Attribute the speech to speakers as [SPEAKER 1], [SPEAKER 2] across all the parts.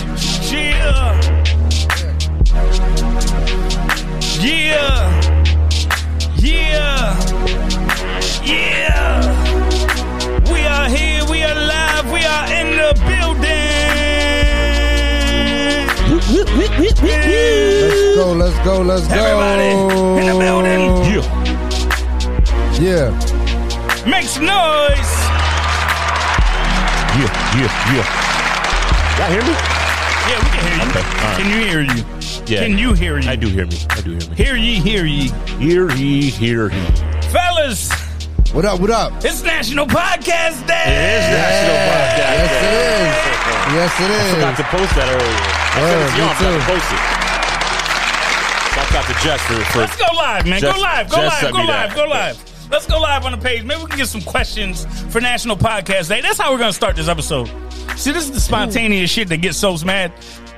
[SPEAKER 1] Yeah. Yeah. Yeah. Yeah. We are here. We are live. We are in the building.
[SPEAKER 2] Let's go, let's go, let's go.
[SPEAKER 1] Everybody in the building.
[SPEAKER 2] Yeah.
[SPEAKER 1] Make some noise.
[SPEAKER 3] Yeah, yeah, yeah. Y'all hear me?
[SPEAKER 1] Yeah, we can hear you.
[SPEAKER 3] Okay, all right.
[SPEAKER 1] Can you hear you?
[SPEAKER 3] Yeah.
[SPEAKER 1] Can you hear you?
[SPEAKER 3] I do hear me. I do hear me.
[SPEAKER 1] Hear ye, hear ye.
[SPEAKER 3] Hear he, hear he.
[SPEAKER 1] Fellas,
[SPEAKER 2] What up, what up?
[SPEAKER 1] it's National Podcast Day.
[SPEAKER 3] National Podcast
[SPEAKER 2] Yes,
[SPEAKER 3] Day.
[SPEAKER 2] it is. Yes, it is.
[SPEAKER 3] Forgot to post that earlier. I
[SPEAKER 2] Yeah,
[SPEAKER 3] said it's
[SPEAKER 2] me
[SPEAKER 3] y'all. I forgot
[SPEAKER 2] too.
[SPEAKER 3] to post it. So I forgot to just for, for
[SPEAKER 1] Let's go live, man.
[SPEAKER 3] Just-
[SPEAKER 1] go live. Go
[SPEAKER 3] just
[SPEAKER 1] live.
[SPEAKER 3] sent
[SPEAKER 1] Go
[SPEAKER 3] me
[SPEAKER 1] live.
[SPEAKER 3] that.
[SPEAKER 1] Go live. Let's go live on the page. Maybe we can get some questions for National Podcast Day. That's how we're going to start this episode. See, this is the spontaneous shit that gets Soaps mad.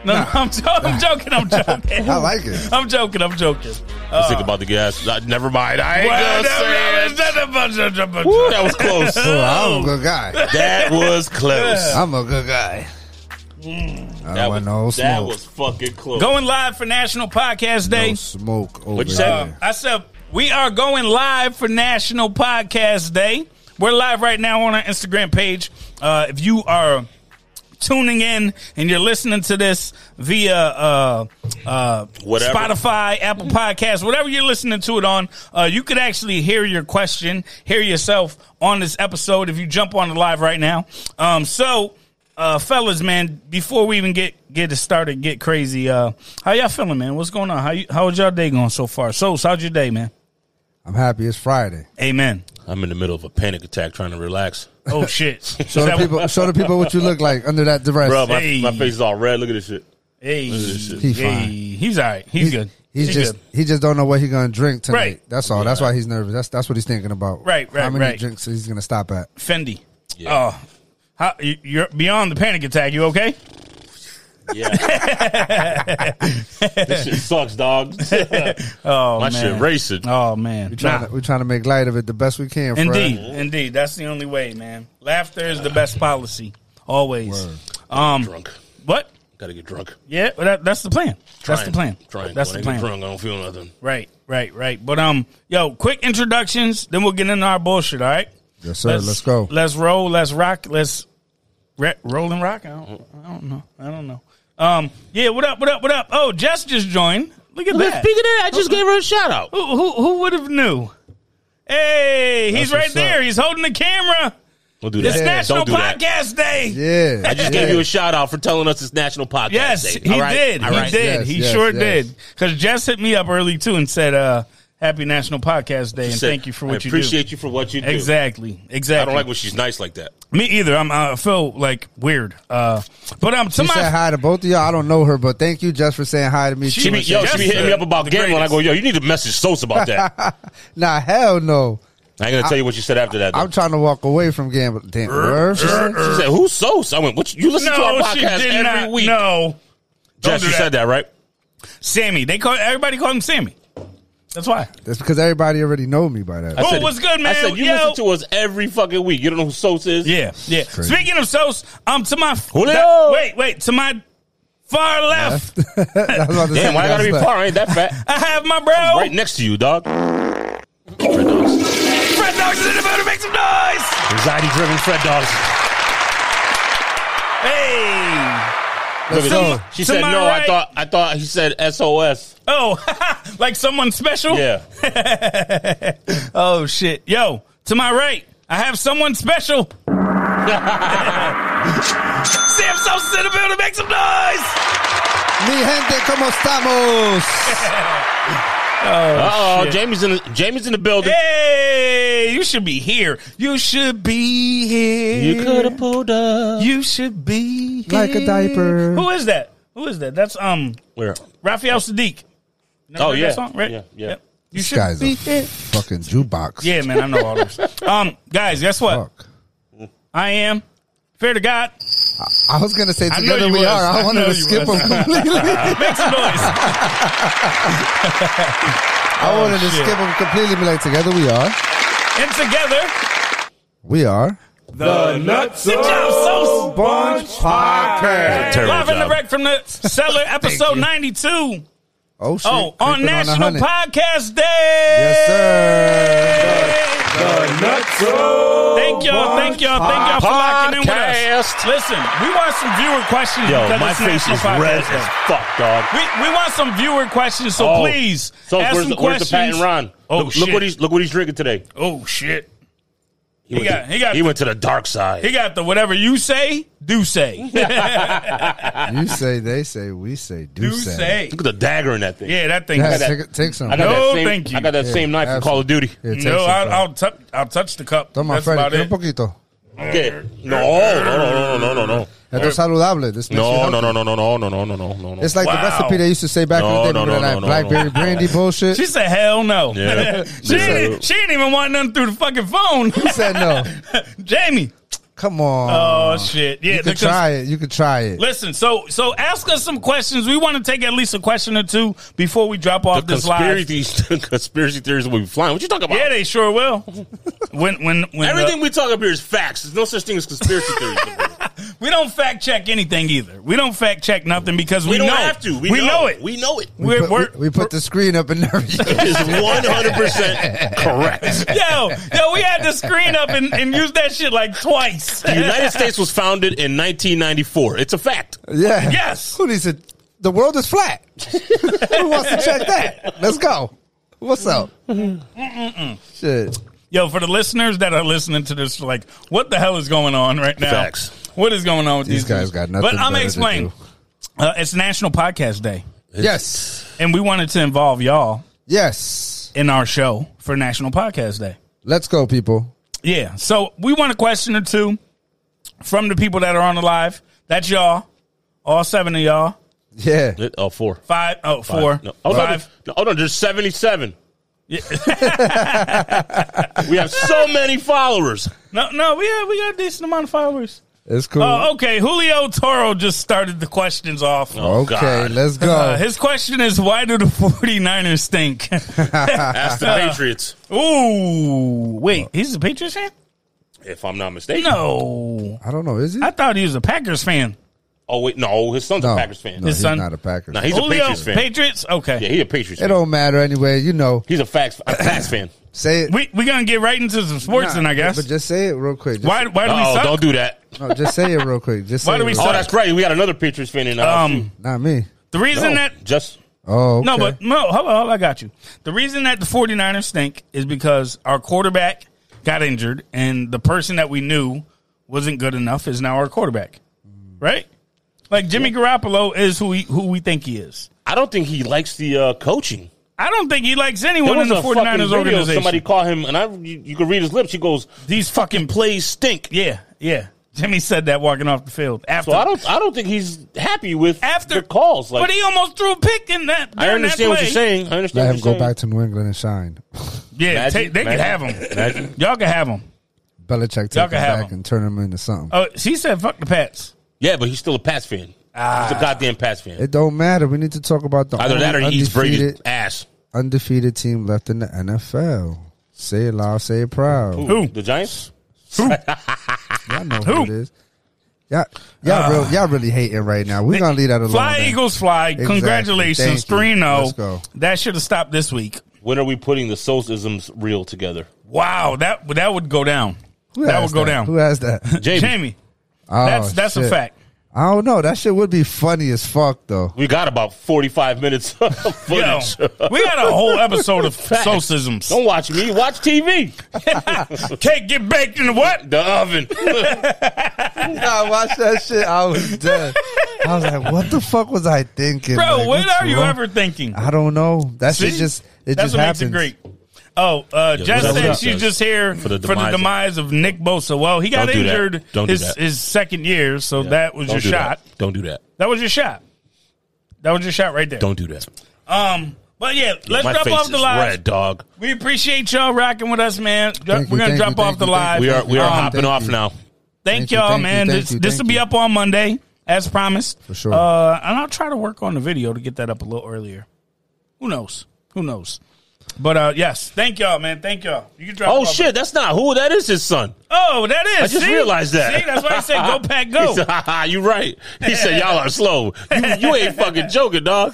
[SPEAKER 1] No, I'm, jo- I'm joking. I'm joking.
[SPEAKER 2] I like it.
[SPEAKER 1] I'm joking. I'm joking.
[SPEAKER 3] Let's think about the gas. Uh, never mind. I ain't
[SPEAKER 1] Well,
[SPEAKER 3] gonna say
[SPEAKER 1] no,
[SPEAKER 3] it.
[SPEAKER 1] no, no, no, no, no, no,
[SPEAKER 3] Woo,
[SPEAKER 1] no.
[SPEAKER 3] that was close.
[SPEAKER 2] I'm a good guy.
[SPEAKER 3] that was close.
[SPEAKER 2] I'm a good guy. I
[SPEAKER 3] Mm.
[SPEAKER 2] don't
[SPEAKER 3] That was,
[SPEAKER 2] want no
[SPEAKER 3] that
[SPEAKER 2] smoke.
[SPEAKER 3] was fucking close.
[SPEAKER 1] Going live for National Podcast Day.
[SPEAKER 2] No smoke over
[SPEAKER 3] What you say?
[SPEAKER 2] here.
[SPEAKER 1] I said, we are going live for National Podcast Day. We're live right now on our Instagram page. Uh, if you are tuning in and you're listening to this via uh, uh,
[SPEAKER 3] Whatever.
[SPEAKER 1] Spotify, Apple Podcasts, whatever you're listening to it on, uh, you could actually hear your question, hear yourself on this episode if you jump on the live right now. Um, so, uh, fellas, man, before we even get get it started, get crazy. Uh, how y'all feeling, man? What's going on? How you, how's y'all day going so far? So, how's your day, man?
[SPEAKER 2] I'm happy it's Friday.
[SPEAKER 1] Amen.
[SPEAKER 3] I'm in the middle of a panic attack trying to relax.
[SPEAKER 1] Oh shit!
[SPEAKER 2] Show the people show the people what you look like under that duress.
[SPEAKER 3] Bro, my,
[SPEAKER 1] Hey.
[SPEAKER 3] my face is all red. Look at this shit.
[SPEAKER 1] hey, hey,
[SPEAKER 2] He fine.
[SPEAKER 1] he's all right. He's, good.
[SPEAKER 2] He's, just
[SPEAKER 1] good.
[SPEAKER 2] he just don't know what he's gonna drink tonight.
[SPEAKER 1] Right.
[SPEAKER 2] That's all. That's why he's nervous. That's that's what he's thinking about.
[SPEAKER 1] Right, right,
[SPEAKER 2] How many
[SPEAKER 1] right.
[SPEAKER 2] drinks he's gonna stop at?
[SPEAKER 1] Fendi.
[SPEAKER 3] Yeah.
[SPEAKER 1] Oh, how, you- you're beyond the panic attack. You okay?
[SPEAKER 3] Yeah. this shit sucks, dog.
[SPEAKER 1] Oh
[SPEAKER 3] My
[SPEAKER 1] man.
[SPEAKER 3] shit racing.
[SPEAKER 1] Oh man.
[SPEAKER 2] Trying
[SPEAKER 1] Nah.
[SPEAKER 2] to- we're trying to make light of it the best we can. Fred.
[SPEAKER 1] Indeed, indeed. That's the only way, man. Laughter is the best policy. Always.
[SPEAKER 2] Word.
[SPEAKER 1] Um.
[SPEAKER 3] Drunk.
[SPEAKER 1] What?
[SPEAKER 3] Gotta get drunk.
[SPEAKER 1] Yeah. well, that, that's the plan. That's
[SPEAKER 3] Trying.
[SPEAKER 1] the plan.
[SPEAKER 3] Trying.
[SPEAKER 1] That's
[SPEAKER 3] When
[SPEAKER 1] the
[SPEAKER 3] I get
[SPEAKER 1] plan.
[SPEAKER 3] Drunk. I don't feel nothing.
[SPEAKER 1] Right. Right. Right. But um, yo, quick introductions. Then we'll get into our bullshit. All right.
[SPEAKER 2] Yes, sir. Let's, go.
[SPEAKER 1] Let's roll. Let's rock. Let's re- roll and rock. I don't, I don't know. I don't know. Um. Yeah. What up? What up? What up? Oh, Jess just joined. Look at that.
[SPEAKER 3] of that, I just gave her a shout out.
[SPEAKER 1] Who who, who would have knew? Hey, he's
[SPEAKER 2] That's
[SPEAKER 1] right
[SPEAKER 2] what's up.
[SPEAKER 1] there. He's holding the camera.
[SPEAKER 3] We'll do
[SPEAKER 1] It's
[SPEAKER 3] that.
[SPEAKER 1] National
[SPEAKER 3] don't do that.
[SPEAKER 1] Podcast Day.
[SPEAKER 2] yeah.
[SPEAKER 3] I just
[SPEAKER 2] yeah.
[SPEAKER 3] gave you a shout out for telling us it's National Podcast
[SPEAKER 1] Yes,
[SPEAKER 3] Day.
[SPEAKER 1] he
[SPEAKER 3] All right?
[SPEAKER 1] did.
[SPEAKER 3] All
[SPEAKER 1] he
[SPEAKER 3] right?
[SPEAKER 1] did.
[SPEAKER 2] Yes,
[SPEAKER 1] he
[SPEAKER 2] yes,
[SPEAKER 1] sure
[SPEAKER 2] yes.
[SPEAKER 1] did. Because Jess hit me up early too and said, uh, "Happy National Podcast Day, and
[SPEAKER 3] Said,
[SPEAKER 1] thank you for
[SPEAKER 3] I
[SPEAKER 1] what you
[SPEAKER 3] appreciate you for what you
[SPEAKER 1] do."
[SPEAKER 3] do.
[SPEAKER 1] Exactly. Exactly.
[SPEAKER 3] I don't like when she's nice like that.
[SPEAKER 1] me either. I'm. I feel like weird. Uh, but um, to
[SPEAKER 2] She said
[SPEAKER 1] my
[SPEAKER 2] hi to both of y'all. I don't know her, but thank you just for saying hi to me.
[SPEAKER 1] She
[SPEAKER 3] She be,
[SPEAKER 1] was
[SPEAKER 3] yo,
[SPEAKER 1] just
[SPEAKER 3] she be hitting me
[SPEAKER 1] the-
[SPEAKER 3] up about
[SPEAKER 1] the
[SPEAKER 3] gambling. I
[SPEAKER 1] greatest.
[SPEAKER 3] go, yo, you need to message Sosa about that. I
[SPEAKER 2] nah, hell no.
[SPEAKER 3] ain't gonna tell you what she said after that. Though.
[SPEAKER 2] I'm trying to walk away from gambling. Damn, bruh.
[SPEAKER 3] she, said, she said, "Who's Sosa?" I went, "What? You you listen to our
[SPEAKER 1] no, she
[SPEAKER 3] podcast
[SPEAKER 1] did
[SPEAKER 3] every
[SPEAKER 1] not.
[SPEAKER 3] week?"
[SPEAKER 1] No,
[SPEAKER 3] Jess,
[SPEAKER 1] do
[SPEAKER 3] you
[SPEAKER 1] that.
[SPEAKER 3] said that right?
[SPEAKER 1] Sammy. They call everybody call him Sammy. That's why.
[SPEAKER 2] That's because everybody already know me by that.
[SPEAKER 1] Oh, what's good, man?
[SPEAKER 3] I said you
[SPEAKER 1] Yo.
[SPEAKER 3] listen to us every fucking week. You don't know who Sosa is?
[SPEAKER 1] Yeah, yeah.
[SPEAKER 2] Crazy.
[SPEAKER 1] Speaking of Sos, um, to my
[SPEAKER 3] Julio!
[SPEAKER 1] that- wait, wait, to my far left,
[SPEAKER 2] I was about to
[SPEAKER 3] Damn,
[SPEAKER 2] say
[SPEAKER 3] why I gotta
[SPEAKER 2] that's
[SPEAKER 3] be
[SPEAKER 2] like-
[SPEAKER 3] far? I ain't that fat.
[SPEAKER 1] I have my bro.
[SPEAKER 3] right next to you, dog.
[SPEAKER 1] Fred Dogs is in the building. Make some noise.
[SPEAKER 3] Anxiety driven Fred dogs.
[SPEAKER 1] Hey.
[SPEAKER 3] Look at
[SPEAKER 1] So-
[SPEAKER 3] that. she
[SPEAKER 1] to
[SPEAKER 3] said
[SPEAKER 1] my
[SPEAKER 3] no.
[SPEAKER 1] right-
[SPEAKER 3] I thought I thought he said SOS.
[SPEAKER 1] Oh, like someone special.
[SPEAKER 3] Yeah,
[SPEAKER 1] Oh shit. Yo, to my right, I have someone special. Sam Sosa's in the building. Make some noise.
[SPEAKER 2] Mi gente, como estamos?
[SPEAKER 3] uh oh,
[SPEAKER 1] shit.
[SPEAKER 3] Jamie's in the, Jamie's in the building.
[SPEAKER 1] Hey, you should be here. You should be here.
[SPEAKER 3] have pulled up.
[SPEAKER 1] You should be
[SPEAKER 2] Like a
[SPEAKER 1] here.
[SPEAKER 2] diaper.
[SPEAKER 1] Who is that? Who is that? That's um
[SPEAKER 3] Where?
[SPEAKER 1] Raphael Sadiq. Never
[SPEAKER 3] Oh,
[SPEAKER 1] heard
[SPEAKER 3] yeah.
[SPEAKER 1] that song, right?
[SPEAKER 3] Yeah, yeah.
[SPEAKER 1] Yep. You
[SPEAKER 2] This
[SPEAKER 1] should
[SPEAKER 2] guy's
[SPEAKER 1] be
[SPEAKER 2] a
[SPEAKER 1] there.
[SPEAKER 2] fucking jukebox.
[SPEAKER 1] Yeah, man, I know all this. um, guys, guess what?
[SPEAKER 2] Fuck.
[SPEAKER 1] I am fair to God.
[SPEAKER 2] I was gonna say
[SPEAKER 1] I know
[SPEAKER 2] together
[SPEAKER 1] you
[SPEAKER 2] we
[SPEAKER 1] was.
[SPEAKER 2] are.
[SPEAKER 1] I
[SPEAKER 2] I wanted
[SPEAKER 1] know
[SPEAKER 2] to
[SPEAKER 1] you
[SPEAKER 2] skip
[SPEAKER 1] was.
[SPEAKER 2] them completely.
[SPEAKER 1] Make some noise.
[SPEAKER 2] I wanted to
[SPEAKER 1] Oh, shit.
[SPEAKER 2] skip them completely. Be like, together we are.
[SPEAKER 1] and together,
[SPEAKER 2] We are.
[SPEAKER 4] The
[SPEAKER 1] good
[SPEAKER 4] Nutso
[SPEAKER 1] job, so
[SPEAKER 4] Bunch Podcast.
[SPEAKER 3] Terrible
[SPEAKER 1] live in the
[SPEAKER 3] job.
[SPEAKER 1] wreck from the cellar, episode ninety two.
[SPEAKER 2] Oh shit.
[SPEAKER 1] Oh, on
[SPEAKER 2] Creeping a
[SPEAKER 1] National
[SPEAKER 2] hundred.
[SPEAKER 1] Podcast Day.
[SPEAKER 2] Yes, sir.
[SPEAKER 4] The Nutso
[SPEAKER 1] Thank y'all, thank y'all, thank y'all for locking in with us.
[SPEAKER 3] Podcast.
[SPEAKER 1] Listen, we want some viewer questions.
[SPEAKER 3] Yo,
[SPEAKER 1] because
[SPEAKER 3] my
[SPEAKER 1] it's
[SPEAKER 3] face
[SPEAKER 1] National
[SPEAKER 3] is
[SPEAKER 1] Podcast
[SPEAKER 3] red
[SPEAKER 1] Day.
[SPEAKER 3] as fuck, dog.
[SPEAKER 1] We, we want some viewer questions, so
[SPEAKER 3] Oh.
[SPEAKER 1] please
[SPEAKER 3] So
[SPEAKER 1] ask
[SPEAKER 3] where's
[SPEAKER 1] some
[SPEAKER 3] the, where's the
[SPEAKER 1] questions.
[SPEAKER 3] Pat and Ron?
[SPEAKER 1] Oh,
[SPEAKER 3] look,
[SPEAKER 1] shit.
[SPEAKER 3] look what he's look what he's drinking today.
[SPEAKER 1] Oh shit,
[SPEAKER 3] He, went
[SPEAKER 1] got-
[SPEAKER 3] to,
[SPEAKER 1] he got-
[SPEAKER 3] went to the dark side.
[SPEAKER 1] he got the whatever you say, do say,
[SPEAKER 2] You say, they say, we say, do,
[SPEAKER 1] do
[SPEAKER 2] say.
[SPEAKER 1] say.
[SPEAKER 3] look at the dagger in that thing.
[SPEAKER 1] Yeah, that thing.
[SPEAKER 2] Yeah,
[SPEAKER 1] that,
[SPEAKER 2] take, take some.
[SPEAKER 3] I got
[SPEAKER 1] No,
[SPEAKER 3] that same,
[SPEAKER 1] thank you.
[SPEAKER 3] I got that
[SPEAKER 2] Yeah,
[SPEAKER 3] same knife from Call of Duty.
[SPEAKER 2] Yeah, take
[SPEAKER 1] no,
[SPEAKER 2] some,
[SPEAKER 1] I'll
[SPEAKER 2] bro.
[SPEAKER 1] I'll, tu- I'll touch the cup.
[SPEAKER 2] Toma,
[SPEAKER 1] That's
[SPEAKER 2] Freddy,
[SPEAKER 1] about
[SPEAKER 2] un
[SPEAKER 1] it.
[SPEAKER 2] poquito.
[SPEAKER 3] Yeah. No, no, no, no, no, no, no.
[SPEAKER 2] Esto es saludable. This makes you
[SPEAKER 3] No,
[SPEAKER 2] healthy.
[SPEAKER 3] no, no, no, no, no, no, no, no, no, no, no.
[SPEAKER 2] It's like
[SPEAKER 1] Wow.
[SPEAKER 2] the recipe they used to say back
[SPEAKER 3] No,
[SPEAKER 2] in the day,
[SPEAKER 3] no,
[SPEAKER 2] remember
[SPEAKER 3] no,
[SPEAKER 2] that
[SPEAKER 3] no, no,
[SPEAKER 2] blackberry
[SPEAKER 3] no.
[SPEAKER 2] brandy bullshit.
[SPEAKER 1] She
[SPEAKER 2] She
[SPEAKER 1] said, "Hell no."
[SPEAKER 3] Yeah. "Oh."
[SPEAKER 1] she, ain't, she ain't even want nothing through the fucking phone.
[SPEAKER 2] said no.
[SPEAKER 1] Jamie.
[SPEAKER 2] Come on.
[SPEAKER 1] Oh shit. Yeah,
[SPEAKER 2] you could
[SPEAKER 1] because-
[SPEAKER 2] try it. You could try it.
[SPEAKER 1] Listen, so so ask us some questions. We want to take at least a question or two before we drop off this live.
[SPEAKER 3] Conspiracy, conspiracy theories will be flying. What you talking about?
[SPEAKER 1] Yeah, they sure will. When when when
[SPEAKER 3] Everything we talk about here is facts. There's no such thing as conspiracy theories.
[SPEAKER 1] the- we don't fact check anything either. We don't fact check nothing because we,
[SPEAKER 3] We don't
[SPEAKER 1] know.
[SPEAKER 3] have to. We, know.
[SPEAKER 1] it.
[SPEAKER 3] We know it.
[SPEAKER 2] we,
[SPEAKER 1] We're-
[SPEAKER 2] put,
[SPEAKER 1] we're-
[SPEAKER 2] we- we put the screen up and everything.
[SPEAKER 3] It's 100% correct.
[SPEAKER 1] yo yo. We had the screen up and, and used that shit like twice.
[SPEAKER 3] The United States was founded in 1994. It's a fact.
[SPEAKER 2] yeah.
[SPEAKER 1] Yes.
[SPEAKER 2] Who needs it? The world is flat. Who wants to check that? Let's go. What's up? Shit.
[SPEAKER 1] Yo, for the listeners that are listening to this, like, what the hell is going on right now?
[SPEAKER 3] Facts.
[SPEAKER 1] What is going on with these,
[SPEAKER 2] These guys got nothing
[SPEAKER 1] But I'm gonna
[SPEAKER 2] better to
[SPEAKER 1] explain.
[SPEAKER 2] do.
[SPEAKER 1] Uh, it's National Podcast Day,
[SPEAKER 2] Yes.
[SPEAKER 1] and we wanted to involve y'all
[SPEAKER 2] Yes.
[SPEAKER 1] in our show for National Podcast Day.
[SPEAKER 2] Let's go, people.
[SPEAKER 1] Yeah. So we want a question or two from the people that are on the live. That's y'all. All seven of y'all.
[SPEAKER 2] Yeah.
[SPEAKER 3] It- Oh, four.
[SPEAKER 1] Five oh four.
[SPEAKER 3] No. Oh, no,
[SPEAKER 1] five.
[SPEAKER 3] there's- no, oh, no, there's 77. we have so many followers.
[SPEAKER 1] No, no, we got we got a decent amount of followers.
[SPEAKER 2] It's cool.
[SPEAKER 1] Oh, okay. Julio Toro just started the questions off.
[SPEAKER 3] Oh,
[SPEAKER 2] okay,
[SPEAKER 3] God.
[SPEAKER 2] let's go.
[SPEAKER 1] Uh, his question is why do the 49ers stink?
[SPEAKER 3] Ask the Patriots,
[SPEAKER 1] Ooh, wait, he's a Patriots fan?
[SPEAKER 3] if I'm not mistaken.
[SPEAKER 1] No,
[SPEAKER 2] I don't know. Is he?
[SPEAKER 1] I thought he was a Packers fan.
[SPEAKER 3] Oh, wait, no, his son's
[SPEAKER 2] no,
[SPEAKER 3] a Packers fan.
[SPEAKER 2] No,
[SPEAKER 1] His
[SPEAKER 2] he's
[SPEAKER 1] son-
[SPEAKER 2] not a Packers.
[SPEAKER 3] No, he's a
[SPEAKER 1] Julio,
[SPEAKER 3] Patriots fan.
[SPEAKER 1] Patriots? Okay,
[SPEAKER 3] yeah, he's a Patriots
[SPEAKER 2] it
[SPEAKER 3] fan.
[SPEAKER 2] don't matter anyway. You know.
[SPEAKER 3] He's a facts, a facts fan.
[SPEAKER 2] Say it.
[SPEAKER 1] we we gonna get right into some sports,
[SPEAKER 2] Nah,
[SPEAKER 1] then I guess.
[SPEAKER 2] But just say it real quick. Just,
[SPEAKER 1] why why do we
[SPEAKER 3] Oh,
[SPEAKER 1] suck?
[SPEAKER 3] don't do that.
[SPEAKER 2] no, just say it real quick. Just
[SPEAKER 1] Why
[SPEAKER 2] say
[SPEAKER 1] do
[SPEAKER 2] it
[SPEAKER 1] we
[SPEAKER 2] real-
[SPEAKER 1] suck?
[SPEAKER 3] Oh, that's right. We got another Patriots fan in our
[SPEAKER 1] um,
[SPEAKER 2] Not me.
[SPEAKER 1] the reason that
[SPEAKER 3] just
[SPEAKER 2] Oh, okay.
[SPEAKER 1] no, but no, hold on, hold on, I got you. The reason that the 49ers stink is because our quarterback got injured, and the person that we knew wasn't good enough is now our quarterback, right? Like Jimmy Garoppolo is who he, who we think he is.
[SPEAKER 3] I don't think he likes the uh, coaching.
[SPEAKER 1] I don't think he likes
[SPEAKER 3] There
[SPEAKER 1] anyone in
[SPEAKER 3] was
[SPEAKER 1] the
[SPEAKER 3] a fucking
[SPEAKER 1] 49ers
[SPEAKER 3] video
[SPEAKER 1] organization.
[SPEAKER 3] Somebody called him, and I you, you could read his lips. He goes,
[SPEAKER 1] These fucking
[SPEAKER 3] "Plays stink."
[SPEAKER 1] Yeah, yeah. Jimmy said that walking off the field after.
[SPEAKER 3] So I don't, I don't think he's happy with
[SPEAKER 1] after
[SPEAKER 3] the calls. Like
[SPEAKER 1] but he almost threw a pick in that.
[SPEAKER 3] I
[SPEAKER 1] during that
[SPEAKER 3] understand what you're
[SPEAKER 1] play.
[SPEAKER 3] saying. I understand.
[SPEAKER 2] Let
[SPEAKER 3] what
[SPEAKER 2] him
[SPEAKER 3] you're
[SPEAKER 2] go back to New England and shine.
[SPEAKER 1] Yeah,
[SPEAKER 3] Imagine,
[SPEAKER 1] take, they can have
[SPEAKER 3] imagine,
[SPEAKER 1] him.
[SPEAKER 3] imagine.
[SPEAKER 1] Y'all can have him.
[SPEAKER 2] Belichick take
[SPEAKER 1] Y'all
[SPEAKER 2] him
[SPEAKER 1] can have
[SPEAKER 2] back
[SPEAKER 1] him.
[SPEAKER 2] and turn him into something.
[SPEAKER 1] Oh, she said, "Fuck the Pats."
[SPEAKER 3] Yeah, but he's still a Pats fan.
[SPEAKER 1] Ah.
[SPEAKER 3] He's a goddamn Pats fan.
[SPEAKER 2] it don't matter. We need to talk about the
[SPEAKER 3] Either
[SPEAKER 2] only
[SPEAKER 3] that or he eats Brady's
[SPEAKER 2] undefeated,
[SPEAKER 3] ass.
[SPEAKER 2] undefeated team left in the NFL. Say it loud, say it proud.
[SPEAKER 1] Who?
[SPEAKER 3] The Giants?
[SPEAKER 2] Y'all know
[SPEAKER 1] Who? Uh,
[SPEAKER 2] who, it is. Y'all, y'all, real, y'all really hating right now. We're gonna leave that alone.
[SPEAKER 1] Fly
[SPEAKER 2] man.
[SPEAKER 1] Eagles, fly!
[SPEAKER 2] Exactly. Thank
[SPEAKER 1] Congratulations,
[SPEAKER 2] you.
[SPEAKER 1] three
[SPEAKER 2] Let's go.
[SPEAKER 1] zero. That should have stopped this week.
[SPEAKER 3] When are we putting the Soulsisms reel together?
[SPEAKER 1] Wow, that that would go down.
[SPEAKER 2] Who
[SPEAKER 1] that
[SPEAKER 2] asked
[SPEAKER 1] would go down.
[SPEAKER 2] Who has that?
[SPEAKER 3] Jamie,
[SPEAKER 1] Jamie,
[SPEAKER 2] Oh,
[SPEAKER 1] that's that's a
[SPEAKER 2] shit.
[SPEAKER 1] fact.
[SPEAKER 2] I don't know. That shit would be funny as fuck though.
[SPEAKER 3] we got about 45 minutes of
[SPEAKER 1] Yo,
[SPEAKER 3] footage.
[SPEAKER 1] we got a whole episode of socisms.
[SPEAKER 3] Don't watch me. Watch TV.
[SPEAKER 1] Cake get baked in the what?
[SPEAKER 3] The oven.
[SPEAKER 2] I watched that shit. I was dead. I was like, what the fuck was I thinking?
[SPEAKER 1] Bro,
[SPEAKER 2] Like,
[SPEAKER 1] what
[SPEAKER 2] what's
[SPEAKER 1] are you
[SPEAKER 2] wrong?
[SPEAKER 1] ever thinking?
[SPEAKER 2] I don't know. That shit
[SPEAKER 1] See?
[SPEAKER 2] just it
[SPEAKER 1] That's
[SPEAKER 2] just
[SPEAKER 1] what
[SPEAKER 2] happens.
[SPEAKER 1] makes it great. Oh, uh, Jess
[SPEAKER 3] that's
[SPEAKER 1] said
[SPEAKER 3] what-
[SPEAKER 1] she's just here for
[SPEAKER 3] For
[SPEAKER 1] the,
[SPEAKER 3] the
[SPEAKER 1] demise.
[SPEAKER 3] demise of-
[SPEAKER 1] of Nick Bosa. Well, he got
[SPEAKER 3] Don't do that.
[SPEAKER 1] injured
[SPEAKER 3] Don't do
[SPEAKER 1] his
[SPEAKER 3] that.
[SPEAKER 1] his second year, so that was
[SPEAKER 3] Don't
[SPEAKER 1] your
[SPEAKER 3] do
[SPEAKER 1] shot.
[SPEAKER 3] That. Don't do that.
[SPEAKER 1] That was your shot. That was your shot right there.
[SPEAKER 3] Don't do that.
[SPEAKER 1] Um, But yeah, let's
[SPEAKER 3] My
[SPEAKER 1] drop
[SPEAKER 3] face
[SPEAKER 1] off the
[SPEAKER 3] is
[SPEAKER 1] live.
[SPEAKER 3] red, dog.
[SPEAKER 1] We appreciate y'all rocking with us, man.
[SPEAKER 2] Thank
[SPEAKER 1] We're
[SPEAKER 2] you,
[SPEAKER 1] gonna
[SPEAKER 2] thank
[SPEAKER 1] drop off
[SPEAKER 2] you, thank
[SPEAKER 1] the
[SPEAKER 2] you,
[SPEAKER 1] live.
[SPEAKER 2] thank
[SPEAKER 3] We are we are
[SPEAKER 1] Um,
[SPEAKER 3] hopping
[SPEAKER 2] thank
[SPEAKER 3] off
[SPEAKER 2] you.
[SPEAKER 3] now.
[SPEAKER 1] Thank,
[SPEAKER 2] Thank you,
[SPEAKER 1] y'all,
[SPEAKER 2] thank you,
[SPEAKER 1] man.
[SPEAKER 2] thank
[SPEAKER 1] this
[SPEAKER 2] you,
[SPEAKER 1] this
[SPEAKER 2] thank
[SPEAKER 1] will be
[SPEAKER 2] you.
[SPEAKER 1] up on Monday, as promised. For
[SPEAKER 2] sure.
[SPEAKER 1] Uh, and I'll try to work on the video to get that up a little earlier. Who knows? Who knows? But uh, yes, thank y'all, man. Thank y'all. You can drop.
[SPEAKER 3] Oh
[SPEAKER 1] off.
[SPEAKER 3] shit, that's not who. That is his son.
[SPEAKER 1] Oh, that is.
[SPEAKER 3] I just
[SPEAKER 1] see?
[SPEAKER 3] realized that.
[SPEAKER 1] See, that's why I said go pack
[SPEAKER 3] He
[SPEAKER 1] go.
[SPEAKER 3] said, ha, ha, you right. He said, y'all are slow. You, you ain't fucking joking, dog.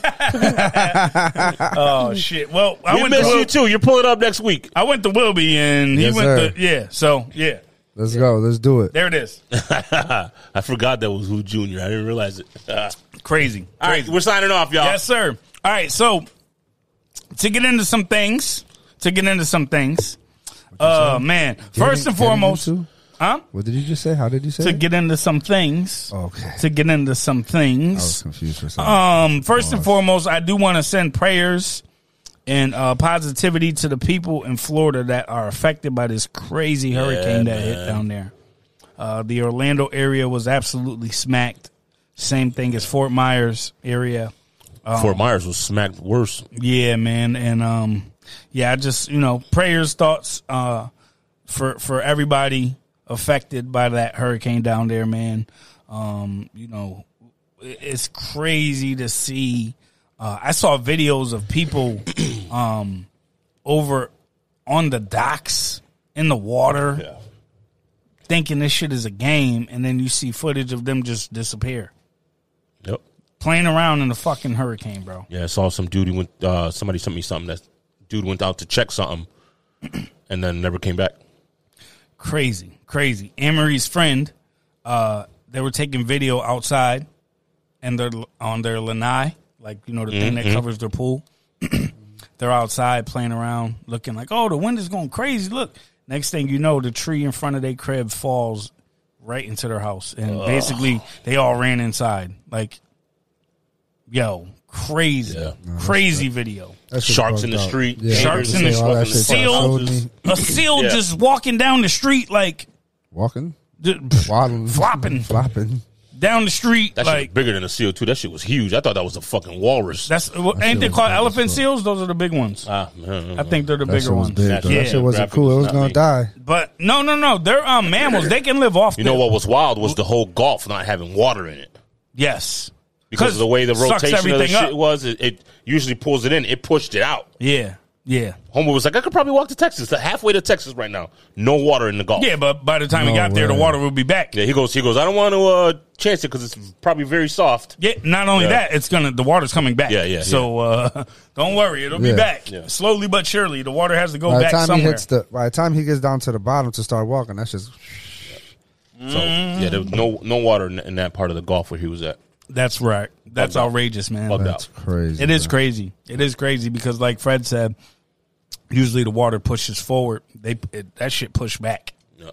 [SPEAKER 1] oh shit. Well, I
[SPEAKER 3] We
[SPEAKER 1] went to
[SPEAKER 3] miss
[SPEAKER 1] Wil-
[SPEAKER 3] you too. You're pulling up next week.
[SPEAKER 1] I went to Wilby and he
[SPEAKER 2] Yes,
[SPEAKER 1] went
[SPEAKER 2] sir.
[SPEAKER 1] to yeah. So yeah,
[SPEAKER 2] Let's go. Let's do it.
[SPEAKER 1] there it is.
[SPEAKER 3] I forgot that was who Junior. I didn't realize it.
[SPEAKER 1] Crazy.
[SPEAKER 3] All right, we're signing off, y'all.
[SPEAKER 1] Yes, sir. All right, so to get into some things, to get into some things. Uh man, first
[SPEAKER 2] Getting-
[SPEAKER 1] and
[SPEAKER 2] getting
[SPEAKER 1] foremost,
[SPEAKER 2] into-
[SPEAKER 1] huh?
[SPEAKER 2] What did you just say? How did you say?
[SPEAKER 1] To
[SPEAKER 2] it?
[SPEAKER 1] get into some things.
[SPEAKER 2] Okay.
[SPEAKER 1] To get into some
[SPEAKER 2] I was
[SPEAKER 1] things.
[SPEAKER 2] confused for some.
[SPEAKER 1] Um first and foremost, I do want to send prayers and uh, positivity to the people in Florida that are affected by this crazy hurricane that hit down there. Uh, the Orlando area was absolutely smacked. Same thing as Fort Myers area.
[SPEAKER 3] Fort Myers was smacked worse.
[SPEAKER 1] Yeah, man, and um, yeah, I just you know prayers, thoughts, uh, for for everybody affected by that hurricane down there, man. Um, you know, it- it's crazy to see. Uh, I saw videos of people, um, over on the docks in the water, thinking this shit is a game, and then you see footage of them just disappear,
[SPEAKER 3] Yep.
[SPEAKER 1] playing around in the fucking hurricane, bro.
[SPEAKER 3] Yeah, I saw some dude who went. Uh, somebody sent me something. That dude went out to check something, and then never came back.
[SPEAKER 1] crazy, crazy. Amory's friend, uh, they were taking video outside, and they're l- on their lanai, like you know the thing
[SPEAKER 3] Mm-hmm.
[SPEAKER 1] that covers their pool. they're outside playing around, looking like, oh, the wind is going crazy. Look, next thing you know, the tree in front of their crib falls right into their house, and basically they all ran inside. Like, yo, crazy,
[SPEAKER 3] Yeah.
[SPEAKER 1] crazy video.
[SPEAKER 2] That shit
[SPEAKER 3] Sharks in
[SPEAKER 2] bugged
[SPEAKER 3] the
[SPEAKER 2] out.
[SPEAKER 3] street,
[SPEAKER 2] Yeah,
[SPEAKER 1] sharks
[SPEAKER 2] I
[SPEAKER 1] in
[SPEAKER 2] was
[SPEAKER 1] the
[SPEAKER 2] gonna say, all that
[SPEAKER 3] street,
[SPEAKER 2] shit kinda
[SPEAKER 1] seal.
[SPEAKER 2] showed me.
[SPEAKER 1] A seal
[SPEAKER 3] Yeah.
[SPEAKER 1] just walking down the street, like.
[SPEAKER 2] Walking,
[SPEAKER 1] d-
[SPEAKER 2] waddling,
[SPEAKER 1] Flopping.
[SPEAKER 2] flopping.
[SPEAKER 1] down the street.
[SPEAKER 3] That shit
[SPEAKER 1] like
[SPEAKER 3] was bigger than a seal too. That shit was huge. I thought that was a fucking walrus.
[SPEAKER 1] that's well, ain't
[SPEAKER 2] shit
[SPEAKER 1] they
[SPEAKER 2] was
[SPEAKER 1] called
[SPEAKER 2] bad as
[SPEAKER 1] elephant
[SPEAKER 2] fuck.
[SPEAKER 1] seals? Those are the big ones.
[SPEAKER 3] ah, man.
[SPEAKER 1] I think they're the
[SPEAKER 2] That
[SPEAKER 1] bigger
[SPEAKER 2] shit was
[SPEAKER 1] ones.
[SPEAKER 2] big. Though.
[SPEAKER 1] Yeah.
[SPEAKER 2] That shit wasn't
[SPEAKER 3] Graphic
[SPEAKER 2] cool. It
[SPEAKER 3] was
[SPEAKER 2] was
[SPEAKER 3] not
[SPEAKER 2] gonna
[SPEAKER 3] me.
[SPEAKER 2] die.
[SPEAKER 1] But no, no, no. They're um, mammals. They can live off.
[SPEAKER 3] You know
[SPEAKER 1] them.
[SPEAKER 3] what was wild was the whole golf not having water in it
[SPEAKER 1] Yes,
[SPEAKER 3] because of the way the
[SPEAKER 1] sucks
[SPEAKER 3] rotation of the
[SPEAKER 1] everything up.
[SPEAKER 3] shit was. It, it usually pulls it in. It pushed it out.
[SPEAKER 1] Yeah, yeah,
[SPEAKER 3] Homer was like, I could probably walk to Texas, halfway to Texas right now. No water in the golf.
[SPEAKER 1] yeah. But by the time we
[SPEAKER 2] No
[SPEAKER 1] got there, the
[SPEAKER 2] way.
[SPEAKER 1] water will be back.
[SPEAKER 3] Yeah, he goes. He goes. I don't want to uh, chance it because it's probably very soft.
[SPEAKER 1] Yeah, not only
[SPEAKER 3] Yeah.
[SPEAKER 1] that, it's gonna the water's coming back.
[SPEAKER 3] Yeah, yeah,
[SPEAKER 1] So uh, don't worry, it'll be
[SPEAKER 2] Yeah.
[SPEAKER 1] back
[SPEAKER 3] Yeah.
[SPEAKER 1] slowly but surely. The water has to go
[SPEAKER 2] By the
[SPEAKER 1] back
[SPEAKER 2] time he
[SPEAKER 1] somewhere.
[SPEAKER 2] hits the, by the time he gets down to the bottom to start walking, that's just
[SPEAKER 3] So yeah, there was no no water in, in that part of the golf where he was at.
[SPEAKER 1] That's right. That's
[SPEAKER 3] Bugged out.
[SPEAKER 1] outrageous, man.
[SPEAKER 3] Bugged
[SPEAKER 2] that's
[SPEAKER 3] out.
[SPEAKER 2] crazy.
[SPEAKER 1] It is
[SPEAKER 2] bro.
[SPEAKER 1] crazy. It is crazy because, like Fred said, usually the water pushes forward. They it, that shit push back.
[SPEAKER 3] Yeah.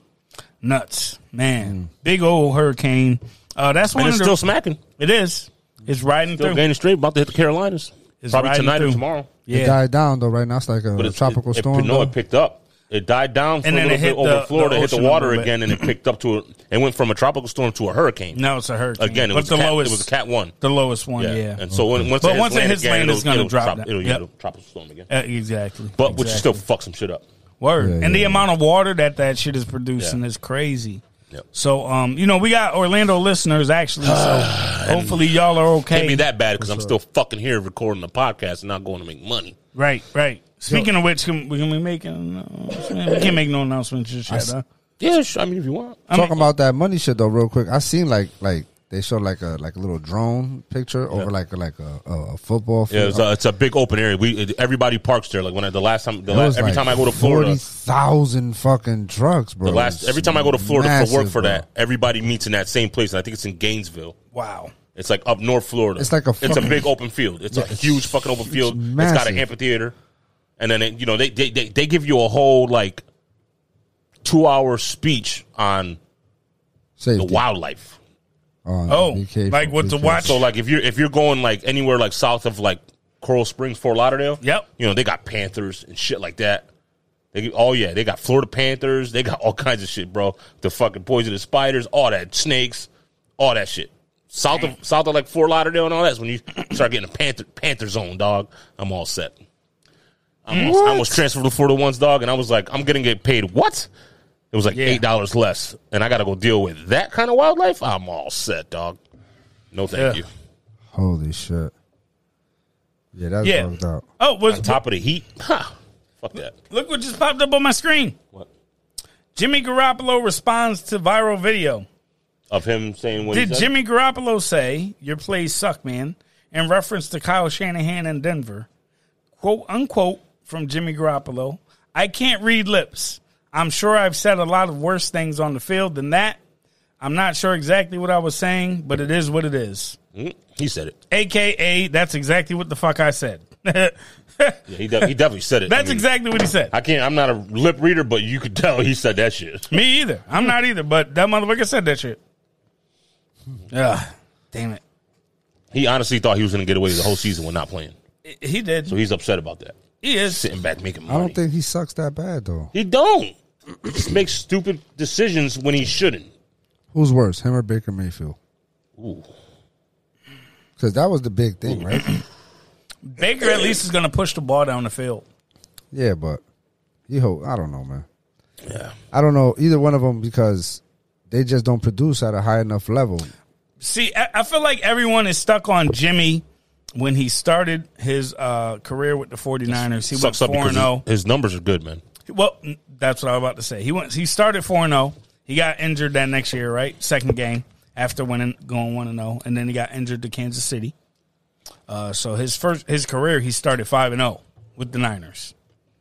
[SPEAKER 1] Nuts, man.
[SPEAKER 2] Mm.
[SPEAKER 1] Big old hurricane. Uh, that's one
[SPEAKER 3] And it's
[SPEAKER 1] of the.
[SPEAKER 3] still smacking.
[SPEAKER 1] it is. It's riding
[SPEAKER 3] Still
[SPEAKER 1] through.
[SPEAKER 3] gaining straight. About to hit the Carolinas.
[SPEAKER 1] It's
[SPEAKER 3] probably
[SPEAKER 1] riding
[SPEAKER 3] tonight
[SPEAKER 1] through.
[SPEAKER 3] or tomorrow.
[SPEAKER 2] It
[SPEAKER 1] Yeah.
[SPEAKER 2] died down though. Right now, it's like a
[SPEAKER 3] But it's,
[SPEAKER 2] tropical
[SPEAKER 3] it, it-
[SPEAKER 2] storm.
[SPEAKER 3] no,
[SPEAKER 2] though.
[SPEAKER 3] it picked up. It died down for
[SPEAKER 1] And
[SPEAKER 3] a
[SPEAKER 1] then
[SPEAKER 3] little
[SPEAKER 1] it
[SPEAKER 3] bit
[SPEAKER 1] hit
[SPEAKER 3] over
[SPEAKER 1] the-
[SPEAKER 3] Florida,
[SPEAKER 1] the
[SPEAKER 3] hit the
[SPEAKER 1] ocean a
[SPEAKER 3] water
[SPEAKER 1] little bit.
[SPEAKER 3] again, and it picked up to a, it went from a tropical storm to a hurricane.
[SPEAKER 1] Now it's a hurricane
[SPEAKER 3] Again, it
[SPEAKER 1] But
[SPEAKER 3] was a cat, it was a cat one.
[SPEAKER 1] the lowest one.
[SPEAKER 3] Yeah.
[SPEAKER 1] Yeah.
[SPEAKER 3] And so when, once
[SPEAKER 1] But
[SPEAKER 3] it hits
[SPEAKER 1] once it
[SPEAKER 3] land
[SPEAKER 1] hits
[SPEAKER 3] again,
[SPEAKER 1] land,
[SPEAKER 3] it'll-
[SPEAKER 1] it's gonna
[SPEAKER 3] it'll
[SPEAKER 1] drop down.
[SPEAKER 3] It'll,
[SPEAKER 1] Yep.
[SPEAKER 3] it'll tropical storm again.
[SPEAKER 1] Uh, exactly.
[SPEAKER 3] But which
[SPEAKER 1] Exactly.
[SPEAKER 3] still fuck some shit up.
[SPEAKER 1] Word.
[SPEAKER 2] Yeah,
[SPEAKER 1] and the
[SPEAKER 2] yeah.
[SPEAKER 1] amount of water that that shit is producing
[SPEAKER 3] Yeah.
[SPEAKER 1] is crazy.
[SPEAKER 3] Yep.
[SPEAKER 1] So, um, you know, we got Orlando listeners actually. So hopefully y'all are okay.
[SPEAKER 3] Can't be that bad because I'm still fucking here recording the podcast and not going to make money.
[SPEAKER 1] Right, right. Speaking of which, can, we can we make an announcement? We can't make no announcements just yet. Huh?
[SPEAKER 3] Yeah, sure, I mean if you want.
[SPEAKER 2] Talking about that money shit though, real quick. I seen like like they showed like a like a little drone picture over like like a, a, a football.
[SPEAKER 3] Yeah, uh,
[SPEAKER 2] field.
[SPEAKER 3] it's a, it's a big open area. We it- everybody parks there. Like when I, the last time, the last, every time I go to Florida,
[SPEAKER 2] thousand fucking trucks, bro.
[SPEAKER 3] the last every time I go to Florida for work
[SPEAKER 2] Oh, Massive,
[SPEAKER 3] for
[SPEAKER 2] bro.
[SPEAKER 3] that, everybody meets in that same place. And I think it's in Gainesville.
[SPEAKER 1] Wow.
[SPEAKER 3] It's like up north Florida.
[SPEAKER 2] It's like a
[SPEAKER 3] it's a
[SPEAKER 2] fucking-
[SPEAKER 3] big open field. It's a
[SPEAKER 2] Yeah, it's
[SPEAKER 3] huge fucking open field. it's got an
[SPEAKER 2] massive.
[SPEAKER 3] amphitheater, and then it, you know they, they they they give you a whole like two hour speech on the
[SPEAKER 2] Safety.
[SPEAKER 3] wildlife.
[SPEAKER 2] Oh,
[SPEAKER 1] Oh,
[SPEAKER 2] be careful,
[SPEAKER 1] like what
[SPEAKER 2] be
[SPEAKER 1] to
[SPEAKER 2] careful.
[SPEAKER 1] watch?
[SPEAKER 3] So like if you're if you're going like anywhere like south of like Coral Springs, Fort Lauderdale,
[SPEAKER 1] Yep.
[SPEAKER 3] you know they got panthers and shit like that. They oh yeah, they got Florida panthers. They got all kinds of shit, bro. The fucking poisonous spiders, all that snakes, all that shit. South of south of like Fort Lauderdale and all that's when you start getting a panther panther zone, dog. I'm all set. I almost, I almost transferred to Florida One's dog, and I was like, I'm gonna get paid what? It was like
[SPEAKER 1] Yeah.
[SPEAKER 3] eight dollars less, and I got to go deal with that kind of wildlife. I'm all set, dog. No, thank
[SPEAKER 1] Yeah.
[SPEAKER 3] you.
[SPEAKER 2] Holy shit. Yeah, that's
[SPEAKER 1] Yeah.
[SPEAKER 2] fucked up.
[SPEAKER 1] Oh, was
[SPEAKER 3] On top of the heat, huh? Fuck that.
[SPEAKER 1] look what just popped up on my screen.
[SPEAKER 3] What?
[SPEAKER 1] Jimmy Garoppolo responds to viral video.
[SPEAKER 3] Of him saying what? he
[SPEAKER 1] Did
[SPEAKER 3] said?
[SPEAKER 1] Jimmy Garoppolo say your plays suck, man? In reference to Kyle Shanahan in Denver, quote unquote from Jimmy Garoppolo. I can't read lips. I'm sure I've said a lot of worse things on the field than that. I'm not sure exactly what I was saying, but it is what it is.
[SPEAKER 3] Mm, He said it.
[SPEAKER 1] AKA, that's exactly what the fuck I said. that's
[SPEAKER 3] Yeah, he, de- he definitely said it. I mean,
[SPEAKER 1] exactly what he said.
[SPEAKER 3] I can't. I'm not a lip reader, but you could tell he said that shit.
[SPEAKER 1] Me either. I'm not either, but that motherfucker said that shit. Ah, damn it.
[SPEAKER 3] He honestly thought he was going to get away the whole season with not playing,
[SPEAKER 1] He did.
[SPEAKER 3] so he's upset about that.
[SPEAKER 1] He is.
[SPEAKER 3] Sitting back making
[SPEAKER 2] I
[SPEAKER 3] money.
[SPEAKER 2] don't think he sucks that bad though.
[SPEAKER 3] he don't. He just makes stupid decisions when he shouldn't.
[SPEAKER 2] Who's worse, him or Baker Mayfield?
[SPEAKER 3] Ooh.
[SPEAKER 2] Because that was the big thing, right?
[SPEAKER 1] Baker at least is going to push the ball down the field.
[SPEAKER 2] yeah, but he hope I don't know, man.
[SPEAKER 3] Yeah.
[SPEAKER 2] I don't know either one of them because they just don't produce at a high enough level.
[SPEAKER 1] See, I, I feel like everyone is stuck on Jimmy when he started his uh, career with the 49ers. He went oh.
[SPEAKER 3] Sucks up
[SPEAKER 1] 4
[SPEAKER 3] because his,
[SPEAKER 1] 0.
[SPEAKER 3] his numbers are good, man.
[SPEAKER 1] Well, n- that's what I was about to say. He went. He started four zero. He got injured that next year, right? Second game after winning, going one and zero, and then he got injured to Kansas City. Uh, so his first his career, he started five and zero with the Niners.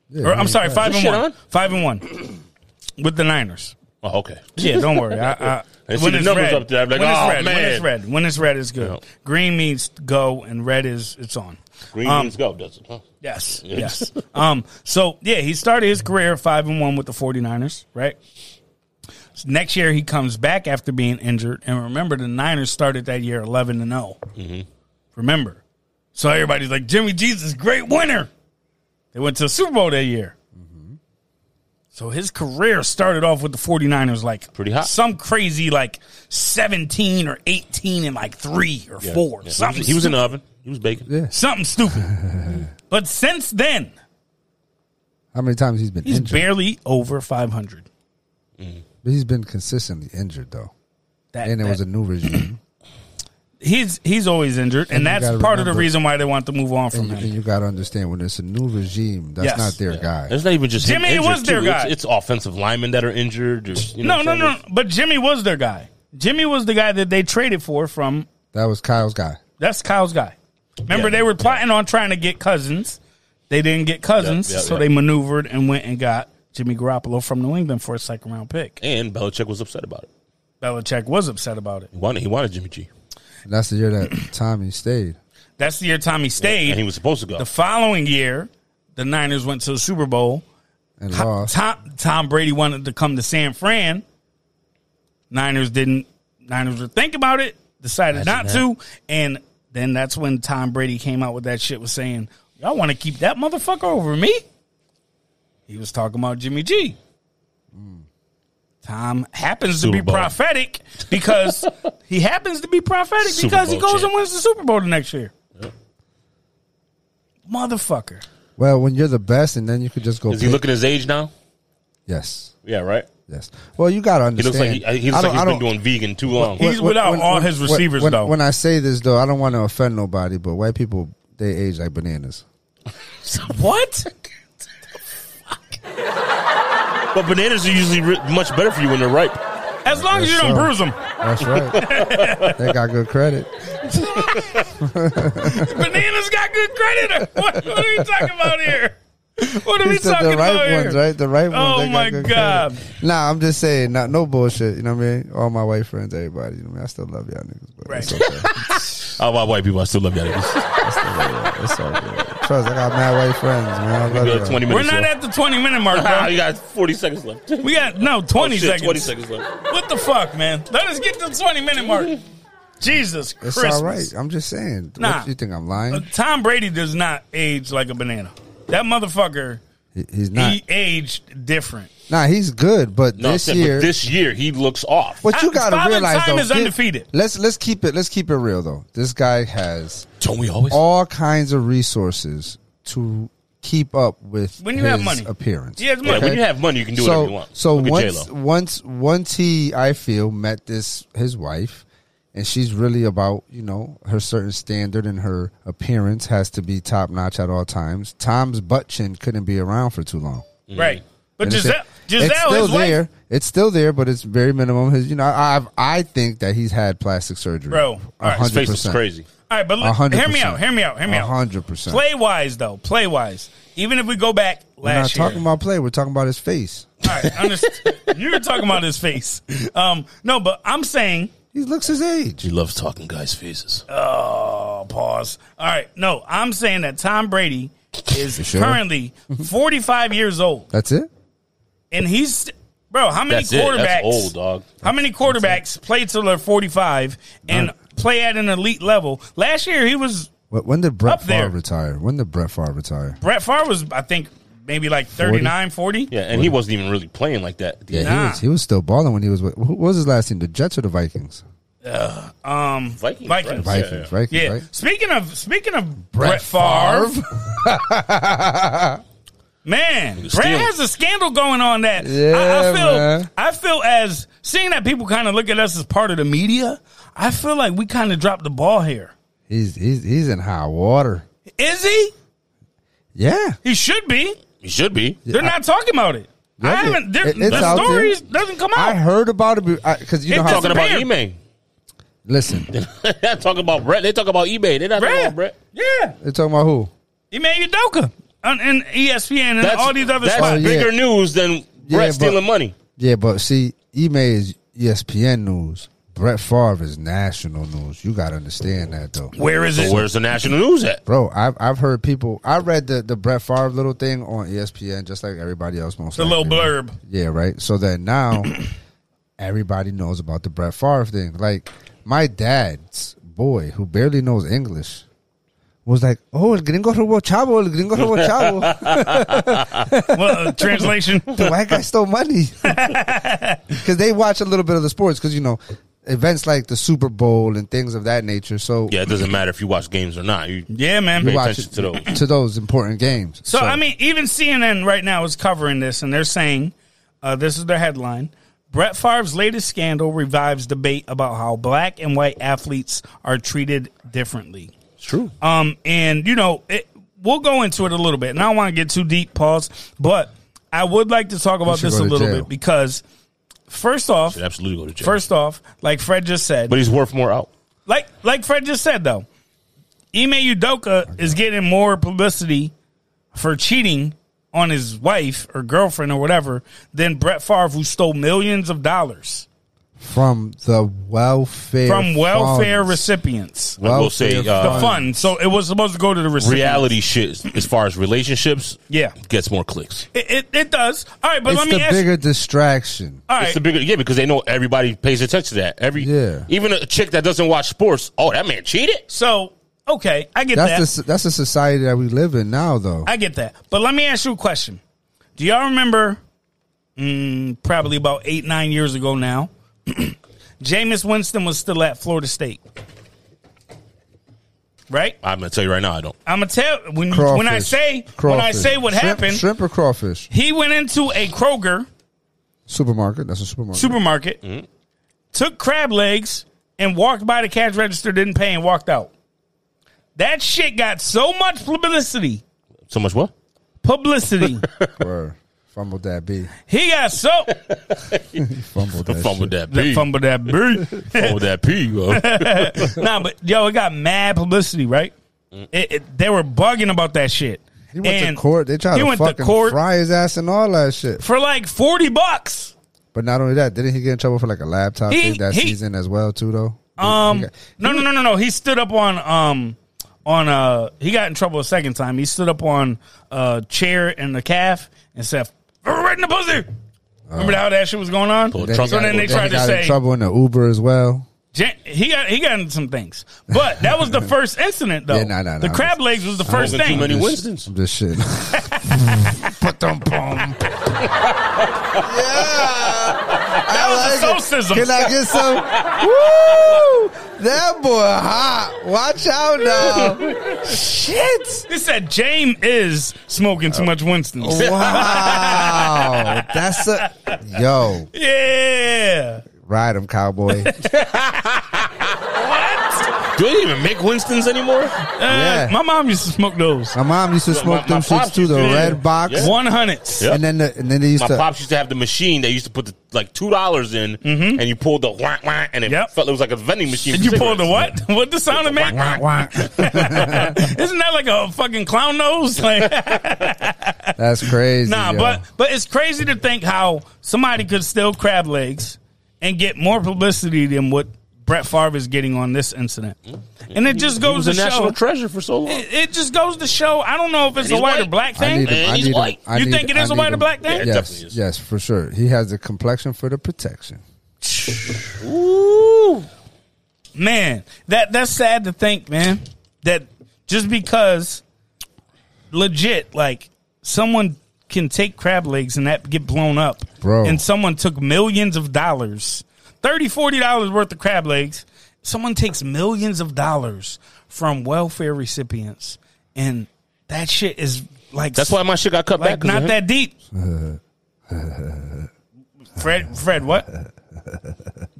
[SPEAKER 2] Yeah,
[SPEAKER 1] Or, I'm sorry, five and
[SPEAKER 3] Is this shit
[SPEAKER 1] one,
[SPEAKER 3] on?
[SPEAKER 1] five and one with the Niners.
[SPEAKER 3] Oh, okay.
[SPEAKER 1] Yeah, don't worry. I, I,
[SPEAKER 3] I see the numbers up there. I'm like,
[SPEAKER 1] when it's
[SPEAKER 3] "Oh,
[SPEAKER 1] red, when it's
[SPEAKER 3] man."
[SPEAKER 1] red, when it's red is good.
[SPEAKER 3] Yeah.
[SPEAKER 1] Green means go, and red is it's on.
[SPEAKER 3] Green
[SPEAKER 1] Um,
[SPEAKER 3] means go, does it? Huh?
[SPEAKER 1] Yes.
[SPEAKER 3] Yeah.
[SPEAKER 1] Yes. um, so yeah, he started his career five and one with the 49ers, right? So next year he comes back after being injured. And remember the Niners started that year eleven and 0
[SPEAKER 3] Mm-hmm.
[SPEAKER 1] Remember. So everybody's like, Jimmy Jesus, great winner. They went to the Super Bowl that year.
[SPEAKER 3] Mm-hmm.
[SPEAKER 1] So his career started off with the 49ers like
[SPEAKER 3] Pretty hot.
[SPEAKER 1] Some crazy like 17 or 18 and like 3 or 4.
[SPEAKER 3] Yeah. He
[SPEAKER 1] Something
[SPEAKER 3] was, he was in the oven. He was baking.
[SPEAKER 2] Yeah.
[SPEAKER 1] something stupid. but since then,
[SPEAKER 2] How many times he's been
[SPEAKER 1] He's
[SPEAKER 2] injured?
[SPEAKER 1] barely over 500.
[SPEAKER 2] But he's been consistently injured though,
[SPEAKER 1] That,
[SPEAKER 2] and it
[SPEAKER 1] that-
[SPEAKER 2] was a new regime.
[SPEAKER 1] he's he's always injured, and,
[SPEAKER 2] And you
[SPEAKER 1] that's
[SPEAKER 2] gotta
[SPEAKER 1] part of the
[SPEAKER 2] remember-
[SPEAKER 1] reason why they want to move on
[SPEAKER 2] and
[SPEAKER 1] from
[SPEAKER 2] you, and
[SPEAKER 1] him.
[SPEAKER 2] you got to understand when it's a new regime, that's
[SPEAKER 1] Yes.
[SPEAKER 2] not their guy.
[SPEAKER 3] It's not even just him
[SPEAKER 1] Jimmy
[SPEAKER 3] injured,
[SPEAKER 1] was their
[SPEAKER 3] too. It's-
[SPEAKER 1] guy.
[SPEAKER 3] It's, offensive linemen that are injured. Or, you know
[SPEAKER 1] No,
[SPEAKER 3] what
[SPEAKER 1] no,
[SPEAKER 3] I'm
[SPEAKER 1] no.
[SPEAKER 3] saying?
[SPEAKER 1] But Jimmy was their guy. Jimmy was the guy that they traded for from.
[SPEAKER 2] That was Kyle's guy.
[SPEAKER 1] That's Kyle's guy. Remember,
[SPEAKER 3] Yeah.
[SPEAKER 1] they were plotting on trying to get Cousins. They didn't get Cousins,
[SPEAKER 3] Yeah, yeah,
[SPEAKER 1] so
[SPEAKER 3] yeah.
[SPEAKER 1] they maneuvered and went and got Jimmy Garoppolo from New England for a second round pick.
[SPEAKER 3] And Belichick was upset about it.
[SPEAKER 1] Belichick was upset about it.
[SPEAKER 3] He wanted, he wanted Jimmy G.
[SPEAKER 2] And that's the year that Tommy stayed.
[SPEAKER 1] That's the year Tommy stayed.
[SPEAKER 3] And he was supposed to go.
[SPEAKER 1] the following year, the Niners went to the Super Bowl.
[SPEAKER 2] And
[SPEAKER 1] Tom-
[SPEAKER 2] lost.
[SPEAKER 1] Tom, Tom Brady wanted to come to San Fran. Niners didn't. Niners were thinking about it, decided not to, and then that's when Tom Brady came out with that shit, was saying, "Y'all want to keep that motherfucker over me?" He was talking about Jimmy G. Tom happens
[SPEAKER 3] Super
[SPEAKER 1] to be
[SPEAKER 3] Bowl.
[SPEAKER 1] prophetic because he happens to be prophetic
[SPEAKER 3] Super
[SPEAKER 1] because he
[SPEAKER 3] Bowl
[SPEAKER 1] goes
[SPEAKER 3] champ.
[SPEAKER 1] and wins the Super Bowl the next year. Motherfucker.
[SPEAKER 2] Well, when you're the best, and then you could just go.
[SPEAKER 3] Is he
[SPEAKER 2] pick-
[SPEAKER 3] looking his age now?
[SPEAKER 2] Yes.
[SPEAKER 3] Yeah, right.
[SPEAKER 2] Yes. Well, you got to
[SPEAKER 3] He looks
[SPEAKER 2] understand.
[SPEAKER 3] like he, uh, he
[SPEAKER 2] I
[SPEAKER 3] looks like
[SPEAKER 2] don't-
[SPEAKER 3] he's
[SPEAKER 2] I
[SPEAKER 3] been
[SPEAKER 2] don't-
[SPEAKER 3] doing vegan too long.
[SPEAKER 1] He's without all his receivers,
[SPEAKER 2] when,
[SPEAKER 1] though.
[SPEAKER 2] When I say this, though, I don't want to offend nobody, but white people they age like bananas.
[SPEAKER 1] What?
[SPEAKER 3] But bananas are usually ri much better for you when they're ripe.
[SPEAKER 1] As long as you don't
[SPEAKER 2] sir.
[SPEAKER 1] bruise them.
[SPEAKER 2] That's right. they got good credit.
[SPEAKER 1] Bananas got good credit. What, what are we talking about here? What are we
[SPEAKER 2] He said
[SPEAKER 1] talking
[SPEAKER 2] the right
[SPEAKER 1] about
[SPEAKER 2] ones,
[SPEAKER 1] here?
[SPEAKER 2] right? The right ones.
[SPEAKER 1] Oh
[SPEAKER 2] they got
[SPEAKER 1] my
[SPEAKER 2] good
[SPEAKER 1] God.
[SPEAKER 2] credit. Nah, I'm just saying, not no bullshit. You know what I mean? All my white friends, everybody. You know what I mean? I still love y'all niggas, but it's
[SPEAKER 1] Right.
[SPEAKER 2] okay.
[SPEAKER 3] Oh, my white people, I still love you. We
[SPEAKER 2] It's all good. Trust, I got mad white friends, man. I love
[SPEAKER 3] got
[SPEAKER 2] y'all.
[SPEAKER 3] twenty
[SPEAKER 1] We're
[SPEAKER 3] minutes.
[SPEAKER 1] not
[SPEAKER 3] left.
[SPEAKER 1] at the 20 minute mark,
[SPEAKER 3] Ah,
[SPEAKER 1] bro.
[SPEAKER 3] you got forty seconds left.
[SPEAKER 1] We got, no, 20
[SPEAKER 3] Oh, shit,
[SPEAKER 1] seconds.
[SPEAKER 3] Twenty seconds left.
[SPEAKER 1] What the fuck, man? Let us get to the 20 minute mark. Jesus
[SPEAKER 2] It's
[SPEAKER 1] Christ.
[SPEAKER 2] all right. I'm just saying.
[SPEAKER 1] Nah. Uh,
[SPEAKER 2] What, you think I'm lying?
[SPEAKER 1] Tom Brady does not age like a banana. That motherfucker,
[SPEAKER 2] He- He's not.
[SPEAKER 1] he aged different.
[SPEAKER 2] nah, he's good, but
[SPEAKER 3] No,
[SPEAKER 2] this
[SPEAKER 3] this
[SPEAKER 2] year,
[SPEAKER 3] year, this year he looks off.
[SPEAKER 2] What
[SPEAKER 1] Uh,
[SPEAKER 2] you gotta
[SPEAKER 1] Father
[SPEAKER 2] realize
[SPEAKER 1] Time
[SPEAKER 2] though,
[SPEAKER 1] is undefeated.
[SPEAKER 2] Let's let's keep it let's keep it real though. This guy has
[SPEAKER 3] Don't we always?
[SPEAKER 2] all kinds of resources to keep up with
[SPEAKER 1] When you have
[SPEAKER 2] his
[SPEAKER 1] money.
[SPEAKER 2] appearance.
[SPEAKER 1] He has
[SPEAKER 3] Yeah,
[SPEAKER 1] money.
[SPEAKER 3] when you have money, you can do whatever you want.
[SPEAKER 2] So
[SPEAKER 3] Look at
[SPEAKER 2] once
[SPEAKER 3] J-Lo.
[SPEAKER 2] once once he, I feel, met this his wife, and she's really about you know her certain standard and her appearance has to be top notch at all times. Tom's butt chin couldn't be around for too long.
[SPEAKER 3] Mm-hmm.
[SPEAKER 1] right. But
[SPEAKER 2] And it's-
[SPEAKER 1] Giselle,
[SPEAKER 2] it's
[SPEAKER 1] Giselle,
[SPEAKER 2] still
[SPEAKER 1] his
[SPEAKER 2] there.
[SPEAKER 1] wife,
[SPEAKER 2] It's still there, but it's very minimum. His, you know, I I've, I think that he's had plastic surgery,
[SPEAKER 1] Bro, all
[SPEAKER 2] A
[SPEAKER 1] right, his
[SPEAKER 3] His
[SPEAKER 2] hundred
[SPEAKER 3] face was
[SPEAKER 2] percent.
[SPEAKER 3] crazy.
[SPEAKER 1] All right, but
[SPEAKER 2] A
[SPEAKER 1] look,
[SPEAKER 2] hundred
[SPEAKER 1] hear me
[SPEAKER 2] percent.
[SPEAKER 1] out. Hear me out. Hear me
[SPEAKER 2] A
[SPEAKER 1] out.
[SPEAKER 2] hundred percent.
[SPEAKER 1] Play wise though. Play wise. Even if we go back
[SPEAKER 2] We're not
[SPEAKER 1] last year.
[SPEAKER 2] talking about play. We're talking about his face.
[SPEAKER 1] All right, understand. you were talking about his face. Um, no, but I'm saying.
[SPEAKER 2] He looks his age.
[SPEAKER 3] She loves talking guys' faces.
[SPEAKER 1] Oh, pause. All right, no, I'm saying that Tom Brady is
[SPEAKER 2] You sure?
[SPEAKER 1] currently 45 years old,
[SPEAKER 2] That's it.
[SPEAKER 1] and he's bro. How many
[SPEAKER 3] That's it.
[SPEAKER 1] quarterbacks?
[SPEAKER 3] That's old, dog.
[SPEAKER 1] How many quarterbacks play till they're 45 and play at an elite level? Last year he was
[SPEAKER 2] What, when did Brett
[SPEAKER 1] Up there.
[SPEAKER 2] Favre retire? When did Brett Favre retire?
[SPEAKER 1] Brett Favre was I think maybe like 39, 40.
[SPEAKER 3] Yeah, and he wasn't even really playing like that. at the
[SPEAKER 2] Yeah,
[SPEAKER 3] end.
[SPEAKER 1] Nah.
[SPEAKER 2] he was he was still balling when he was with who what was his last team? The Jets or the Vikings?
[SPEAKER 3] Vikings.
[SPEAKER 1] Vikings.
[SPEAKER 3] right?
[SPEAKER 2] Vikings,
[SPEAKER 3] Yeah, yeah.
[SPEAKER 2] Vikings,
[SPEAKER 1] Yeah.
[SPEAKER 2] right?
[SPEAKER 1] Speaking of speaking of Brett, Favre, man, Brett
[SPEAKER 3] stealing.
[SPEAKER 1] has a scandal going on that I, I
[SPEAKER 2] Yeah,
[SPEAKER 1] feel
[SPEAKER 2] man.
[SPEAKER 1] I feel as seeing that people kind of look at us as part of the media. I feel like we kind of dropped the ball here.
[SPEAKER 2] He's he's he's in high water.
[SPEAKER 1] Is he?
[SPEAKER 2] Yeah.
[SPEAKER 1] He should be.
[SPEAKER 3] He should be.
[SPEAKER 1] They're not talking about it. I
[SPEAKER 2] That's it.
[SPEAKER 1] haven't. they're-
[SPEAKER 2] It- it's
[SPEAKER 1] The
[SPEAKER 2] out there.
[SPEAKER 1] story doesn't come
[SPEAKER 2] I
[SPEAKER 1] out.
[SPEAKER 2] heard about it because you
[SPEAKER 1] It
[SPEAKER 2] know how
[SPEAKER 3] Talking about
[SPEAKER 1] Bear.
[SPEAKER 3] eBay.
[SPEAKER 2] listen.
[SPEAKER 3] They're not talking about Brett. They talk about eBay. They're not talking
[SPEAKER 1] Yeah.
[SPEAKER 3] about Brett.
[SPEAKER 1] Yeah,
[SPEAKER 2] They're talking about who?
[SPEAKER 1] Emmanuel Udoka E and, and ESPN and
[SPEAKER 3] That's,
[SPEAKER 1] all these other
[SPEAKER 3] that's
[SPEAKER 1] spots.
[SPEAKER 2] Oh, yeah.
[SPEAKER 3] bigger news than
[SPEAKER 2] Yeah,
[SPEAKER 3] Brett
[SPEAKER 2] but-
[SPEAKER 3] stealing money.
[SPEAKER 2] Yeah, but see, Ime is E ESPN news. Brett Favre is national news. You gotta understand that though.
[SPEAKER 1] Where is
[SPEAKER 3] So
[SPEAKER 1] it?
[SPEAKER 3] where's the national news at?
[SPEAKER 2] Bro, I've I've heard people I read the, the Brett Favre little thing on E ESPN just like everybody else most
[SPEAKER 1] The little
[SPEAKER 2] likely, right?
[SPEAKER 1] blurb.
[SPEAKER 2] Yeah, right. So then now everybody knows about the Brett Favre thing. Like my dad's boy who barely knows English was like, "Oh, el gringo robó chavo, el gringo robó chavo."
[SPEAKER 1] Well, uh, translation.
[SPEAKER 2] the white guy stole money because they watch a little bit of the sports because you know events like the Super Bowl and things of that nature. So
[SPEAKER 3] Yeah, it doesn't matter if you watch games or not. You
[SPEAKER 1] Yeah, man.
[SPEAKER 3] pay
[SPEAKER 2] watch
[SPEAKER 3] attention
[SPEAKER 2] it-
[SPEAKER 3] to those.
[SPEAKER 2] to those important games.
[SPEAKER 1] So, I mean, even CNN right now is covering this, and they're saying uh, this is their headline Brett Favre's latest scandal revives debate about how black and white athletes are treated differently.
[SPEAKER 3] It's true.
[SPEAKER 1] Um, and, you know, it, we'll go into it a little bit, and I don't want to get too deep, pause, but I would like to talk about
[SPEAKER 2] should
[SPEAKER 1] this a
[SPEAKER 2] go to
[SPEAKER 1] little
[SPEAKER 2] jail.
[SPEAKER 1] bit because, first off,
[SPEAKER 3] Should absolutely go to jail.
[SPEAKER 1] first off, like Fred just said,
[SPEAKER 3] but he's worth more out.
[SPEAKER 1] like like Fred just said though, Ime Udoka is getting more publicity for cheating on his wife or girlfriend or whatever than Brett Favre, who stole millions of dollars
[SPEAKER 2] from the welfare
[SPEAKER 1] from welfare
[SPEAKER 2] funds.
[SPEAKER 1] recipients.
[SPEAKER 3] I will say,
[SPEAKER 2] Welfare
[SPEAKER 1] The
[SPEAKER 3] uh,
[SPEAKER 1] fund, so it was supposed to go to the recipients.
[SPEAKER 3] reality shit as far as relationships,
[SPEAKER 1] Yeah.
[SPEAKER 3] gets more clicks.
[SPEAKER 1] It, it, it does. All right, but
[SPEAKER 2] It's
[SPEAKER 1] let me
[SPEAKER 2] the
[SPEAKER 1] ask.
[SPEAKER 2] bigger distraction.
[SPEAKER 1] all
[SPEAKER 3] It's
[SPEAKER 1] right,
[SPEAKER 3] the bigger, yeah, because they know everybody pays attention to that. Every,
[SPEAKER 2] Yeah.
[SPEAKER 3] even a chick that doesn't watch sports. Oh, that man cheated.
[SPEAKER 1] so okay, I get that.
[SPEAKER 2] That's the, that's the society that we live in now, though.
[SPEAKER 1] I get that. But let me ask you a question. Do y'all remember mm, probably about eight, nine years ago now? Jameis Winston was still at Florida State. Right?
[SPEAKER 3] I'm gonna tell you right now, I don't.
[SPEAKER 1] I'ma tell when you- when I
[SPEAKER 2] Crawfish.
[SPEAKER 1] say when I
[SPEAKER 2] Crawfish.
[SPEAKER 1] say what
[SPEAKER 2] Shrimp-
[SPEAKER 1] happened,
[SPEAKER 2] Shrimp or crawfish?
[SPEAKER 1] he went into a Kroger
[SPEAKER 2] Supermarket. That's a supermarket.
[SPEAKER 1] supermarket, took crab legs, and walked by the cash register, didn't pay, and walked out. That shit got so much publicity.
[SPEAKER 3] So much what?
[SPEAKER 1] Publicity.
[SPEAKER 2] Word. Fumbled that B.
[SPEAKER 1] he got so
[SPEAKER 2] Fumbled that.
[SPEAKER 3] Fumble
[SPEAKER 2] shit.
[SPEAKER 3] that P.
[SPEAKER 1] fumbled that bee.
[SPEAKER 3] Fumble that P. bro.
[SPEAKER 1] nah, but yo, it got mad publicity, right? It, it, they were bugging about that shit.
[SPEAKER 2] Mm. He went to court. They tried
[SPEAKER 1] he
[SPEAKER 2] to
[SPEAKER 1] went to
[SPEAKER 2] fucking
[SPEAKER 1] court.
[SPEAKER 2] fry his ass and all that shit.
[SPEAKER 1] for like forty bucks.
[SPEAKER 2] But not only that, didn't he get in trouble for like a laptop
[SPEAKER 1] He-
[SPEAKER 2] thing that
[SPEAKER 1] he-
[SPEAKER 2] season as well too? Though.
[SPEAKER 1] Um,
[SPEAKER 2] He got-
[SPEAKER 1] no, no, no, no, no. He stood up on um on uh he got in trouble a second time. He stood up on a chair and the calf and said, "Right in the pussy." Remember how that shit was going on?
[SPEAKER 3] Pulled
[SPEAKER 2] he
[SPEAKER 3] Trump
[SPEAKER 1] so
[SPEAKER 3] out
[SPEAKER 1] then
[SPEAKER 3] of
[SPEAKER 1] they
[SPEAKER 3] it.
[SPEAKER 1] tried
[SPEAKER 2] he
[SPEAKER 1] to
[SPEAKER 2] got in
[SPEAKER 1] say
[SPEAKER 2] trouble in the Uber as well.
[SPEAKER 1] Jan- he got he got into some things, but that was the first incident though.
[SPEAKER 2] Yeah, nah, nah,
[SPEAKER 1] the
[SPEAKER 2] nah.
[SPEAKER 1] crab legs was the first
[SPEAKER 3] Wasn't too
[SPEAKER 1] thing.
[SPEAKER 3] many
[SPEAKER 2] Just-
[SPEAKER 3] Winstons.
[SPEAKER 2] This shit. Ba-dum-bum. yeah. I
[SPEAKER 1] was a
[SPEAKER 2] like it.
[SPEAKER 1] solecism.
[SPEAKER 2] Can I get some? Woo! That boy hot. Watch out now. Shit.
[SPEAKER 1] It said James is smoking
[SPEAKER 3] Oh.
[SPEAKER 1] too much Winston's.
[SPEAKER 2] Wow. That's a. Yo,
[SPEAKER 1] Yeah.
[SPEAKER 2] ride him, cowboy.
[SPEAKER 1] What?
[SPEAKER 3] Do they even make Winston's anymore?
[SPEAKER 1] Uh,
[SPEAKER 2] Yeah.
[SPEAKER 1] My mom used to smoke those.
[SPEAKER 2] My mom used to smoke
[SPEAKER 3] my
[SPEAKER 2] them
[SPEAKER 3] pops
[SPEAKER 2] shits too,
[SPEAKER 3] used
[SPEAKER 2] the
[SPEAKER 3] to, yeah.
[SPEAKER 2] red box.
[SPEAKER 3] Yeah.
[SPEAKER 1] One hundreds.
[SPEAKER 3] Yeah.
[SPEAKER 2] And then the, and then they used
[SPEAKER 3] My
[SPEAKER 2] to.
[SPEAKER 3] pops used to have the machine that used to put the, like two dollars in, and you pulled the wah wah, and it
[SPEAKER 1] Mm-hmm. Yep.
[SPEAKER 3] felt it was like a vending machine.
[SPEAKER 1] Did you
[SPEAKER 3] for
[SPEAKER 1] pull the
[SPEAKER 3] cigarettes.
[SPEAKER 1] what? What the sound it make?
[SPEAKER 3] Wah,
[SPEAKER 2] Wah.
[SPEAKER 3] wah.
[SPEAKER 1] Isn't that like a fucking clown nose? Like,
[SPEAKER 2] That's crazy.
[SPEAKER 1] nah,
[SPEAKER 2] yo.
[SPEAKER 1] but but it's crazy to think how somebody could steal crab legs and get more publicity than what Brett Favre is getting on this incident. And it just
[SPEAKER 3] He
[SPEAKER 1] goes
[SPEAKER 3] was a
[SPEAKER 1] to show.
[SPEAKER 3] national treasure for so long.
[SPEAKER 1] it it just goes to show. I don't know if it's a
[SPEAKER 3] he's
[SPEAKER 1] white or
[SPEAKER 3] white.
[SPEAKER 1] black
[SPEAKER 2] I
[SPEAKER 1] thing.
[SPEAKER 2] need him.
[SPEAKER 3] And
[SPEAKER 2] I
[SPEAKER 3] he's
[SPEAKER 2] need him.
[SPEAKER 3] white.
[SPEAKER 2] I
[SPEAKER 1] You
[SPEAKER 2] need
[SPEAKER 1] think it
[SPEAKER 2] I
[SPEAKER 1] is a
[SPEAKER 2] need
[SPEAKER 1] white or
[SPEAKER 2] him.
[SPEAKER 1] black thing?
[SPEAKER 3] Yeah, it
[SPEAKER 2] Yes,
[SPEAKER 3] definitely is.
[SPEAKER 2] yes, for sure. He has the complexion for the protection.
[SPEAKER 1] man, that that's sad to think, man. That just because legit, like someone can take crab legs and that get blown up,
[SPEAKER 2] Bro.
[SPEAKER 1] and someone took millions of dollars, 30 dollars worth of crab legs. Someone takes millions of dollars from welfare recipients, and that shit is like
[SPEAKER 3] That's why my shit got cut
[SPEAKER 1] like
[SPEAKER 3] back. 'cause of
[SPEAKER 1] not
[SPEAKER 3] him.
[SPEAKER 1] that deep. Fred, Fred, what?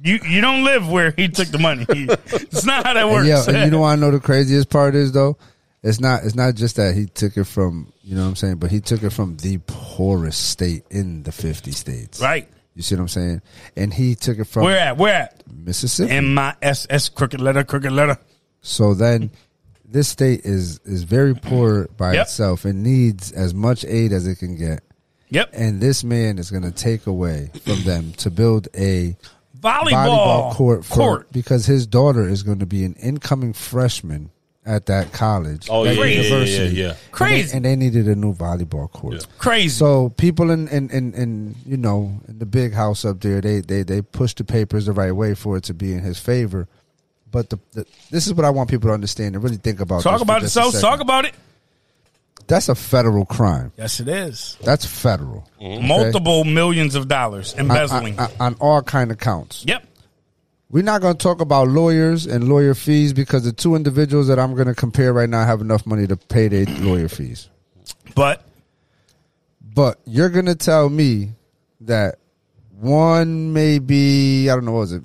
[SPEAKER 1] You you don't live where he took the money. It's not how that works.
[SPEAKER 2] And yeah, and you know what I know the craziest part is though? It's not it's not just that he took it from you know what I'm saying, but he took it from the poorest state in the fifty states.
[SPEAKER 1] right?
[SPEAKER 2] You see what I'm saying? And he took it from
[SPEAKER 1] Where at? Where at?
[SPEAKER 2] Mississippi.
[SPEAKER 1] M I S S crooked letter, crooked letter.
[SPEAKER 2] so then this state is is very poor by
[SPEAKER 1] Yep.
[SPEAKER 2] itself and needs as much aid as it can get.
[SPEAKER 1] Yep.
[SPEAKER 2] And this man is gonna take away from them to build a
[SPEAKER 1] Volleyball,
[SPEAKER 2] volleyball court, for,
[SPEAKER 1] court.
[SPEAKER 2] because his daughter is going to be an incoming freshman at that college.
[SPEAKER 3] Oh,
[SPEAKER 2] that
[SPEAKER 3] yeah, yeah, yeah,
[SPEAKER 2] university.
[SPEAKER 3] yeah, yeah.
[SPEAKER 1] Crazy.
[SPEAKER 2] And they, and they needed a new volleyball court.
[SPEAKER 1] Crazy.
[SPEAKER 2] So people in, in, in, in you know in the big house up there, they they they pushed the papers the right way for it to be in his favor. But the, the this is what I want people to understand and really think about.
[SPEAKER 1] talk
[SPEAKER 2] this for
[SPEAKER 1] about it.
[SPEAKER 2] just a
[SPEAKER 1] So
[SPEAKER 2] second.
[SPEAKER 1] talk about it.
[SPEAKER 2] That's a federal crime.
[SPEAKER 1] Yes, it is.
[SPEAKER 2] That's federal.
[SPEAKER 1] Multiple millions of dollars Mm.
[SPEAKER 2] On-
[SPEAKER 1] embezzling.
[SPEAKER 2] on- on all kind of counts.
[SPEAKER 1] yep.
[SPEAKER 2] We're not going to talk about lawyers and lawyer fees because the two individuals that I'm going to compare right now have enough money to pay their lawyer fees.
[SPEAKER 1] But
[SPEAKER 2] But you're going to tell me that one maybe I don't know what was it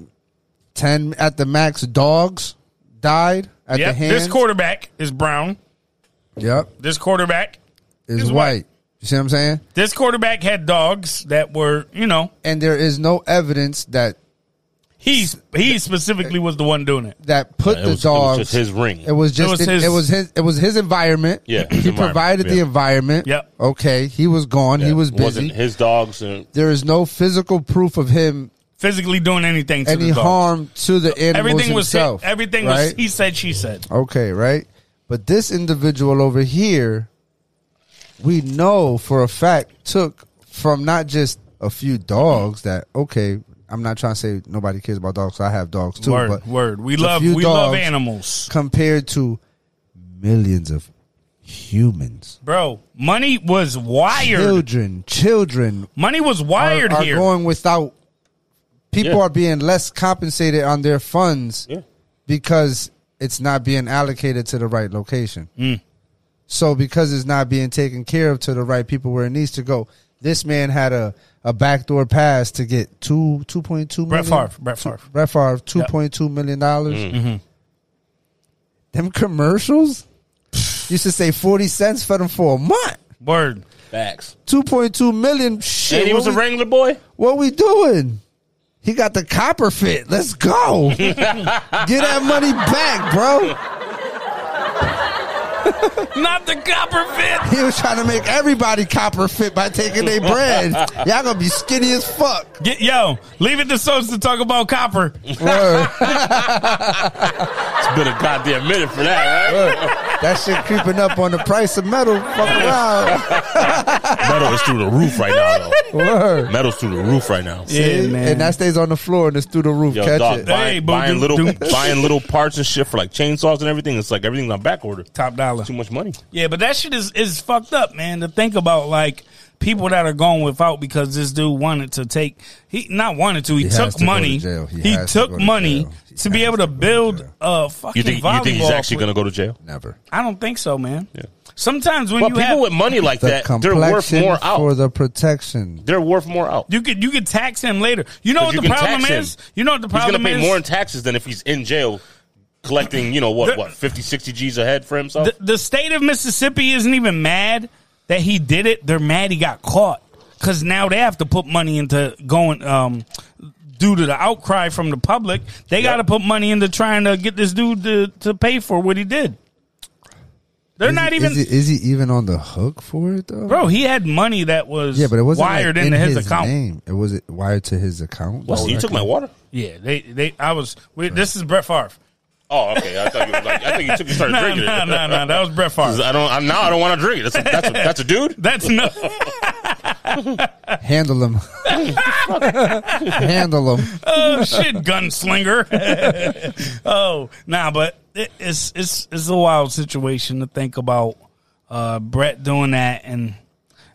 [SPEAKER 2] 10 at the max dogs died at the
[SPEAKER 1] yep.
[SPEAKER 2] hands.
[SPEAKER 1] This quarterback is brown.
[SPEAKER 2] yep,
[SPEAKER 1] This quarterback.
[SPEAKER 2] is
[SPEAKER 1] is
[SPEAKER 2] white.
[SPEAKER 1] white.
[SPEAKER 2] You see what I'm saying?
[SPEAKER 1] This quarterback had dogs that were, you know,
[SPEAKER 2] And there is no evidence that
[SPEAKER 1] he he specifically was the one doing it.
[SPEAKER 2] that put
[SPEAKER 3] It
[SPEAKER 2] the
[SPEAKER 3] was- it was
[SPEAKER 2] dogs
[SPEAKER 3] just his ring.
[SPEAKER 2] It was just it was, his, it was his environment.
[SPEAKER 3] Yeah, his
[SPEAKER 2] he
[SPEAKER 3] environment,
[SPEAKER 2] provided the
[SPEAKER 3] yeah.
[SPEAKER 2] environment.
[SPEAKER 1] Yep.
[SPEAKER 2] Okay, he was gone. He
[SPEAKER 3] Yeah.
[SPEAKER 2] was
[SPEAKER 3] It wasn't
[SPEAKER 2] busy.
[SPEAKER 3] his dogs. And,
[SPEAKER 2] there is no physical proof of him
[SPEAKER 1] Physically doing anything to
[SPEAKER 2] any
[SPEAKER 1] the dog.
[SPEAKER 2] harm to the animals
[SPEAKER 1] Everything was
[SPEAKER 2] himself.
[SPEAKER 1] hit. Everything was
[SPEAKER 2] right?
[SPEAKER 1] he said, she said.
[SPEAKER 2] okay, right? But this individual over here, we know for a fact took from not just a few dogs that okay. I'm not trying to say nobody cares about dogs. I have dogs too.
[SPEAKER 1] word,
[SPEAKER 2] but
[SPEAKER 1] word. We
[SPEAKER 2] a
[SPEAKER 1] love
[SPEAKER 2] few
[SPEAKER 1] we love
[SPEAKER 2] dogs
[SPEAKER 1] animals.
[SPEAKER 2] compared to millions of humans.
[SPEAKER 1] Bro, money was wired.
[SPEAKER 2] children, children
[SPEAKER 1] Money was
[SPEAKER 2] are,
[SPEAKER 1] wired
[SPEAKER 2] are
[SPEAKER 1] here.
[SPEAKER 2] going without. People
[SPEAKER 3] Yeah.
[SPEAKER 2] are being less compensated on their funds
[SPEAKER 3] Yeah.
[SPEAKER 2] because it's not being allocated to the right location.
[SPEAKER 1] Mm.
[SPEAKER 2] So because it's not being taken care of to the right people where it needs to go. This man had a, a backdoor pass to get two two point two million.
[SPEAKER 1] Brett Favre, Brett Favre. Mm-hmm.
[SPEAKER 2] Brett Favre, two point two million dollars. Them commercials used to say forty cents for them for a month.
[SPEAKER 1] Word.
[SPEAKER 3] Facts.
[SPEAKER 2] Two point two million. Shit,
[SPEAKER 3] and he
[SPEAKER 2] what
[SPEAKER 3] was a
[SPEAKER 2] we-
[SPEAKER 3] Wrangler boy.
[SPEAKER 2] what we doing? He got the copper fit. Let's go. Get that money back, bro.
[SPEAKER 1] Not the copper fit.
[SPEAKER 2] He was trying to make everybody copper fit by taking their bread. Y'all gonna be skinny as fuck.
[SPEAKER 1] Get yo, leave it to Sosa to talk about copper.
[SPEAKER 2] Word.
[SPEAKER 3] It's been a goddamn minute for that, right?
[SPEAKER 2] That shit creeping up on the price of metal. Fuck around.
[SPEAKER 3] Metal is through the roof right now,
[SPEAKER 2] Word.
[SPEAKER 3] though. Metal's through the roof right now.
[SPEAKER 1] Yeah, man.
[SPEAKER 2] And that stays on the floor and it's through the roof.
[SPEAKER 3] Yo,
[SPEAKER 2] Catch
[SPEAKER 3] dog,
[SPEAKER 2] it.
[SPEAKER 3] buying,
[SPEAKER 1] Hey, boo,
[SPEAKER 3] buying
[SPEAKER 1] do-
[SPEAKER 3] little
[SPEAKER 1] do-
[SPEAKER 3] buying little parts and shit for like chainsaws and everything. It's like everything's on back order.
[SPEAKER 1] Top dollar.
[SPEAKER 3] Too much money.
[SPEAKER 1] Yeah, but that shit is is fucked up, man. To think about like people that are going without because this dude wanted to take he not wanted to he,
[SPEAKER 2] has
[SPEAKER 1] took
[SPEAKER 2] to go to
[SPEAKER 1] money
[SPEAKER 2] jail. He
[SPEAKER 1] he,
[SPEAKER 2] has to
[SPEAKER 1] took
[SPEAKER 2] go to
[SPEAKER 1] money
[SPEAKER 2] jail.
[SPEAKER 1] to,
[SPEAKER 2] He
[SPEAKER 1] be
[SPEAKER 2] has
[SPEAKER 1] able
[SPEAKER 2] to
[SPEAKER 1] to
[SPEAKER 2] go to
[SPEAKER 1] build
[SPEAKER 2] jail.
[SPEAKER 1] a fucking
[SPEAKER 3] You think
[SPEAKER 1] volleyball.
[SPEAKER 3] you think he's actually
[SPEAKER 1] pla-
[SPEAKER 3] going to go to jail?
[SPEAKER 2] Never.
[SPEAKER 1] I don't think so, man.
[SPEAKER 3] Yeah.
[SPEAKER 1] Sometimes when
[SPEAKER 3] But
[SPEAKER 1] you
[SPEAKER 3] people
[SPEAKER 1] have
[SPEAKER 3] with money like
[SPEAKER 2] The
[SPEAKER 3] that, they're worth
[SPEAKER 2] complexion
[SPEAKER 3] more
[SPEAKER 2] for
[SPEAKER 3] out.
[SPEAKER 2] the protection.
[SPEAKER 3] They're worth more out.
[SPEAKER 1] you could you could tax him later. You know what
[SPEAKER 3] But you
[SPEAKER 1] the
[SPEAKER 3] can
[SPEAKER 1] problem
[SPEAKER 3] tax him.
[SPEAKER 1] is? You know what the
[SPEAKER 3] He's going to
[SPEAKER 1] problem
[SPEAKER 3] pay
[SPEAKER 1] is?
[SPEAKER 3] more in taxes than if he's in jail collecting, you know, what,
[SPEAKER 1] The-
[SPEAKER 3] what, 50, 60 G's a head for himself?
[SPEAKER 1] the, the state of Mississippi isn't even mad that he did it. They're mad he got caught because now they have to put money into going. Um, due to the outcry from the public, they got to put money into trying to get this dude to, to pay for what he did. They're
[SPEAKER 2] Is
[SPEAKER 1] not
[SPEAKER 2] he-
[SPEAKER 1] even,
[SPEAKER 2] Is he, is he even on the hook for it though?
[SPEAKER 1] bro. He had money that was
[SPEAKER 2] Yeah, but it wasn't
[SPEAKER 1] wired
[SPEAKER 2] like,
[SPEAKER 1] into
[SPEAKER 2] in
[SPEAKER 1] his, account.
[SPEAKER 2] Name. It was wired to his account.
[SPEAKER 3] What's- you took my
[SPEAKER 2] directly?
[SPEAKER 3] water?
[SPEAKER 1] Yeah, they they. I was. We, this is Brett Favre.
[SPEAKER 3] Oh, okay. I thought you, was like, I think you took you started
[SPEAKER 1] No,
[SPEAKER 3] drinking
[SPEAKER 1] no,
[SPEAKER 3] it.
[SPEAKER 1] no, no. That was Brett Favre.
[SPEAKER 3] I don't. I, now I don't want to drink it. That's a, that's a, that's a dude.
[SPEAKER 1] That's no.
[SPEAKER 2] Handle him. Handle him.
[SPEAKER 1] oh shit, gunslinger. oh, nah, but it, it's it's it's a wild situation to think about uh, Brett doing that, and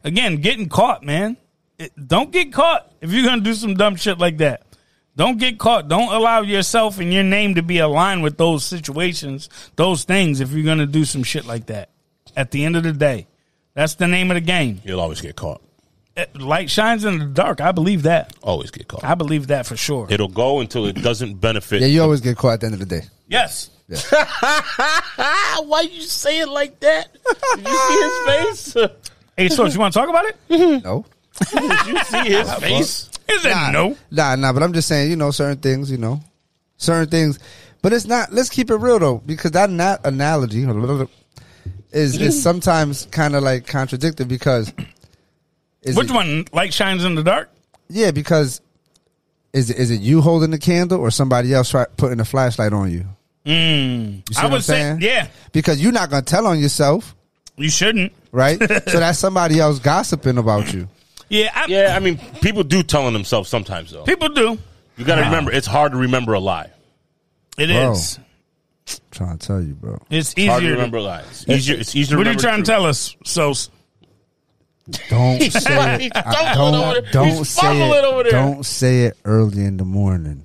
[SPEAKER 1] again getting caught, man. It, don't get caught if you're gonna do some dumb shit like that. Don't get caught. Don't allow yourself and your name to be aligned with those situations, those things. If you're gonna do some shit like that, at the end of the day, that's the name of the game.
[SPEAKER 3] You'll always get caught.
[SPEAKER 1] Eh, Light shines in the dark. I believe that.
[SPEAKER 3] Always get caught.
[SPEAKER 1] I believe that for sure.
[SPEAKER 3] It'll go until it doesn't benefit.
[SPEAKER 2] Yeah, you always get caught at the end of the day.
[SPEAKER 1] Yes.
[SPEAKER 3] Ah, Why you say it like that? Did you see his face?
[SPEAKER 1] Hey, so you want to talk about it?
[SPEAKER 2] No.
[SPEAKER 3] Did you see his face?
[SPEAKER 1] Is it no?
[SPEAKER 2] Nah, nah, but I'm just saying, you know, certain things, you know, certain things. But it's not, let's keep it real though, because that not analogy is, is sometimes kind of like contradictory because. Is
[SPEAKER 1] Which
[SPEAKER 2] it-
[SPEAKER 1] one? Light shines in the dark.
[SPEAKER 2] Yeah, because is it, is it you holding the candle or somebody else try, putting a flashlight on you? Mm, you
[SPEAKER 1] Hmm.
[SPEAKER 2] see
[SPEAKER 1] I
[SPEAKER 2] what
[SPEAKER 1] would
[SPEAKER 2] I'm
[SPEAKER 1] say-
[SPEAKER 2] saying?
[SPEAKER 1] yeah.
[SPEAKER 2] Because you're not going to tell on yourself,
[SPEAKER 1] You shouldn't.
[SPEAKER 2] right? so that's somebody else gossiping about you.
[SPEAKER 1] Yeah, I,
[SPEAKER 3] Yeah, I mean, people do telling themselves sometimes though.
[SPEAKER 1] people do.
[SPEAKER 3] You got to remember, it's hard to remember a lie.
[SPEAKER 1] It is.
[SPEAKER 2] Bro. trying to tell you, bro.
[SPEAKER 1] It's
[SPEAKER 3] It's hard to
[SPEAKER 1] easier.
[SPEAKER 3] remember a lie. It's easier. It's easier.
[SPEAKER 1] what are you trying to tell us? So
[SPEAKER 2] Don't say it. I- don't don't say it. Don't say it early in the morning.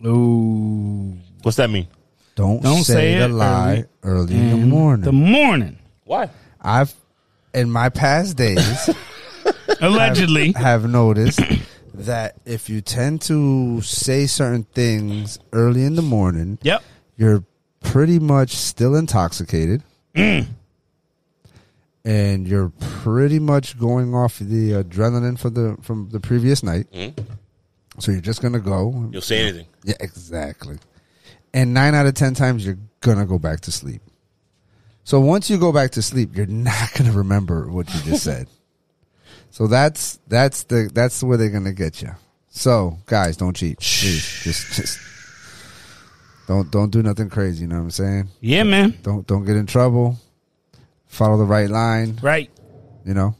[SPEAKER 1] no.
[SPEAKER 3] What's that mean?
[SPEAKER 2] Don't,
[SPEAKER 1] Don't
[SPEAKER 2] say,
[SPEAKER 1] say
[SPEAKER 2] the
[SPEAKER 1] it
[SPEAKER 2] lie early, in the morning.
[SPEAKER 1] The morning,
[SPEAKER 3] Why?
[SPEAKER 2] I've in my past days
[SPEAKER 1] allegedly.
[SPEAKER 2] have noticed that if you tend to say certain things early in the morning,
[SPEAKER 1] yep.
[SPEAKER 2] you're pretty much still intoxicated. And you're pretty much going off the adrenaline for the from the previous night. So you're just gonna go.
[SPEAKER 3] You'll say anything.
[SPEAKER 2] Yeah, exactly. And nine out of ten times you're gonna go back to sleep. So once you go back to sleep, you're not gonna remember what you just said. So that's that's the that's where they're gonna get you. So guys, don't cheat. Please, just just don't don't do nothing crazy. You know what I'm saying?
[SPEAKER 1] Yeah, man.
[SPEAKER 2] Don't don't get in trouble. Follow the right line.
[SPEAKER 1] Right.
[SPEAKER 2] You know.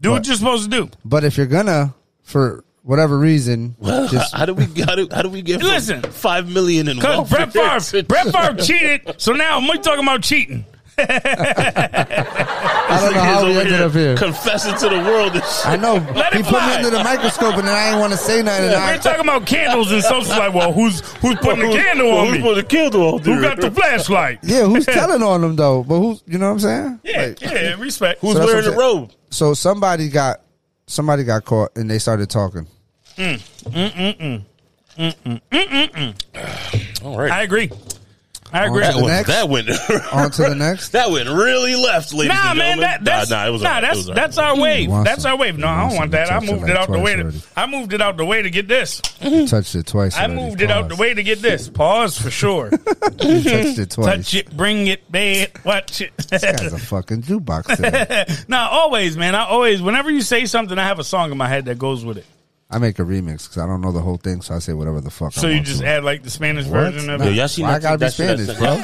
[SPEAKER 1] Do what you're supposed to do.
[SPEAKER 2] But if you're gonna for whatever reason, just
[SPEAKER 3] How do we? How do, how do we get? from
[SPEAKER 1] Listen.
[SPEAKER 3] five million and
[SPEAKER 1] Because Brett Favre, Brett Favre cheated. So now I'm talking about cheating.
[SPEAKER 2] I don't know how we ended up here.
[SPEAKER 3] confessing to the world. And
[SPEAKER 2] I
[SPEAKER 3] shit.
[SPEAKER 2] know.
[SPEAKER 1] Let
[SPEAKER 2] he
[SPEAKER 1] it
[SPEAKER 2] put
[SPEAKER 1] fly.
[SPEAKER 2] me under the microscope and then I didn't want to say nothing. and I-
[SPEAKER 1] We're talking about candles and social like, well, who's who's putting the candle on
[SPEAKER 3] Who's
[SPEAKER 1] me?
[SPEAKER 3] putting the candle on?
[SPEAKER 1] Who got the flashlight?
[SPEAKER 2] yeah, who's telling on them though? But who's you know what I'm saying?
[SPEAKER 1] Yeah,
[SPEAKER 2] Like,
[SPEAKER 1] yeah, respect.
[SPEAKER 3] Who's
[SPEAKER 2] So that's
[SPEAKER 3] wearing the
[SPEAKER 2] what I'm
[SPEAKER 3] robe?
[SPEAKER 2] so somebody got somebody got caught and they started talking.
[SPEAKER 3] All right.
[SPEAKER 1] I agree. I agree.
[SPEAKER 2] That
[SPEAKER 3] that,
[SPEAKER 2] the
[SPEAKER 3] went,
[SPEAKER 2] next?
[SPEAKER 3] that went.
[SPEAKER 2] On to the next.
[SPEAKER 3] that went really left, ladies
[SPEAKER 1] Nah,
[SPEAKER 3] and
[SPEAKER 1] man, that,
[SPEAKER 3] gentlemen.
[SPEAKER 1] that's
[SPEAKER 3] nah, nah, it was
[SPEAKER 1] nah,
[SPEAKER 3] all right. It
[SPEAKER 1] that's
[SPEAKER 3] was all right.
[SPEAKER 1] that's our wave.
[SPEAKER 2] Once
[SPEAKER 1] That's our wave. No, I don't
[SPEAKER 2] once
[SPEAKER 1] want
[SPEAKER 2] we
[SPEAKER 1] that. I
[SPEAKER 2] touched it
[SPEAKER 1] moved
[SPEAKER 2] like
[SPEAKER 1] it out the
[SPEAKER 2] twice
[SPEAKER 1] way. To,
[SPEAKER 2] already.
[SPEAKER 1] I moved it out the way to get this.
[SPEAKER 2] Touched it twice.
[SPEAKER 1] I
[SPEAKER 2] already.
[SPEAKER 1] moved it out the
[SPEAKER 2] Pause.
[SPEAKER 1] way to get this. Pause for sure.
[SPEAKER 2] Touched it twice.
[SPEAKER 1] Touch it, bring it, bed, watch it.
[SPEAKER 2] This guy's a fucking jukebox. today.
[SPEAKER 1] nah, always, man. I always, whenever you say something, I have a song in my head that goes with it.
[SPEAKER 2] I make a remix because I don't know the whole thing, so I say whatever the fuck.
[SPEAKER 1] So
[SPEAKER 2] I
[SPEAKER 1] you
[SPEAKER 2] want
[SPEAKER 1] just
[SPEAKER 2] to.
[SPEAKER 1] add like the Spanish
[SPEAKER 2] What?
[SPEAKER 1] version of
[SPEAKER 2] Nah.
[SPEAKER 3] Yo,
[SPEAKER 1] it.
[SPEAKER 3] y'all seen
[SPEAKER 2] Why
[SPEAKER 3] that?
[SPEAKER 2] I gotta be
[SPEAKER 3] that shit I
[SPEAKER 2] Spanish,
[SPEAKER 3] sent-
[SPEAKER 2] bro?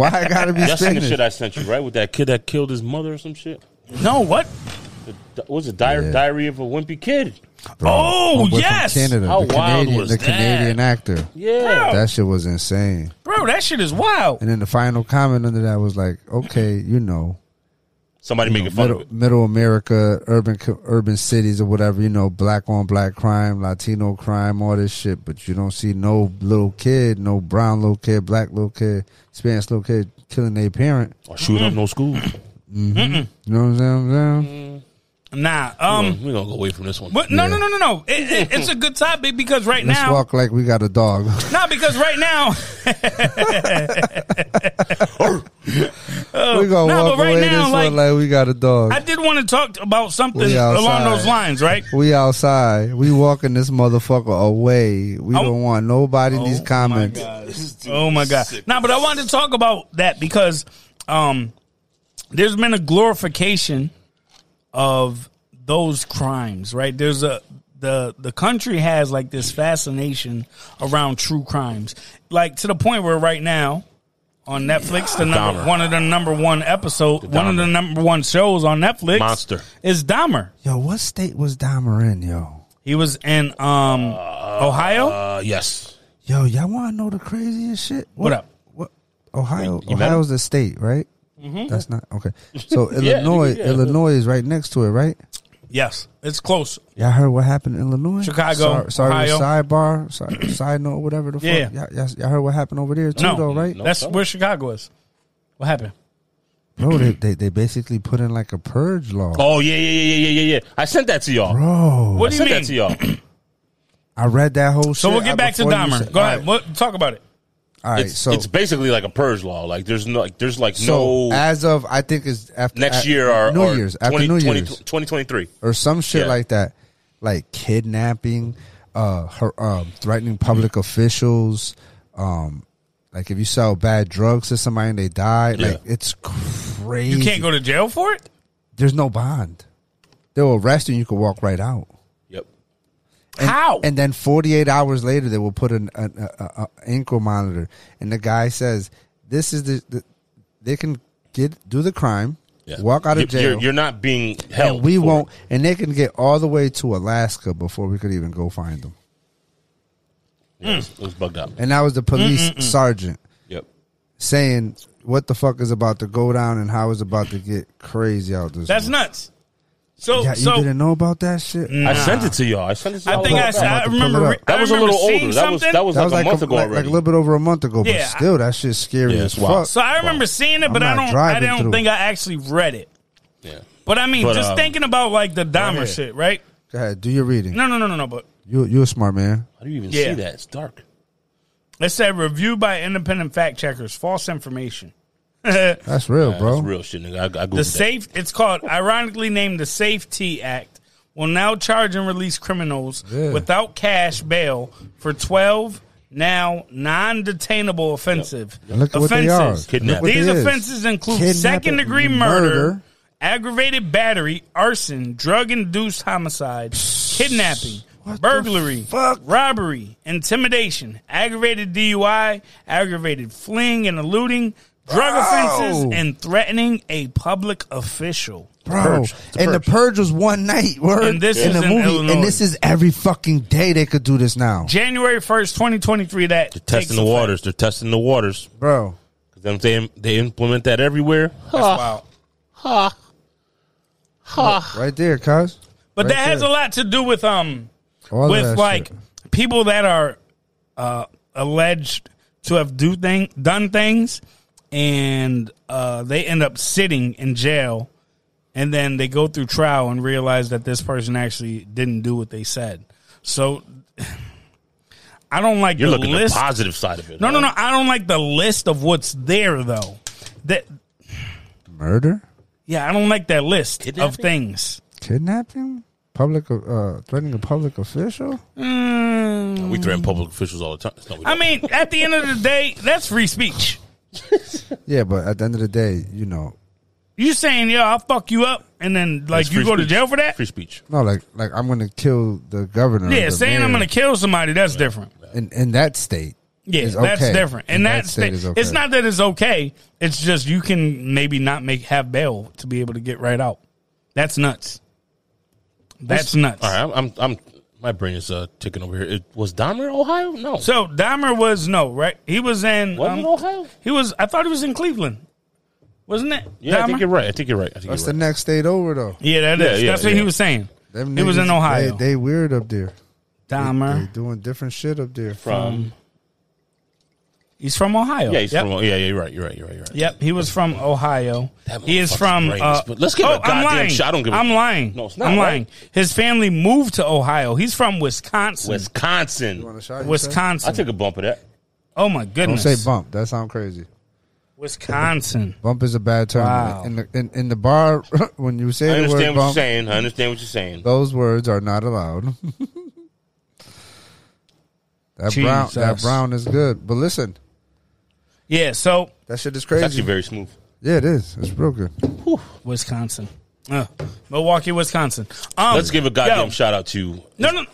[SPEAKER 2] Why I gotta be
[SPEAKER 3] Y'all seen the shit
[SPEAKER 2] Spanish?
[SPEAKER 3] I sent you, right? With that kid that killed his mother or some shit?
[SPEAKER 1] No, what?
[SPEAKER 3] What was it? Diary,
[SPEAKER 2] Yeah.
[SPEAKER 3] Diary of a Wimpy Kid.
[SPEAKER 2] Bro,
[SPEAKER 1] Oh,
[SPEAKER 2] homeboy from
[SPEAKER 1] yes!
[SPEAKER 2] Canada,
[SPEAKER 3] How
[SPEAKER 2] the
[SPEAKER 3] wild
[SPEAKER 2] Canadian,
[SPEAKER 3] was
[SPEAKER 2] the
[SPEAKER 3] that?
[SPEAKER 2] Canadian actor.
[SPEAKER 3] Yeah.
[SPEAKER 2] That shit was insane.
[SPEAKER 1] Bro, that shit is wild.
[SPEAKER 2] And then the final comment under that was like, okay, you know,
[SPEAKER 3] Somebody making fun
[SPEAKER 2] middle,
[SPEAKER 3] of it.
[SPEAKER 2] middle America, urban co- urban cities or whatever, you know, black on black crime, Latino crime, all this shit. But you don't see no little kid, no brown little kid, black little kid, Spanish little kid killing their parent.
[SPEAKER 3] Or shooting
[SPEAKER 1] Mm-hmm.
[SPEAKER 3] up no school.
[SPEAKER 1] Um,
[SPEAKER 2] You know what I'm
[SPEAKER 1] Mm.
[SPEAKER 2] saying?
[SPEAKER 1] Nah. Um.
[SPEAKER 3] We're going to go away from this one.
[SPEAKER 1] But no, no, no, no, no. It, it, it's a good topic because right
[SPEAKER 2] Let's
[SPEAKER 1] now,
[SPEAKER 2] walk like we got a dog.
[SPEAKER 1] not because right now,
[SPEAKER 2] we gonna
[SPEAKER 1] nah,
[SPEAKER 2] walk
[SPEAKER 1] Oh, but right
[SPEAKER 2] away
[SPEAKER 1] now,
[SPEAKER 2] this
[SPEAKER 1] like-
[SPEAKER 2] one like we got a dog.
[SPEAKER 1] I did want to talk about something
[SPEAKER 2] We
[SPEAKER 1] along
[SPEAKER 2] outside.
[SPEAKER 1] those lines, right?
[SPEAKER 2] we outside. We walking this motherfucker away. We don't want nobody in these comments.
[SPEAKER 1] Oh my god! Now, but I wanted to talk about that because um, there's been a glorification of those crimes, right? There's a the the country has like this fascination around true crimes, like to the point where right now on Netflix, the number
[SPEAKER 3] Dahmer.
[SPEAKER 1] one of the number one episode, one of
[SPEAKER 3] Dahmer.
[SPEAKER 1] the number one shows on Netflix,
[SPEAKER 3] Monster.
[SPEAKER 1] is Dahmer.
[SPEAKER 2] Yo, what state was Dahmer in, yo?
[SPEAKER 1] He was in um Ohio.
[SPEAKER 3] Uh, yes.
[SPEAKER 2] Yo, y'all want to know the craziest shit?
[SPEAKER 1] What up?
[SPEAKER 2] What? Ohio.
[SPEAKER 3] You met
[SPEAKER 2] Ohio's the state, right?
[SPEAKER 1] Mm-hmm.
[SPEAKER 2] That's not okay. So
[SPEAKER 3] Yeah,
[SPEAKER 2] Illinois,
[SPEAKER 3] yeah.
[SPEAKER 2] Illinois is right next to it, right?
[SPEAKER 1] yes, it's close.
[SPEAKER 2] Y'all heard what happened in Illinois?
[SPEAKER 1] Chicago,
[SPEAKER 2] Sorry, sorry
[SPEAKER 1] Ohio.
[SPEAKER 2] sidebar, side, side note, whatever the fuck.
[SPEAKER 1] Yeah.
[SPEAKER 2] Y'all, y'all, y'all heard what happened over there too,
[SPEAKER 1] No.
[SPEAKER 2] though, right?
[SPEAKER 3] No.
[SPEAKER 1] That's
[SPEAKER 3] sorry.
[SPEAKER 1] where Chicago is. What happened?
[SPEAKER 2] Bro, they, they they basically put in like a purge law.
[SPEAKER 3] Oh, yeah, yeah, yeah, yeah, yeah, yeah, yeah. I sent that to y'all.
[SPEAKER 2] Bro,
[SPEAKER 1] What
[SPEAKER 3] I
[SPEAKER 1] do you
[SPEAKER 3] sent
[SPEAKER 1] mean?
[SPEAKER 3] that to y'all.
[SPEAKER 2] I read that whole. uh,
[SPEAKER 1] So we'll get back to Dahmer. Go ahead. What, talk about it.
[SPEAKER 2] All right,
[SPEAKER 3] It's,
[SPEAKER 2] so
[SPEAKER 3] it's basically like a purge law. Like there's no, like, there's like
[SPEAKER 2] so
[SPEAKER 3] no
[SPEAKER 2] as of I think it's after
[SPEAKER 3] next
[SPEAKER 2] at-
[SPEAKER 3] year or
[SPEAKER 2] New
[SPEAKER 3] or
[SPEAKER 2] Year's after
[SPEAKER 3] 20
[SPEAKER 2] New
[SPEAKER 3] 20
[SPEAKER 2] Year's
[SPEAKER 3] 2023.
[SPEAKER 2] or some shit
[SPEAKER 3] Yeah.
[SPEAKER 2] like that, like kidnapping, uh, her, um, threatening
[SPEAKER 3] Mm-hmm.
[SPEAKER 2] public officials, um, like if you sell bad drugs to somebody and they die,
[SPEAKER 3] Yeah.
[SPEAKER 2] like it's crazy.
[SPEAKER 1] You can't go to jail for it?
[SPEAKER 2] There's no bond. They'll arrest you. and You can walk right out.
[SPEAKER 3] Yep.
[SPEAKER 1] How?
[SPEAKER 2] And then 48 hours later, they will put an, an a, a, a ankle monitor, and the guy says, "This is the, the they can get do the crime,
[SPEAKER 3] Yeah.
[SPEAKER 2] walk out
[SPEAKER 3] You-
[SPEAKER 2] of jail,
[SPEAKER 3] You're, you're not being held.
[SPEAKER 2] and we
[SPEAKER 3] for it.
[SPEAKER 2] won't, and they can get all the way to Alaska before we could even go find them."
[SPEAKER 3] Yeah,
[SPEAKER 1] Mm.
[SPEAKER 3] it, was, it was bugged out.
[SPEAKER 2] And that was the police sergeant
[SPEAKER 3] Yep.
[SPEAKER 2] saying, "What the fuck is about to go down, and how is about to get crazy out this."
[SPEAKER 1] That's
[SPEAKER 2] room."
[SPEAKER 1] nuts. So,
[SPEAKER 2] Yeah, you
[SPEAKER 1] so Mm.
[SPEAKER 2] didn't know about that shit.
[SPEAKER 3] I sent it to y'all. I sent it to
[SPEAKER 1] I
[SPEAKER 3] y'all.
[SPEAKER 1] think I,
[SPEAKER 3] That-
[SPEAKER 1] s- I
[SPEAKER 2] I'm about to
[SPEAKER 1] remember.
[SPEAKER 2] pull it
[SPEAKER 1] re-
[SPEAKER 2] up.
[SPEAKER 1] I
[SPEAKER 3] That was a
[SPEAKER 1] remember
[SPEAKER 3] little
[SPEAKER 1] seeing
[SPEAKER 3] older. That was
[SPEAKER 1] something.
[SPEAKER 3] that was
[SPEAKER 2] That
[SPEAKER 3] like
[SPEAKER 2] was like
[SPEAKER 3] a month ago
[SPEAKER 2] like, like
[SPEAKER 3] already.
[SPEAKER 2] a little bit over a month ago,
[SPEAKER 1] Yeah,
[SPEAKER 2] but still, that shit's scary
[SPEAKER 3] Yeah,
[SPEAKER 2] as
[SPEAKER 3] it's wild.
[SPEAKER 2] fuck.
[SPEAKER 1] so I remember seeing it, but
[SPEAKER 2] I'm
[SPEAKER 1] I
[SPEAKER 2] not
[SPEAKER 1] don't. I
[SPEAKER 2] driving
[SPEAKER 1] don't
[SPEAKER 2] through.
[SPEAKER 1] think I actually read it.
[SPEAKER 3] yeah.
[SPEAKER 1] But I mean,
[SPEAKER 3] But,
[SPEAKER 1] just
[SPEAKER 3] um,
[SPEAKER 1] thinking about like the Dahmer
[SPEAKER 2] yeah.
[SPEAKER 1] shit, right?
[SPEAKER 2] Go ahead, do your reading.
[SPEAKER 1] No, no, no, no, no. But
[SPEAKER 2] You you a smart man.
[SPEAKER 3] How do you even
[SPEAKER 1] Yeah.
[SPEAKER 3] see that? It's dark.
[SPEAKER 1] it said reviewed by independent fact checkers, false information.
[SPEAKER 2] That's real, bro.
[SPEAKER 3] That's real shit, nigga. I, I googled
[SPEAKER 1] The
[SPEAKER 3] that.
[SPEAKER 1] safe it's called ironically named the Safety Act will now charge and release criminals
[SPEAKER 2] Yeah.
[SPEAKER 1] without cash bail for 12 now non-detainable offensive
[SPEAKER 2] And look at what they are.
[SPEAKER 1] offenses.
[SPEAKER 3] Kidnapping. Look what
[SPEAKER 1] These
[SPEAKER 2] they is.
[SPEAKER 1] offenses include
[SPEAKER 2] Kidnapping,
[SPEAKER 1] second degree murder,
[SPEAKER 2] murder.
[SPEAKER 1] aggravated battery, arson, drug induced homicide, kidnapping, burglary,
[SPEAKER 2] fuck?
[SPEAKER 1] robbery, intimidation, aggravated DUI, aggravated fleeing and eluding, drug offenses, and threatening a public official.
[SPEAKER 2] Bro,
[SPEAKER 3] Purge. It's a
[SPEAKER 2] and
[SPEAKER 3] purge.
[SPEAKER 2] the purge was one night. Word
[SPEAKER 1] And this
[SPEAKER 2] in
[SPEAKER 1] is
[SPEAKER 2] the
[SPEAKER 1] in
[SPEAKER 2] movie,
[SPEAKER 1] Illinois.
[SPEAKER 2] and this is every fucking day they could do this now,
[SPEAKER 1] January 1st, 2023, that.
[SPEAKER 3] They're testing the waters. They're testing the waters.
[SPEAKER 2] bro.
[SPEAKER 3] Because them they they implement that everywhere. Ha.
[SPEAKER 2] Right there, cuz.
[SPEAKER 1] But
[SPEAKER 2] Right
[SPEAKER 1] that has
[SPEAKER 2] there.
[SPEAKER 1] a lot to do with, um,
[SPEAKER 2] All of that
[SPEAKER 1] with like
[SPEAKER 2] shit.
[SPEAKER 1] people that are uh, alleged to have do thing done things, and uh, they end up sitting in jail, and then they go through trial and realize that this person actually didn't do what they said. So I don't like
[SPEAKER 3] You're
[SPEAKER 1] the
[SPEAKER 3] looking at the
[SPEAKER 1] list.
[SPEAKER 3] positive side of it.
[SPEAKER 1] no, no,
[SPEAKER 3] huh?
[SPEAKER 1] no. I don't like the list of what's there though. That
[SPEAKER 2] murder,
[SPEAKER 1] yeah, I don't like that list of
[SPEAKER 3] Kidnapping?
[SPEAKER 1] things.
[SPEAKER 2] kidnapping, public, uh, threatening a public official.
[SPEAKER 1] Mm.
[SPEAKER 3] We threaten public officials all the time. No, we
[SPEAKER 1] I
[SPEAKER 3] don't.
[SPEAKER 1] mean, at the end of the day, that's free speech.
[SPEAKER 2] Yeah, but at the end of the day, you know,
[SPEAKER 1] You saying, yo, I'll fuck you up, and then like
[SPEAKER 3] It's
[SPEAKER 1] you
[SPEAKER 3] free
[SPEAKER 1] go to
[SPEAKER 3] speech.
[SPEAKER 1] jail for that?
[SPEAKER 3] Free speech.
[SPEAKER 2] no, like, like I'm gonna kill the governor.
[SPEAKER 1] yeah,
[SPEAKER 2] the
[SPEAKER 1] saying I'm
[SPEAKER 2] mayor
[SPEAKER 1] gonna kill somebody, that's different.
[SPEAKER 2] in, in that state.
[SPEAKER 1] Yeah,
[SPEAKER 2] is
[SPEAKER 1] that's
[SPEAKER 2] okay.
[SPEAKER 1] different.
[SPEAKER 2] In
[SPEAKER 1] And
[SPEAKER 2] that
[SPEAKER 1] that's
[SPEAKER 2] state
[SPEAKER 1] the-
[SPEAKER 2] is okay.
[SPEAKER 1] it's not that it's okay. It's just you can maybe not make have bail to be able to get right out. That's nuts. That's nuts.
[SPEAKER 3] All right, I'm, I'm, I'm my brain is uh, ticking over here. It was Dahmer, Ohio? No,
[SPEAKER 1] So Dahmer was no right. He was in.
[SPEAKER 3] wasn't
[SPEAKER 1] um,
[SPEAKER 3] it Ohio?
[SPEAKER 1] he was. I thought he was in Cleveland. wasn't it?
[SPEAKER 3] Yeah, I
[SPEAKER 1] Dahmer?
[SPEAKER 3] think you're right. I think you're right. I think
[SPEAKER 2] That's
[SPEAKER 3] you're
[SPEAKER 2] the
[SPEAKER 3] right.
[SPEAKER 2] next state over though.
[SPEAKER 1] Yeah, that
[SPEAKER 3] Yeah,
[SPEAKER 1] is.
[SPEAKER 3] yeah,
[SPEAKER 1] That's what
[SPEAKER 3] yeah.
[SPEAKER 1] he was saying.
[SPEAKER 2] Them
[SPEAKER 1] He was in
[SPEAKER 2] niggas,
[SPEAKER 1] Ohio.
[SPEAKER 2] They, they weird up there. They
[SPEAKER 1] Dahmer.
[SPEAKER 2] doing different shit up there.
[SPEAKER 3] From
[SPEAKER 1] He's from Ohio.
[SPEAKER 3] yeah, he's
[SPEAKER 1] Yep.
[SPEAKER 3] from yeah, yeah. You're right. You're right. You're right. You're right.
[SPEAKER 1] Yep, he was from Ohio.
[SPEAKER 3] That
[SPEAKER 1] He is
[SPEAKER 3] motherfucker's
[SPEAKER 1] from.
[SPEAKER 3] brain is-
[SPEAKER 1] uh,
[SPEAKER 3] but let's give it a
[SPEAKER 1] I'm
[SPEAKER 3] goddamn
[SPEAKER 1] lying.
[SPEAKER 3] shot. I don't give a-
[SPEAKER 1] I'm lying.
[SPEAKER 3] No, it's not,
[SPEAKER 1] I'm
[SPEAKER 3] right?
[SPEAKER 1] lying. His family moved to Ohio. He's from Wisconsin.
[SPEAKER 3] Wisconsin.
[SPEAKER 1] Wisconsin.
[SPEAKER 3] I took a bump of that.
[SPEAKER 1] oh my
[SPEAKER 2] Don't
[SPEAKER 1] goodness.
[SPEAKER 2] say bump. That sound crazy.
[SPEAKER 1] Wisconsin.
[SPEAKER 2] Bump is a bad term.
[SPEAKER 1] Wow.
[SPEAKER 2] In the in, in the bar when you
[SPEAKER 3] I
[SPEAKER 2] say the word
[SPEAKER 3] understand what you're
[SPEAKER 2] bump,
[SPEAKER 3] saying. I understand what you're saying.
[SPEAKER 2] those words are not allowed. that brown that
[SPEAKER 1] Jesus.
[SPEAKER 2] brown is good. But listen,
[SPEAKER 1] Yeah, so
[SPEAKER 2] that shit is
[SPEAKER 3] It's
[SPEAKER 2] crazy.
[SPEAKER 3] actually very smooth.
[SPEAKER 2] yeah, it is. It's real good.
[SPEAKER 1] Wisconsin. Uh, Milwaukee, Wisconsin. Um,
[SPEAKER 3] Let's give a goddamn
[SPEAKER 1] yo,
[SPEAKER 3] shout out to
[SPEAKER 1] No, no.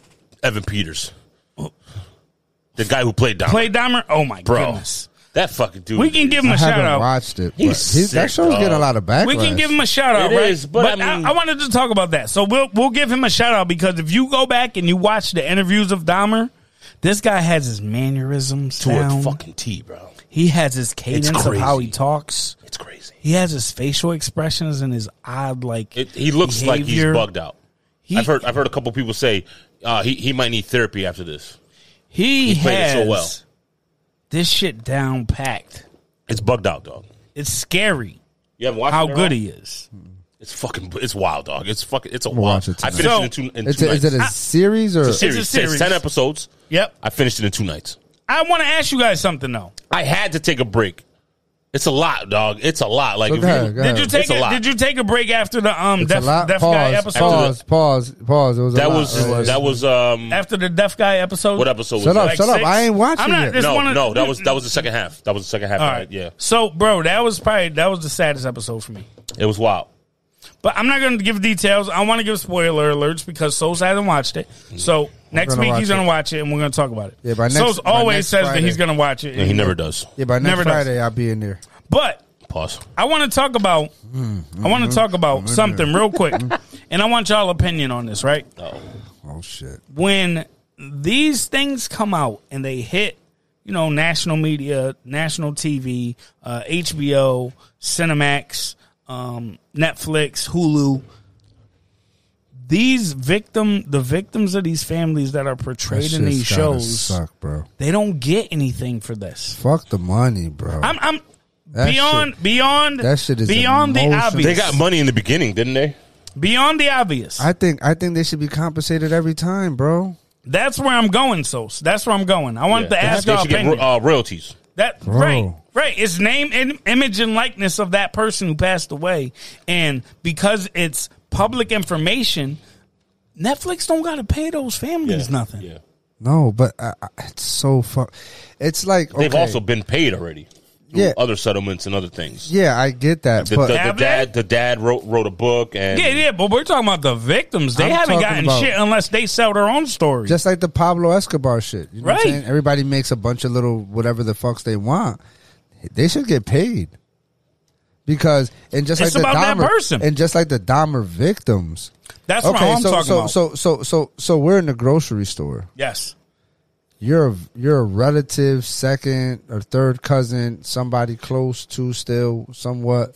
[SPEAKER 3] Evan Peters, the guy who played Don.
[SPEAKER 1] Play Dahmer. Oh my
[SPEAKER 3] bro.
[SPEAKER 1] goodness.
[SPEAKER 3] That fucking dude.
[SPEAKER 1] We can give him
[SPEAKER 2] I
[SPEAKER 1] a shout
[SPEAKER 2] haven't
[SPEAKER 1] out.
[SPEAKER 2] watched it. but
[SPEAKER 3] He's
[SPEAKER 2] he's- that
[SPEAKER 3] sick,
[SPEAKER 2] show's getting a
[SPEAKER 3] dog.
[SPEAKER 2] lot of backlash.
[SPEAKER 1] We can give him a shout out,
[SPEAKER 3] It
[SPEAKER 1] right?
[SPEAKER 3] is, but I mean-
[SPEAKER 1] I, wanted to talk about that. So we'll we'll give him a shout out because if you go back and you watch the interviews of Dahmer, this guy has his mannerisms
[SPEAKER 3] to a
[SPEAKER 1] down.
[SPEAKER 3] fucking T, bro.
[SPEAKER 1] he has his cadence of how he
[SPEAKER 3] crazy.
[SPEAKER 1] talks.
[SPEAKER 3] It's crazy.
[SPEAKER 1] He has his facial expressions and his odd like
[SPEAKER 3] It, he looks like he's
[SPEAKER 1] behavior.
[SPEAKER 3] bugged out.
[SPEAKER 1] He-
[SPEAKER 3] I've heard. I've heard a couple people say uh, he he might need therapy after this.
[SPEAKER 1] He
[SPEAKER 3] played it
[SPEAKER 1] has
[SPEAKER 3] so well.
[SPEAKER 1] this shit down packed.
[SPEAKER 3] It's bugged out, dog.
[SPEAKER 1] It's scary
[SPEAKER 3] You haven't watched
[SPEAKER 1] how
[SPEAKER 3] it at
[SPEAKER 1] good
[SPEAKER 3] all?
[SPEAKER 1] he is.
[SPEAKER 3] It's fucking. It's wild, dog. It's fucking. It's a
[SPEAKER 2] gonna
[SPEAKER 3] wild.
[SPEAKER 2] watch it
[SPEAKER 3] I
[SPEAKER 2] tonight.
[SPEAKER 3] finished
[SPEAKER 1] So,
[SPEAKER 3] it in two. In
[SPEAKER 2] It's
[SPEAKER 3] two
[SPEAKER 2] a, is it
[SPEAKER 3] nights.
[SPEAKER 2] a series or
[SPEAKER 3] It's a series.
[SPEAKER 1] It's a series.
[SPEAKER 3] Ten episodes.
[SPEAKER 1] Yep.
[SPEAKER 3] I finished it in two nights.
[SPEAKER 1] I want to ask you guys something though.
[SPEAKER 3] I had to take a break. It's a lot, dog. It's a lot. Like
[SPEAKER 2] So
[SPEAKER 3] if
[SPEAKER 2] go ahead,
[SPEAKER 3] you,
[SPEAKER 2] go ahead.
[SPEAKER 1] Did you take
[SPEAKER 3] It's a
[SPEAKER 1] a,
[SPEAKER 3] lot.
[SPEAKER 1] did you take a break after the um
[SPEAKER 2] Uh, It's a
[SPEAKER 1] deaf,
[SPEAKER 2] lot.
[SPEAKER 1] deaf guy
[SPEAKER 2] pause,
[SPEAKER 1] episode?
[SPEAKER 2] pause, pause, pause. It was a
[SPEAKER 3] that
[SPEAKER 2] lot.
[SPEAKER 3] was
[SPEAKER 2] It was-
[SPEAKER 3] that was um
[SPEAKER 1] After the deaf guy episode.
[SPEAKER 3] what episode was
[SPEAKER 2] Shut up,
[SPEAKER 3] that?
[SPEAKER 2] Oh, shut up. I ain't watching
[SPEAKER 1] I'm not-
[SPEAKER 2] yet.
[SPEAKER 1] it's
[SPEAKER 3] No,
[SPEAKER 1] one of-
[SPEAKER 3] no, that was that was the second half. That was the second half.
[SPEAKER 1] Mm-hmm. All
[SPEAKER 3] of
[SPEAKER 1] right,
[SPEAKER 3] it, Yeah,
[SPEAKER 1] So, bro, that was probably that was the saddest episode for me.
[SPEAKER 3] it was wild.
[SPEAKER 1] But I'm not going to give details. I want to give spoiler alerts because Souls hasn't watched it.
[SPEAKER 3] Mm.
[SPEAKER 1] So next
[SPEAKER 2] gonna
[SPEAKER 1] week he's
[SPEAKER 2] watch
[SPEAKER 1] going
[SPEAKER 2] it.
[SPEAKER 1] to watch it and we're going to talk about it.
[SPEAKER 2] Yeah, by next-
[SPEAKER 1] Souls
[SPEAKER 2] by
[SPEAKER 1] always
[SPEAKER 2] next
[SPEAKER 1] says that he's
[SPEAKER 2] Friday.
[SPEAKER 1] going to watch it.
[SPEAKER 3] And he never does.
[SPEAKER 2] yeah, by next
[SPEAKER 1] Never does.
[SPEAKER 2] Friday I'll be in there.
[SPEAKER 1] But
[SPEAKER 3] Pause.
[SPEAKER 1] I want to talk about
[SPEAKER 2] Mm-hmm.
[SPEAKER 1] I want to talk about something real quick, and I want y'all opinion on this. Right
[SPEAKER 2] Oh shit!
[SPEAKER 1] when these things come out and they hit, you know, national media, national TV, uh, HBO, Cinemax, um, Netflix, Hulu. These victim, the victims of these families that are
[SPEAKER 2] That
[SPEAKER 1] portrayed in
[SPEAKER 2] shit's
[SPEAKER 1] these
[SPEAKER 2] gotta
[SPEAKER 1] shows,
[SPEAKER 2] suck, bro.
[SPEAKER 1] they don't get anything for this.
[SPEAKER 2] Fuck the money, bro.
[SPEAKER 1] I'm, I'm
[SPEAKER 2] That
[SPEAKER 1] beyond, beyond,
[SPEAKER 2] that shit is
[SPEAKER 1] beyond the
[SPEAKER 2] emotional.
[SPEAKER 1] obvious.
[SPEAKER 3] They got money in the beginning, didn't they?
[SPEAKER 1] beyond the obvious.
[SPEAKER 2] I think I think they should be compensated every time, bro.
[SPEAKER 1] That's where I'm going, Sos. That's where I'm going. I wanted
[SPEAKER 3] They
[SPEAKER 1] to ask
[SPEAKER 3] should
[SPEAKER 1] y'all
[SPEAKER 3] get
[SPEAKER 1] opinion.
[SPEAKER 3] ro- uh, royalties.
[SPEAKER 1] That
[SPEAKER 2] Bro.
[SPEAKER 1] right, right. It's name, and image, and likeness of that person who passed away, and because it's public information, Netflix don't got to pay those families nothing.
[SPEAKER 3] Yeah,
[SPEAKER 2] No, but I, I, it's so fuck. It's like
[SPEAKER 3] they've
[SPEAKER 2] okay,
[SPEAKER 3] also been paid already. through
[SPEAKER 2] Yeah.
[SPEAKER 3] other settlements and other things.
[SPEAKER 2] yeah, I get that,
[SPEAKER 3] The,
[SPEAKER 2] but
[SPEAKER 3] the- the
[SPEAKER 1] Have they?
[SPEAKER 3] dad, the dad wrote wrote a book and
[SPEAKER 1] Yeah, yeah, but we're talking about the victims. They
[SPEAKER 2] I'm
[SPEAKER 1] haven't
[SPEAKER 2] talking
[SPEAKER 1] gotten
[SPEAKER 2] about-
[SPEAKER 1] shit unless they sell their own story.
[SPEAKER 2] just like the Pablo Escobar shit, you know what I'm
[SPEAKER 1] Right.
[SPEAKER 2] saying? Everybody makes a bunch of little whatever the fucks they want. They should get paid because and just
[SPEAKER 1] It's
[SPEAKER 2] like the
[SPEAKER 1] about that
[SPEAKER 2] Dahmer
[SPEAKER 1] person.
[SPEAKER 2] and just like the Dahmer victims.
[SPEAKER 1] That's what I'm
[SPEAKER 2] so
[SPEAKER 1] talking
[SPEAKER 2] so,
[SPEAKER 1] about.
[SPEAKER 2] so so so so we're in the grocery store.
[SPEAKER 1] yes,
[SPEAKER 2] you're a, you're a relative, second or third cousin, somebody close to still somewhat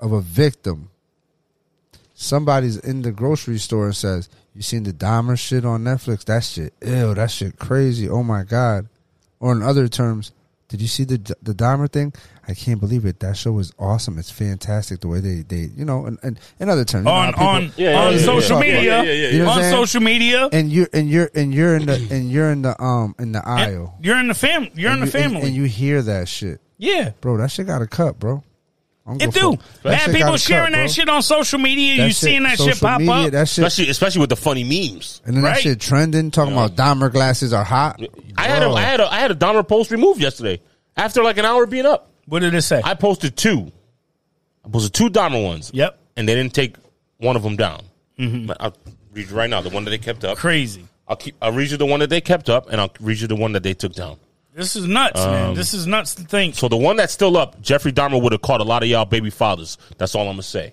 [SPEAKER 2] of a victim. Somebody's in the grocery store and says, "You seen the Dahmer shit on Netflix? That shit, ew, that shit crazy. Oh my god." Or in other terms, did you see the the Dahmer thing? I can't believe it. That show is awesome. It's fantastic the way they they you know and and in other terms you know
[SPEAKER 1] on
[SPEAKER 2] how people-
[SPEAKER 1] on
[SPEAKER 3] Yeah, yeah,
[SPEAKER 1] on
[SPEAKER 3] yeah,
[SPEAKER 1] social
[SPEAKER 3] yeah.
[SPEAKER 1] media,
[SPEAKER 3] Yeah, yeah, yeah,
[SPEAKER 2] yeah. You know what
[SPEAKER 1] on
[SPEAKER 2] I'm saying?
[SPEAKER 1] social media,
[SPEAKER 2] and you're and you're and you're in the and you're in the um in the aisle.
[SPEAKER 1] you're in the family. You're in the
[SPEAKER 2] and you- and-
[SPEAKER 1] family.
[SPEAKER 2] And, you hear that shit,
[SPEAKER 1] yeah.
[SPEAKER 2] bro. That shit got a cut, bro. I don't
[SPEAKER 1] It
[SPEAKER 2] go
[SPEAKER 1] do.
[SPEAKER 2] for- that
[SPEAKER 1] Mad
[SPEAKER 2] shit got
[SPEAKER 1] people
[SPEAKER 2] a
[SPEAKER 1] sharing
[SPEAKER 2] cut, bro.
[SPEAKER 1] that shit on social media.
[SPEAKER 2] That
[SPEAKER 1] you seeing that shit
[SPEAKER 2] social
[SPEAKER 1] pop
[SPEAKER 2] media,
[SPEAKER 1] up.
[SPEAKER 2] That shit,
[SPEAKER 3] especially especially with the funny memes.
[SPEAKER 2] and then
[SPEAKER 1] Right.
[SPEAKER 2] that shit trending, talking about Dahmer glasses are hot.
[SPEAKER 3] I had a,
[SPEAKER 2] Bro.
[SPEAKER 3] I had a I had a Dahmer post removed yesterday after like an hour of being up.
[SPEAKER 1] what did it say?
[SPEAKER 3] I posted two. I posted two Dahmer ones.
[SPEAKER 1] yep.
[SPEAKER 3] and they didn't take one of them down. Mm-hmm. I'll read you right now the one that they kept up.
[SPEAKER 1] Crazy.
[SPEAKER 3] I'll keep. I'll read you the one that they kept up, and I'll read you the one that they took down.
[SPEAKER 1] This is nuts,
[SPEAKER 3] Um,
[SPEAKER 1] man. This is nuts to think.
[SPEAKER 3] So the one that's still up, Jeffrey Dahmer would have caught a lot of y'all baby fathers. That's all I'm gonna say,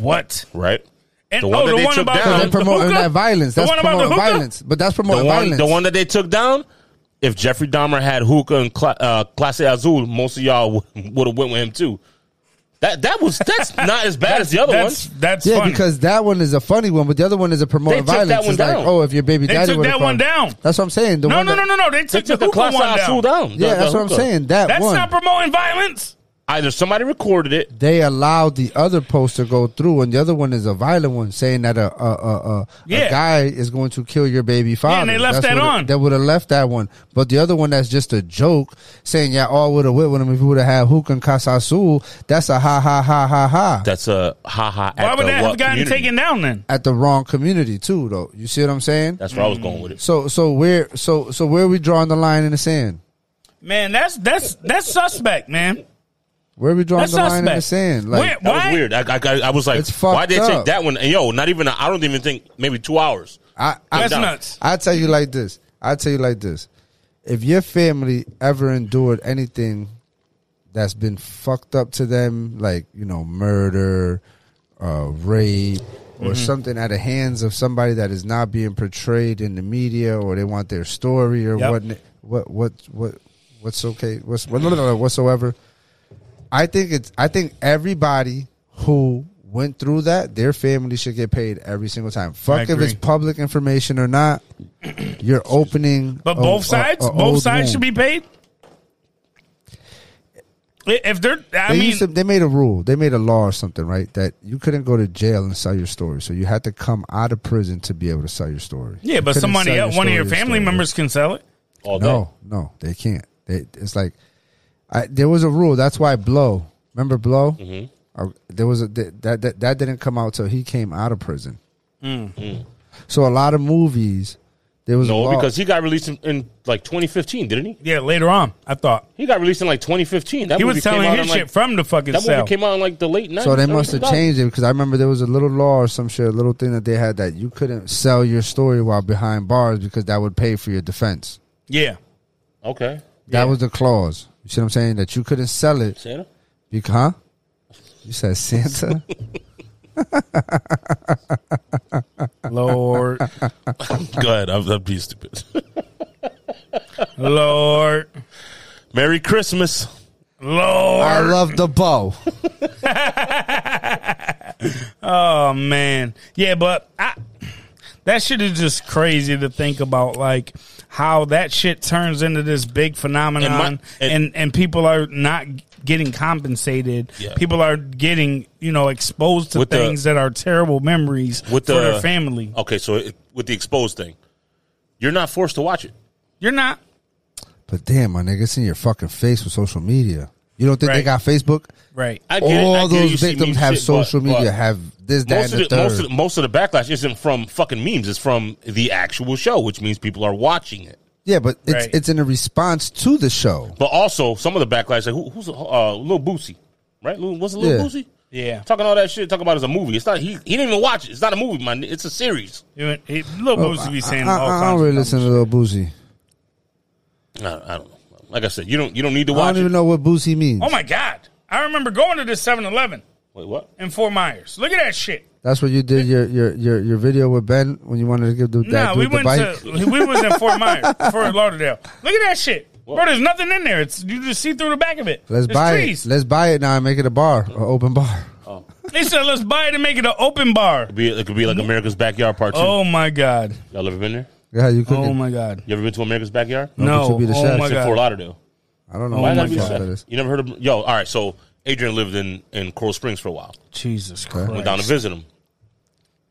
[SPEAKER 1] What?
[SPEAKER 3] right?
[SPEAKER 1] And
[SPEAKER 3] The one
[SPEAKER 1] oh,
[SPEAKER 3] that
[SPEAKER 1] the
[SPEAKER 3] they
[SPEAKER 1] one
[SPEAKER 3] took
[SPEAKER 1] about
[SPEAKER 3] down-
[SPEAKER 1] the-
[SPEAKER 2] They're
[SPEAKER 3] Um,
[SPEAKER 1] the
[SPEAKER 2] promoting
[SPEAKER 1] hookah?
[SPEAKER 2] that violence.
[SPEAKER 1] The
[SPEAKER 2] That's
[SPEAKER 1] one about the
[SPEAKER 2] promoting
[SPEAKER 1] hookah?
[SPEAKER 2] violence, but that's
[SPEAKER 3] The
[SPEAKER 2] promoting
[SPEAKER 3] one,
[SPEAKER 2] violence.
[SPEAKER 3] the one that they took down. If Jeffrey Dahmer had hookah and cla uh, classe azul, most of y'all would have went with him too. That that was that's not as bad as the other
[SPEAKER 1] that's,
[SPEAKER 3] one.
[SPEAKER 1] That's
[SPEAKER 2] Yeah,
[SPEAKER 1] funny.
[SPEAKER 2] because that one is a funny one, but the other one is a promoting
[SPEAKER 3] They took that
[SPEAKER 2] violence.
[SPEAKER 3] one
[SPEAKER 2] It's like,
[SPEAKER 3] down.
[SPEAKER 2] oh, if your baby
[SPEAKER 1] They
[SPEAKER 2] daddy
[SPEAKER 1] took
[SPEAKER 2] would
[SPEAKER 1] that
[SPEAKER 2] have
[SPEAKER 1] one
[SPEAKER 2] come-
[SPEAKER 1] down.
[SPEAKER 2] That's what I'm saying. The
[SPEAKER 1] no,
[SPEAKER 2] one
[SPEAKER 1] no,
[SPEAKER 2] that-
[SPEAKER 1] no, no, no. They
[SPEAKER 3] They
[SPEAKER 1] took,
[SPEAKER 3] took
[SPEAKER 1] the,
[SPEAKER 3] the
[SPEAKER 1] hookah
[SPEAKER 3] class
[SPEAKER 1] one down.
[SPEAKER 3] down. down.
[SPEAKER 2] Yeah,
[SPEAKER 3] The- the
[SPEAKER 2] that's what I'm
[SPEAKER 3] hookah.
[SPEAKER 2] saying. That
[SPEAKER 1] That's
[SPEAKER 2] one,
[SPEAKER 1] not promoting violence.
[SPEAKER 3] Either somebody recorded it.
[SPEAKER 2] they allowed the other post to go through, and the other one is a violent one, saying that a a a, a,
[SPEAKER 1] Yeah.
[SPEAKER 2] a guy is going to kill your baby father.
[SPEAKER 1] and they left that
[SPEAKER 2] what it-
[SPEAKER 1] on.
[SPEAKER 2] they would have left that one, but the other one that's just a joke, saying yeah, all would have whipped with him if we would have had hook and kasasu. That's a ha ha ha ha ha.
[SPEAKER 3] That's a ha ha.
[SPEAKER 1] Why would that have gotten taken down then?
[SPEAKER 2] At the wrong community too, though. You see what I'm saying?
[SPEAKER 3] That's where I was going with it.
[SPEAKER 2] So so where so so where are we drawing the line in the sand?
[SPEAKER 1] Man, that's that's that's suspect, man.
[SPEAKER 2] Where are we drawing
[SPEAKER 1] That's
[SPEAKER 2] the line in the
[SPEAKER 1] suspect.
[SPEAKER 2] sand? Like
[SPEAKER 1] Where-
[SPEAKER 3] That
[SPEAKER 1] Why?
[SPEAKER 3] was weird. I, I, I- I was like,
[SPEAKER 2] It's fucked
[SPEAKER 3] why did they
[SPEAKER 2] up.
[SPEAKER 3] take that one? And yo, not even. I don't even think maybe two hours.
[SPEAKER 2] I, I
[SPEAKER 1] That's
[SPEAKER 3] down.
[SPEAKER 1] nuts.
[SPEAKER 2] I tell you like this. I tell you like this. If your family ever endured anything that's been fucked up to them, like you know, murder, uh, rape,
[SPEAKER 1] Mm-hmm.
[SPEAKER 2] or something at the hands of somebody that is not being portrayed in the media, or they want their story or
[SPEAKER 1] Yep.
[SPEAKER 2] what, what, what, what, what's okay, what's what, no, no, no, whatsoever. I think it's. I think everybody who went through that, their family should get paid every single time. Fuck if
[SPEAKER 1] agree.
[SPEAKER 2] it's public information or not. You're opening,
[SPEAKER 1] But
[SPEAKER 2] a-
[SPEAKER 1] both
[SPEAKER 2] Oh, a-
[SPEAKER 1] sides,
[SPEAKER 2] a
[SPEAKER 1] both
[SPEAKER 2] old
[SPEAKER 1] sides should
[SPEAKER 2] wound.
[SPEAKER 1] be paid. I- If they're, I
[SPEAKER 2] They
[SPEAKER 1] mean,
[SPEAKER 2] used to, they made a rule. They made a law or something, right? That you couldn't go to jail and sell your story. So you had to come out of prison to be able to sell your story.
[SPEAKER 1] yeah,
[SPEAKER 2] You
[SPEAKER 1] but
[SPEAKER 2] couldn't
[SPEAKER 1] somebody,
[SPEAKER 2] sell
[SPEAKER 1] else, one of your
[SPEAKER 2] story to
[SPEAKER 1] family
[SPEAKER 2] story.
[SPEAKER 1] members can sell it.
[SPEAKER 3] All
[SPEAKER 2] No, no, they can't. They, it's like I, there was a rule. That's why Blow. Remember Blow? Mm-hmm. there was a th- that, that that didn't come out till he came out of prison.
[SPEAKER 1] Mm-hmm.
[SPEAKER 2] So a lot of movies, there was
[SPEAKER 3] day. No,
[SPEAKER 2] a law.
[SPEAKER 3] because he got released in, in like 2015, didn't he?
[SPEAKER 1] Yeah, later on, I thought
[SPEAKER 3] He got released in like 2015. That
[SPEAKER 1] he
[SPEAKER 3] movie
[SPEAKER 1] was
[SPEAKER 3] came
[SPEAKER 1] telling
[SPEAKER 3] out
[SPEAKER 1] his
[SPEAKER 3] in, like,
[SPEAKER 1] shit from the fucking
[SPEAKER 3] That
[SPEAKER 1] cell.
[SPEAKER 3] movie came out in like the late 90s.
[SPEAKER 2] so they
[SPEAKER 3] early
[SPEAKER 2] must have
[SPEAKER 3] 2000s.
[SPEAKER 2] changed it because I remember there was a little law or some shit, a little thing that they had that you couldn't sell your story while behind bars because that would pay for your defense.
[SPEAKER 1] yeah,
[SPEAKER 3] Okay.
[SPEAKER 2] That was the clause. You see what I'm saying? That you couldn't sell it
[SPEAKER 3] Santa?
[SPEAKER 2] because huh? You said Santa.
[SPEAKER 1] Lord,
[SPEAKER 3] Go ahead. I'm, I'm being stupid.
[SPEAKER 1] Lord,
[SPEAKER 3] Merry Christmas.
[SPEAKER 2] I
[SPEAKER 1] Lord.
[SPEAKER 2] love the bow.
[SPEAKER 1] Oh man, yeah, but I, that shit is just crazy to think about, like how that shit turns into this big phenomenon, and
[SPEAKER 3] And my-
[SPEAKER 1] and,
[SPEAKER 3] and-
[SPEAKER 1] and, people are not getting compensated.
[SPEAKER 3] Yeah.
[SPEAKER 1] People are getting you know exposed to
[SPEAKER 3] With the-
[SPEAKER 1] things that are terrible memories
[SPEAKER 3] With
[SPEAKER 1] for
[SPEAKER 3] the-
[SPEAKER 1] their family.
[SPEAKER 3] Okay, so it, with the exposed thing, you're not forced to watch it.
[SPEAKER 1] You're not.
[SPEAKER 2] But damn, my nigga, it's in your fucking face with social media. You don't think
[SPEAKER 1] Right.
[SPEAKER 2] they got Facebook?
[SPEAKER 1] Right.
[SPEAKER 3] I get it,
[SPEAKER 2] All
[SPEAKER 3] I get it, you
[SPEAKER 2] those
[SPEAKER 3] see
[SPEAKER 2] victims
[SPEAKER 3] mean
[SPEAKER 2] have
[SPEAKER 3] shit, but-
[SPEAKER 2] social media,
[SPEAKER 3] but
[SPEAKER 2] have this, that,
[SPEAKER 3] most
[SPEAKER 2] and the
[SPEAKER 3] of the, most
[SPEAKER 2] third.
[SPEAKER 3] of the, most of the backlash isn't from fucking memes. It's from the actual show, which means people are watching it.
[SPEAKER 2] yeah, but it's
[SPEAKER 1] Right.
[SPEAKER 2] it's in a response to the show.
[SPEAKER 3] But also some of the backlash, like who, who's uh, Lil Boosie, right? Lil, what's Lil
[SPEAKER 2] Yeah.
[SPEAKER 3] Boosie?
[SPEAKER 1] Yeah.
[SPEAKER 3] talking all that shit, talking about it's a movie. It's not. He, he didn't even watch it. It's not a movie, man. It's a series.
[SPEAKER 1] It, it, Lil Boosie be saying
[SPEAKER 2] Oh, I,
[SPEAKER 1] all
[SPEAKER 2] I- I
[SPEAKER 1] kinds
[SPEAKER 2] don't
[SPEAKER 1] of
[SPEAKER 2] really
[SPEAKER 1] dumb
[SPEAKER 2] listen to
[SPEAKER 1] shit.
[SPEAKER 2] Lil Boosie.
[SPEAKER 3] I, I don't know. Like I said, you don't you don't need to
[SPEAKER 2] I
[SPEAKER 3] watch
[SPEAKER 2] don't even
[SPEAKER 3] it.
[SPEAKER 2] know what Boosie means.
[SPEAKER 1] Oh my god! I remember going to this 7-Eleven
[SPEAKER 3] Wait, what?
[SPEAKER 1] in Fort Myers. Look at that shit.
[SPEAKER 2] That's what you did your, your your your video with Ben when you wanted to give the,
[SPEAKER 1] No,
[SPEAKER 2] that dude
[SPEAKER 1] we went
[SPEAKER 2] the bike.
[SPEAKER 1] to we was in Fort Myers, Fort Lauderdale. Look at that shit, bro. There's nothing in there. It's you just see through the back of it. There's
[SPEAKER 2] Let's buy
[SPEAKER 1] trees.
[SPEAKER 2] it. Let's buy it now and make it a bar, an open bar.
[SPEAKER 1] They said let's buy it and make it an open bar.
[SPEAKER 3] It'd be, it could be like America's Backyard Part Two.
[SPEAKER 1] Oh my god.
[SPEAKER 3] Y'all ever been there?
[SPEAKER 2] Yeah, you couldn't.
[SPEAKER 1] Oh my god.
[SPEAKER 3] You ever been to America's Backyard?
[SPEAKER 1] No.
[SPEAKER 2] should be the
[SPEAKER 1] Oh
[SPEAKER 2] chef.
[SPEAKER 1] my
[SPEAKER 3] It's in Fort
[SPEAKER 1] god.
[SPEAKER 3] Lauderdale.
[SPEAKER 2] I don't know.
[SPEAKER 1] Oh
[SPEAKER 2] what
[SPEAKER 3] Why
[SPEAKER 1] my
[SPEAKER 3] not
[SPEAKER 2] the
[SPEAKER 3] be
[SPEAKER 2] fuck
[SPEAKER 1] God.
[SPEAKER 2] that is.
[SPEAKER 3] You never heard of yo? All right, so Adrian lived in in Coral Springs for a while.
[SPEAKER 1] Jesus
[SPEAKER 3] Went down to
[SPEAKER 1] Christ.
[SPEAKER 3] visit him.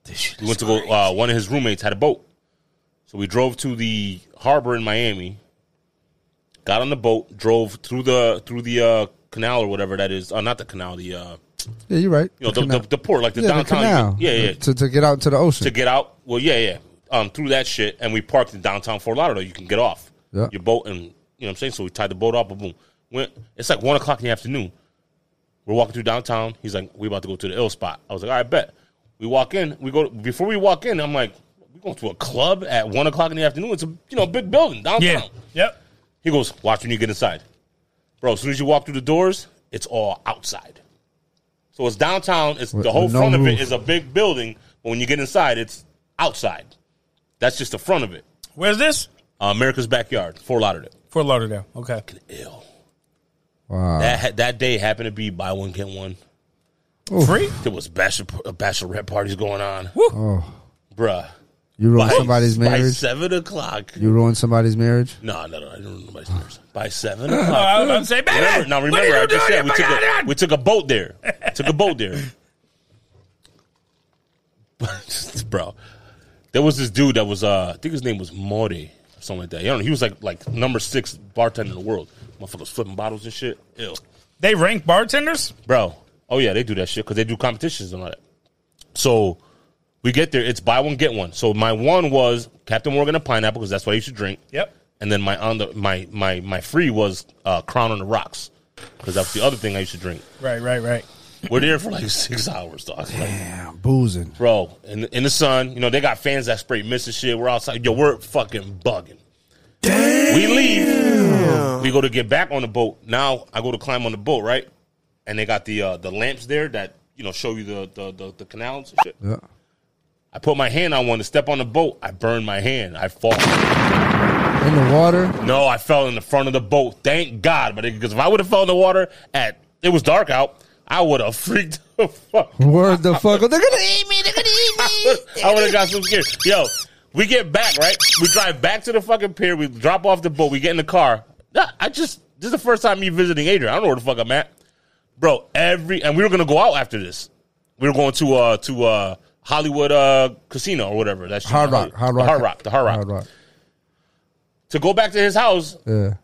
[SPEAKER 1] This shit
[SPEAKER 3] We
[SPEAKER 1] is
[SPEAKER 3] went to go.
[SPEAKER 1] crazy.
[SPEAKER 3] Uh, one of his roommates had a boat, so we drove to the harbor in Miami. Got on the boat, drove through the through the uh, canal or whatever that is. Uh, not the canal, the uh,
[SPEAKER 2] Yeah, you're right.
[SPEAKER 3] you know the, the,
[SPEAKER 2] canal.
[SPEAKER 3] the, port, like the
[SPEAKER 2] yeah,
[SPEAKER 3] downtown.
[SPEAKER 2] The canal.
[SPEAKER 3] yeah, yeah.
[SPEAKER 2] To, to get out into the ocean.
[SPEAKER 3] to get out. Well, yeah, yeah. Um, through that shit, and we parked in downtown Fort Lauderdale. You can get off
[SPEAKER 2] Yeah.
[SPEAKER 3] your boat, and you know what I'm saying. So we tied the boat up. Boom. boom. Went. It's like one o'clock in the afternoon. We're walking through downtown. He's like, "We about to go to the ill spot." I was like, "All right, bet." We walk in. We go before we walk in. I'm like, "We going to a club at one o'clock in the afternoon? It's a you know big building downtown."
[SPEAKER 1] Yeah. Yep.
[SPEAKER 3] He goes, "Watch when you get inside, bro. As soon as you walk through the doors, it's all outside. So it's downtown. It's the whole
[SPEAKER 2] with no
[SPEAKER 3] front of
[SPEAKER 2] roof.
[SPEAKER 3] it is a big building, but when you get inside, it's outside. That's just the front of it.
[SPEAKER 1] Where's this?
[SPEAKER 3] Uh, America's backyard, Fort Lauderdale.
[SPEAKER 1] Fort Lauderdale. Okay.
[SPEAKER 3] Ew.
[SPEAKER 2] wow.
[SPEAKER 3] That ha- that day happened to be buy one get one
[SPEAKER 1] Free?
[SPEAKER 3] There was bachelor, bachelorette parties going on,
[SPEAKER 2] Oh,
[SPEAKER 3] bruh.
[SPEAKER 2] you ruined
[SPEAKER 3] By-
[SPEAKER 2] somebody's
[SPEAKER 3] by
[SPEAKER 2] marriage.
[SPEAKER 3] seven o'clock.
[SPEAKER 2] You ruined somebody's marriage.
[SPEAKER 3] No, no, no, I don't remember nobody's By seven
[SPEAKER 1] Oh,
[SPEAKER 3] o'clock.
[SPEAKER 1] I was about to say, baby.
[SPEAKER 3] Remember, now
[SPEAKER 1] what
[SPEAKER 3] remember,
[SPEAKER 1] are
[SPEAKER 3] I
[SPEAKER 1] you
[SPEAKER 3] just
[SPEAKER 1] doing?
[SPEAKER 3] said we took a, we took a boat there. took a boat there, bro. There was this dude that was uh, I think his name was Mori or something like that. You know, he was like like number six bartender in the world. Motherfuckers flipping bottles and shit. Ew,
[SPEAKER 1] they rank bartenders?
[SPEAKER 3] bro. Oh yeah, they do that shit because they do competitions and all that. So we get there, it's buy one get one. So my one was Captain Morgan and pineapple because that's what I used to drink.
[SPEAKER 1] Yep.
[SPEAKER 3] And then my on the my my my free was uh, Crown on the Rocks because that's the other thing I used to drink.
[SPEAKER 1] Right, right, right.
[SPEAKER 3] We're there for like six hours, dog. Like,
[SPEAKER 2] Damn, boozing.
[SPEAKER 3] bro, in the, in the sun, you know they got fans that spray mist and shit. We're outside, yo, we're fucking bugging. We leave. We go to get back on the boat. Now I go to climb on the boat, right? And they got the uh, the lamps there that you know show you the the, the, the canals and shit.
[SPEAKER 2] Yeah.
[SPEAKER 3] I put my hand on one to step on the boat. I burned my hand. I fall.
[SPEAKER 2] In the water.
[SPEAKER 3] No, I fell in the front of the boat. Thank God, but because if I would have fell in the water at it was dark out, I would have freaked the fuck.
[SPEAKER 2] Word the fuck. They're gonna eat me.
[SPEAKER 3] I would have got some scared. Yo, we get back right. We drive back to the fucking pier. We drop off the boat. We get in the car. Nah, I just this is the first time me visiting Adrian. I don't know where the fuck I'm at, bro. Every and we were gonna go out after this. We were going to uh to uh Hollywood uh casino or whatever. That's
[SPEAKER 2] Hard Rock. Hard Rock.
[SPEAKER 3] The Hard Rock. The Hard Rock.
[SPEAKER 2] Hard Rock.
[SPEAKER 3] To go back to his house.
[SPEAKER 2] Yeah.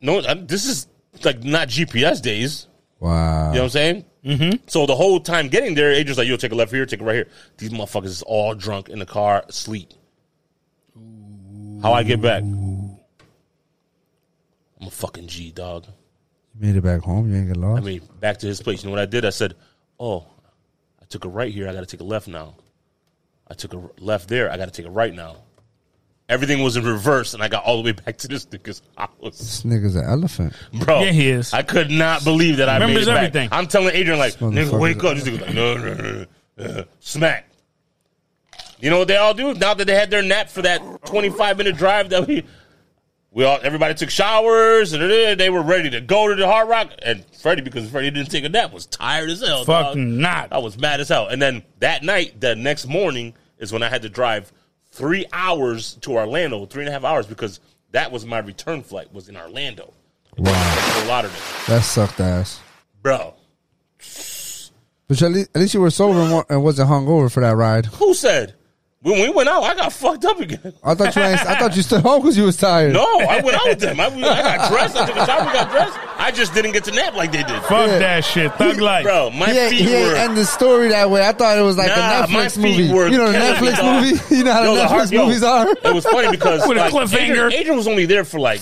[SPEAKER 3] No, I- this is like not GPS days.
[SPEAKER 2] Wow.
[SPEAKER 3] You know what I'm saying? Mm-hmm. So the whole time getting there, Adrian's like, "Yo, take a left here, take a right here." These motherfuckers is all drunk in the car, asleep. How I get back? I'm a fucking G dog.
[SPEAKER 2] You made it back home. You ain't get lost.
[SPEAKER 3] I mean, back to his place. You know what I did? I said, "Oh, I took a right here. I got to take a left now. I took a r- left there. I got to take a right now." Everything was in reverse, and I got all the way back to this nigga's house.
[SPEAKER 2] this nigga's an elephant.
[SPEAKER 3] Bro,
[SPEAKER 1] Yeah, he is.
[SPEAKER 3] I could not believe that I
[SPEAKER 1] Remembers
[SPEAKER 3] made it back.
[SPEAKER 1] everything.
[SPEAKER 3] I'm telling Adrian, like, nigga,
[SPEAKER 2] motherfucker-
[SPEAKER 3] wake up. This nigga's like, no, no, no, no. Uh, smack. You know what they all do now that they had their nap for that 25 minute drive that we, we all, everybody took showers and uh, they were ready to go to the Hard Rock. And Freddie, because Freddie didn't take a nap, was tired as hell. dog.
[SPEAKER 1] Fucking
[SPEAKER 3] I
[SPEAKER 1] not.
[SPEAKER 3] was mad as hell. And then that night, the next morning, is when I had to drive three hours to Orlando, three and a half hours, because that was my return flight was in Orlando.
[SPEAKER 2] Wow.
[SPEAKER 3] Fort Lauderdale.
[SPEAKER 2] That sucked ass.
[SPEAKER 3] Bro,
[SPEAKER 2] But at least, at least you were sober and wa- and wasn't hungover for that ride.
[SPEAKER 3] who said? When we went out, I got fucked up again.
[SPEAKER 2] I thought you ain't, I thought you stood home because you was tired.
[SPEAKER 3] No, I went out with them. I, I got dressed. I took a shower, got dressed. I just didn't get to nap like they did.
[SPEAKER 1] Fuck
[SPEAKER 2] Yeah.
[SPEAKER 1] that shit. Thug life.
[SPEAKER 3] Bro, my
[SPEAKER 2] He ain't,
[SPEAKER 3] feet
[SPEAKER 2] he ain't
[SPEAKER 3] were.
[SPEAKER 2] end the story that way. I thought it was like
[SPEAKER 3] Nah,
[SPEAKER 2] a
[SPEAKER 3] my
[SPEAKER 2] Netflix
[SPEAKER 3] feet
[SPEAKER 2] movie.
[SPEAKER 3] were
[SPEAKER 2] You know, the
[SPEAKER 3] killing me,
[SPEAKER 2] Netflix
[SPEAKER 3] dog.
[SPEAKER 2] movie. You know how the
[SPEAKER 3] Yo, the
[SPEAKER 2] Netflix
[SPEAKER 3] hard- yo,
[SPEAKER 2] movies are.
[SPEAKER 3] It was funny because
[SPEAKER 1] With a
[SPEAKER 3] like,
[SPEAKER 1] cliffhanger.
[SPEAKER 3] Adrian, Adrian was only there for like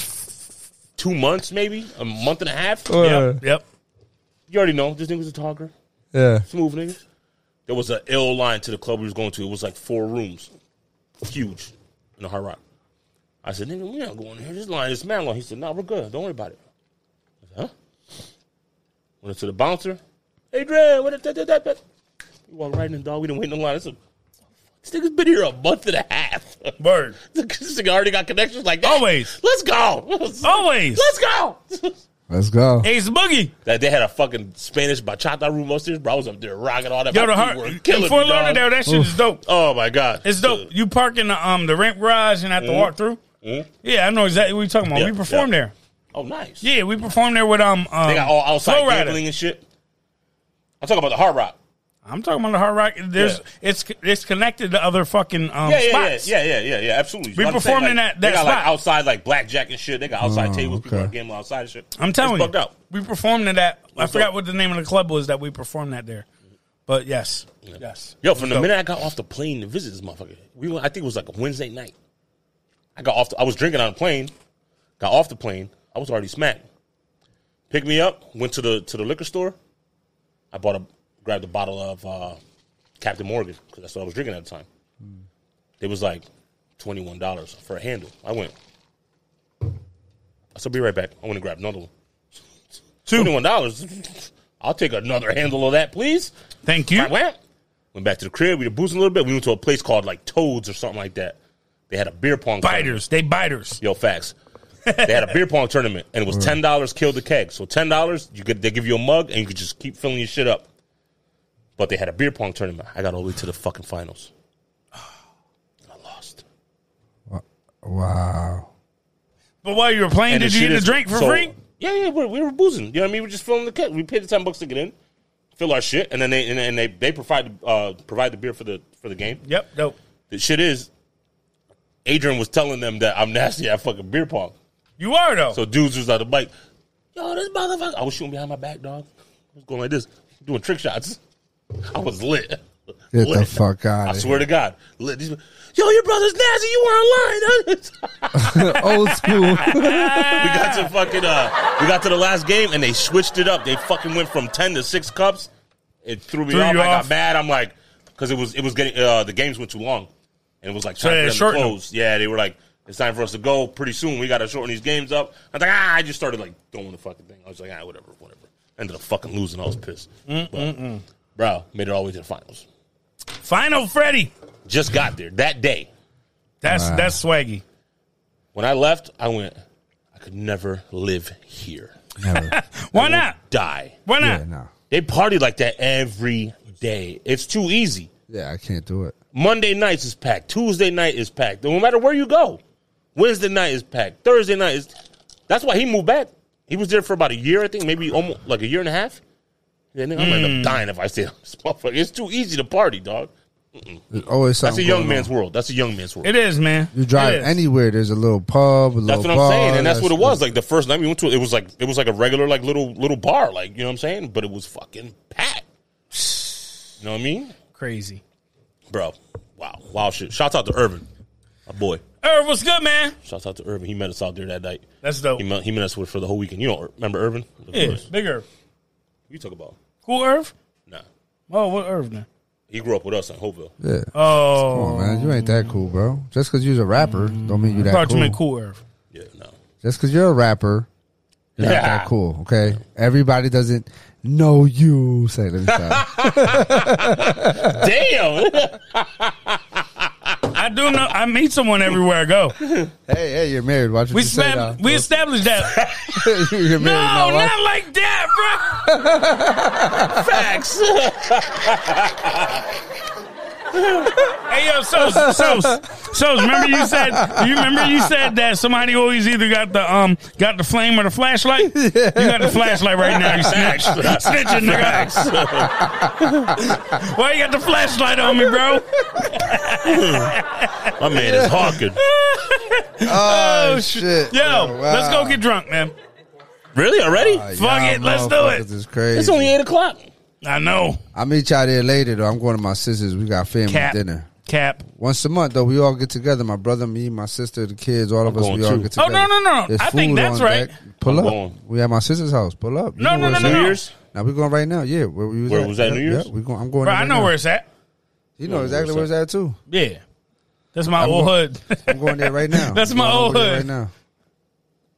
[SPEAKER 3] two months, maybe a month and a half.
[SPEAKER 2] Uh,
[SPEAKER 1] Yep.
[SPEAKER 3] You already know this nigga's a talker,
[SPEAKER 2] yeah.
[SPEAKER 3] smooth nigga. There was an ill line to the club we was going to. It was like four rooms, huge, in the Hard Rock. I said, nigga, we not going in here. This line is man long. He said, nah, we're good. Don't worry about it. I said, huh? Went up to the bouncer. Adrian, what that, that, that, that. We walked right in the dog. We didn't wait in the line. I said, this nigga's been here a month and a half.
[SPEAKER 1] Word.
[SPEAKER 3] this nigga already got connections like that.
[SPEAKER 1] Always.
[SPEAKER 3] Let's go.
[SPEAKER 1] Always.
[SPEAKER 3] Let's go.
[SPEAKER 2] Let's go.
[SPEAKER 1] Ace Boogie.
[SPEAKER 3] That they had a fucking Spanish bachata room upstairs, bro. I was up there rocking all that.
[SPEAKER 1] Yo, the
[SPEAKER 3] My feet
[SPEAKER 1] heart.
[SPEAKER 3] were
[SPEAKER 1] In
[SPEAKER 3] killing
[SPEAKER 1] Fort
[SPEAKER 3] me, dog.
[SPEAKER 1] Lauderdale, that shit is dope.
[SPEAKER 3] Oh my god,
[SPEAKER 1] It's dope. You park in the um the ramp garage and have to walk through. Yeah, I know exactly what you're talking about.
[SPEAKER 3] Mm-hmm. Yeah,
[SPEAKER 1] we performed
[SPEAKER 3] yeah.
[SPEAKER 1] there.
[SPEAKER 3] Oh nice.
[SPEAKER 1] Yeah, we performed there with um, um
[SPEAKER 3] they got all outside
[SPEAKER 1] Flow Rider.
[SPEAKER 3] gambling and shit. I'm talking about the Hard Rock.
[SPEAKER 1] I'm talking about the Hard Rock. There's
[SPEAKER 3] Yeah.
[SPEAKER 1] it's it's connected to other fucking um
[SPEAKER 3] Yeah, yeah, yeah,
[SPEAKER 1] spots.
[SPEAKER 3] yeah, yeah, yeah, yeah. Absolutely.
[SPEAKER 1] We
[SPEAKER 3] What I'm
[SPEAKER 1] performed
[SPEAKER 3] saying,
[SPEAKER 1] in
[SPEAKER 3] like,
[SPEAKER 1] that-
[SPEAKER 3] They
[SPEAKER 1] that
[SPEAKER 3] got like
[SPEAKER 1] spot.
[SPEAKER 3] outside like blackjack and shit. They got outside
[SPEAKER 2] Oh,
[SPEAKER 3] tables. People
[SPEAKER 2] okay.
[SPEAKER 3] are gambling outside and shit.
[SPEAKER 1] I'm telling
[SPEAKER 3] it's
[SPEAKER 1] you,
[SPEAKER 3] bugged out.
[SPEAKER 1] we performed in that. I
[SPEAKER 3] It's
[SPEAKER 1] forgot
[SPEAKER 3] dope.
[SPEAKER 1] what the name of the club was that we performed at there, but yes, yes.
[SPEAKER 3] Yo, from the
[SPEAKER 1] Dope.
[SPEAKER 3] minute I got off the plane to visit this motherfucker, we went, I think it was like a Wednesday night. I got off. The, I was drinking on the plane. Got off the plane. I was already smacked. Picked me up. Went to the to the liquor store. I bought a grabbed a bottle of uh, Captain Morgan because that's what I was drinking at the time. It was like twenty one dollars for a handle. I went. I said, "Be right back." I went and grabbed another one. Twenty one dollars. I'll take another handle of that, please.
[SPEAKER 1] Thank you.
[SPEAKER 3] I went. Went back to the crib. We were boozing a little bit. We went to a place called like Toads or something like that. They had a beer pong tournament.
[SPEAKER 1] Biters, they biters.
[SPEAKER 3] Yo, facts. they had a beer pong tournament, and it was ten dollars. Kill the keg. So ten dollars, you could they give you a mug, and you could just keep filling your shit up. But they had a beer pong tournament. I got all the way to the fucking finals. I lost.
[SPEAKER 2] Wow.
[SPEAKER 1] But while you were playing,
[SPEAKER 3] the
[SPEAKER 1] did you
[SPEAKER 3] shit
[SPEAKER 1] get a
[SPEAKER 3] is-
[SPEAKER 1] drink for
[SPEAKER 3] so-
[SPEAKER 1] free?
[SPEAKER 3] Yeah, yeah, we we were boozing. You know what I mean? We were just filling the kit. We paid the ten bucks to get in, fill our shit, and then they and, and they they provide uh, provide the beer for the for the game.
[SPEAKER 1] Yep. Dope.
[SPEAKER 3] The shit is, Adrian was telling them that I'm nasty at fucking beer pong.
[SPEAKER 1] You are though.
[SPEAKER 3] So dudes was on the bike. Yo, this motherfucker! I was shooting behind my back, dog. I was going like this, doing trick shots. I was lit.
[SPEAKER 2] Get
[SPEAKER 3] Lit.
[SPEAKER 2] the fuck out
[SPEAKER 3] I swear to God, lit. These- Yo, your brother's nasty. You weren't lying. huh?
[SPEAKER 2] Old school.
[SPEAKER 3] we got to fucking uh, we got to the last game and they switched it up. They fucking went from ten to six cups. It threw me
[SPEAKER 1] Threw
[SPEAKER 3] off.
[SPEAKER 1] you
[SPEAKER 3] I
[SPEAKER 1] off.
[SPEAKER 3] got mad. I'm like, because it was it was getting uh, the games went too long, and it was like
[SPEAKER 1] they
[SPEAKER 3] time for them
[SPEAKER 1] shortened
[SPEAKER 3] to
[SPEAKER 1] them.
[SPEAKER 3] close. Yeah, they were like, it's time for us to go. Pretty soon we got to shorten these games up. I was like, ah, I just started like throwing the fucking thing. I was like, ah, whatever, whatever. Ended up fucking losing. I was pissed.
[SPEAKER 1] Mm,
[SPEAKER 3] But, bro, made it all the way to the finals.
[SPEAKER 1] Final Freddy.
[SPEAKER 3] Just got there that day.
[SPEAKER 1] That's
[SPEAKER 2] Wow.
[SPEAKER 1] that's swaggy.
[SPEAKER 3] When I left, I went. I could never live here.
[SPEAKER 2] Never.
[SPEAKER 1] Why not?
[SPEAKER 3] Die.
[SPEAKER 1] Why not?
[SPEAKER 2] Yeah, no.
[SPEAKER 3] They party like that every day. It's too easy.
[SPEAKER 2] Yeah, I can't do it.
[SPEAKER 3] Monday nights is packed. Tuesday night is packed. No matter where you go, Wednesday night is packed. Thursday night is. That's why he moved back. He was there for about a year, I think, maybe almost like a year and a half. Yeah, nigga, I'm gonna
[SPEAKER 2] Hmm.
[SPEAKER 3] end up dying if I stay on this motherfucker. It's too easy to party, dog.
[SPEAKER 2] There's always
[SPEAKER 3] That's
[SPEAKER 2] something.
[SPEAKER 3] a young
[SPEAKER 2] going
[SPEAKER 3] man's
[SPEAKER 2] on.
[SPEAKER 3] world. That's a young man's world.
[SPEAKER 1] It is, man.
[SPEAKER 2] You drive
[SPEAKER 1] It is.
[SPEAKER 2] anywhere, there's a little pub, a little
[SPEAKER 3] That's what I'm
[SPEAKER 2] bar,
[SPEAKER 3] saying, and that's what it was. Like the first night we went to, it was like it was like a regular like little little bar, like you know what I'm saying. But it was fucking packed. You know what I mean?
[SPEAKER 1] crazy.
[SPEAKER 3] bro. Wow, wow, shit. Shouts out to Irvin, my boy.
[SPEAKER 1] Irv, what's good, man?
[SPEAKER 3] Shouts out to Irvin. He met us out there that night.
[SPEAKER 1] That's dope.
[SPEAKER 3] He met, he met us with for the whole weekend. You know, remember Irvin? Of
[SPEAKER 1] Yeah,
[SPEAKER 3] course.
[SPEAKER 1] big Irv.
[SPEAKER 3] You talk about
[SPEAKER 1] Cool Irv.
[SPEAKER 3] nah.
[SPEAKER 1] Oh, what Irv now?
[SPEAKER 3] He grew up with us in Hopeville.
[SPEAKER 2] Yeah.
[SPEAKER 1] Oh,
[SPEAKER 2] Come on, man. You ain't that cool, bro. Just because you're a rapper, don't mean you that
[SPEAKER 1] thought you
[SPEAKER 2] cool.
[SPEAKER 1] meant cool Irv.
[SPEAKER 3] Yeah, no.
[SPEAKER 2] Just because you're a rapper, you're not
[SPEAKER 3] Yeah.
[SPEAKER 2] that cool, okay? Everybody doesn't know you. Say, let me stop.
[SPEAKER 3] Damn.
[SPEAKER 1] I do know. I meet someone everywhere I go.
[SPEAKER 2] hey, hey, you're married. Why don't you
[SPEAKER 1] We
[SPEAKER 2] just say
[SPEAKER 1] stab-
[SPEAKER 2] that?
[SPEAKER 1] we established that.
[SPEAKER 2] you're married
[SPEAKER 1] no,
[SPEAKER 2] now. Why-
[SPEAKER 1] not like that, bro.
[SPEAKER 3] Facts.
[SPEAKER 1] Hey yo, so so so. Remember you said you remember you said that somebody always either got the um got the flame or the flashlight. You got the flashlight right now. You snitch, snitching, nigga. Why you got the flashlight on me,
[SPEAKER 2] Oh,
[SPEAKER 1] bro?
[SPEAKER 3] my man is hawking.
[SPEAKER 2] Oh, shit.
[SPEAKER 1] Yo,
[SPEAKER 2] Oh, wow.
[SPEAKER 1] let's go get drunk, man.
[SPEAKER 3] Really already?
[SPEAKER 1] Fuck
[SPEAKER 2] Y'all
[SPEAKER 1] it, let's do it.
[SPEAKER 2] motherfuckers is crazy.
[SPEAKER 3] it's only eight o'clock.
[SPEAKER 1] I know.
[SPEAKER 2] I'll meet y'all there later, though. I'm going to my sister's. We got family
[SPEAKER 1] Cap.
[SPEAKER 2] dinner.
[SPEAKER 1] Cap.
[SPEAKER 2] Once a month, though, we all get together. My brother, me, my sister, the kids, all of us,
[SPEAKER 3] going
[SPEAKER 2] we all
[SPEAKER 3] too.
[SPEAKER 2] get
[SPEAKER 1] Oh,
[SPEAKER 2] together.
[SPEAKER 1] no, no, no.
[SPEAKER 2] There's
[SPEAKER 1] I think
[SPEAKER 2] food
[SPEAKER 1] that's
[SPEAKER 2] on
[SPEAKER 1] right.
[SPEAKER 2] deck. Pull
[SPEAKER 3] I'm
[SPEAKER 2] up.
[SPEAKER 3] going.
[SPEAKER 2] We at my sister's house. Pull up. You
[SPEAKER 1] No,
[SPEAKER 2] know
[SPEAKER 1] no,
[SPEAKER 2] where
[SPEAKER 1] no,
[SPEAKER 2] it's
[SPEAKER 1] no,
[SPEAKER 2] at.
[SPEAKER 1] no.
[SPEAKER 3] New Year's?
[SPEAKER 2] Now we're going right now. Yeah, where we was
[SPEAKER 3] Where
[SPEAKER 2] at.
[SPEAKER 3] was that,
[SPEAKER 2] Yep,
[SPEAKER 3] New Year's?
[SPEAKER 2] yep, we going, I'm going.
[SPEAKER 1] Bro,
[SPEAKER 2] right
[SPEAKER 1] I know
[SPEAKER 2] now.
[SPEAKER 1] where it's at.
[SPEAKER 2] You know
[SPEAKER 3] where
[SPEAKER 2] exactly
[SPEAKER 3] it's
[SPEAKER 2] where it's at too.
[SPEAKER 1] Yeah. That's my old
[SPEAKER 2] going-
[SPEAKER 1] hood.
[SPEAKER 2] I'm going there right now.
[SPEAKER 1] That's
[SPEAKER 2] I'm
[SPEAKER 1] my
[SPEAKER 2] going
[SPEAKER 1] old
[SPEAKER 2] over there
[SPEAKER 1] hood.
[SPEAKER 2] Right now.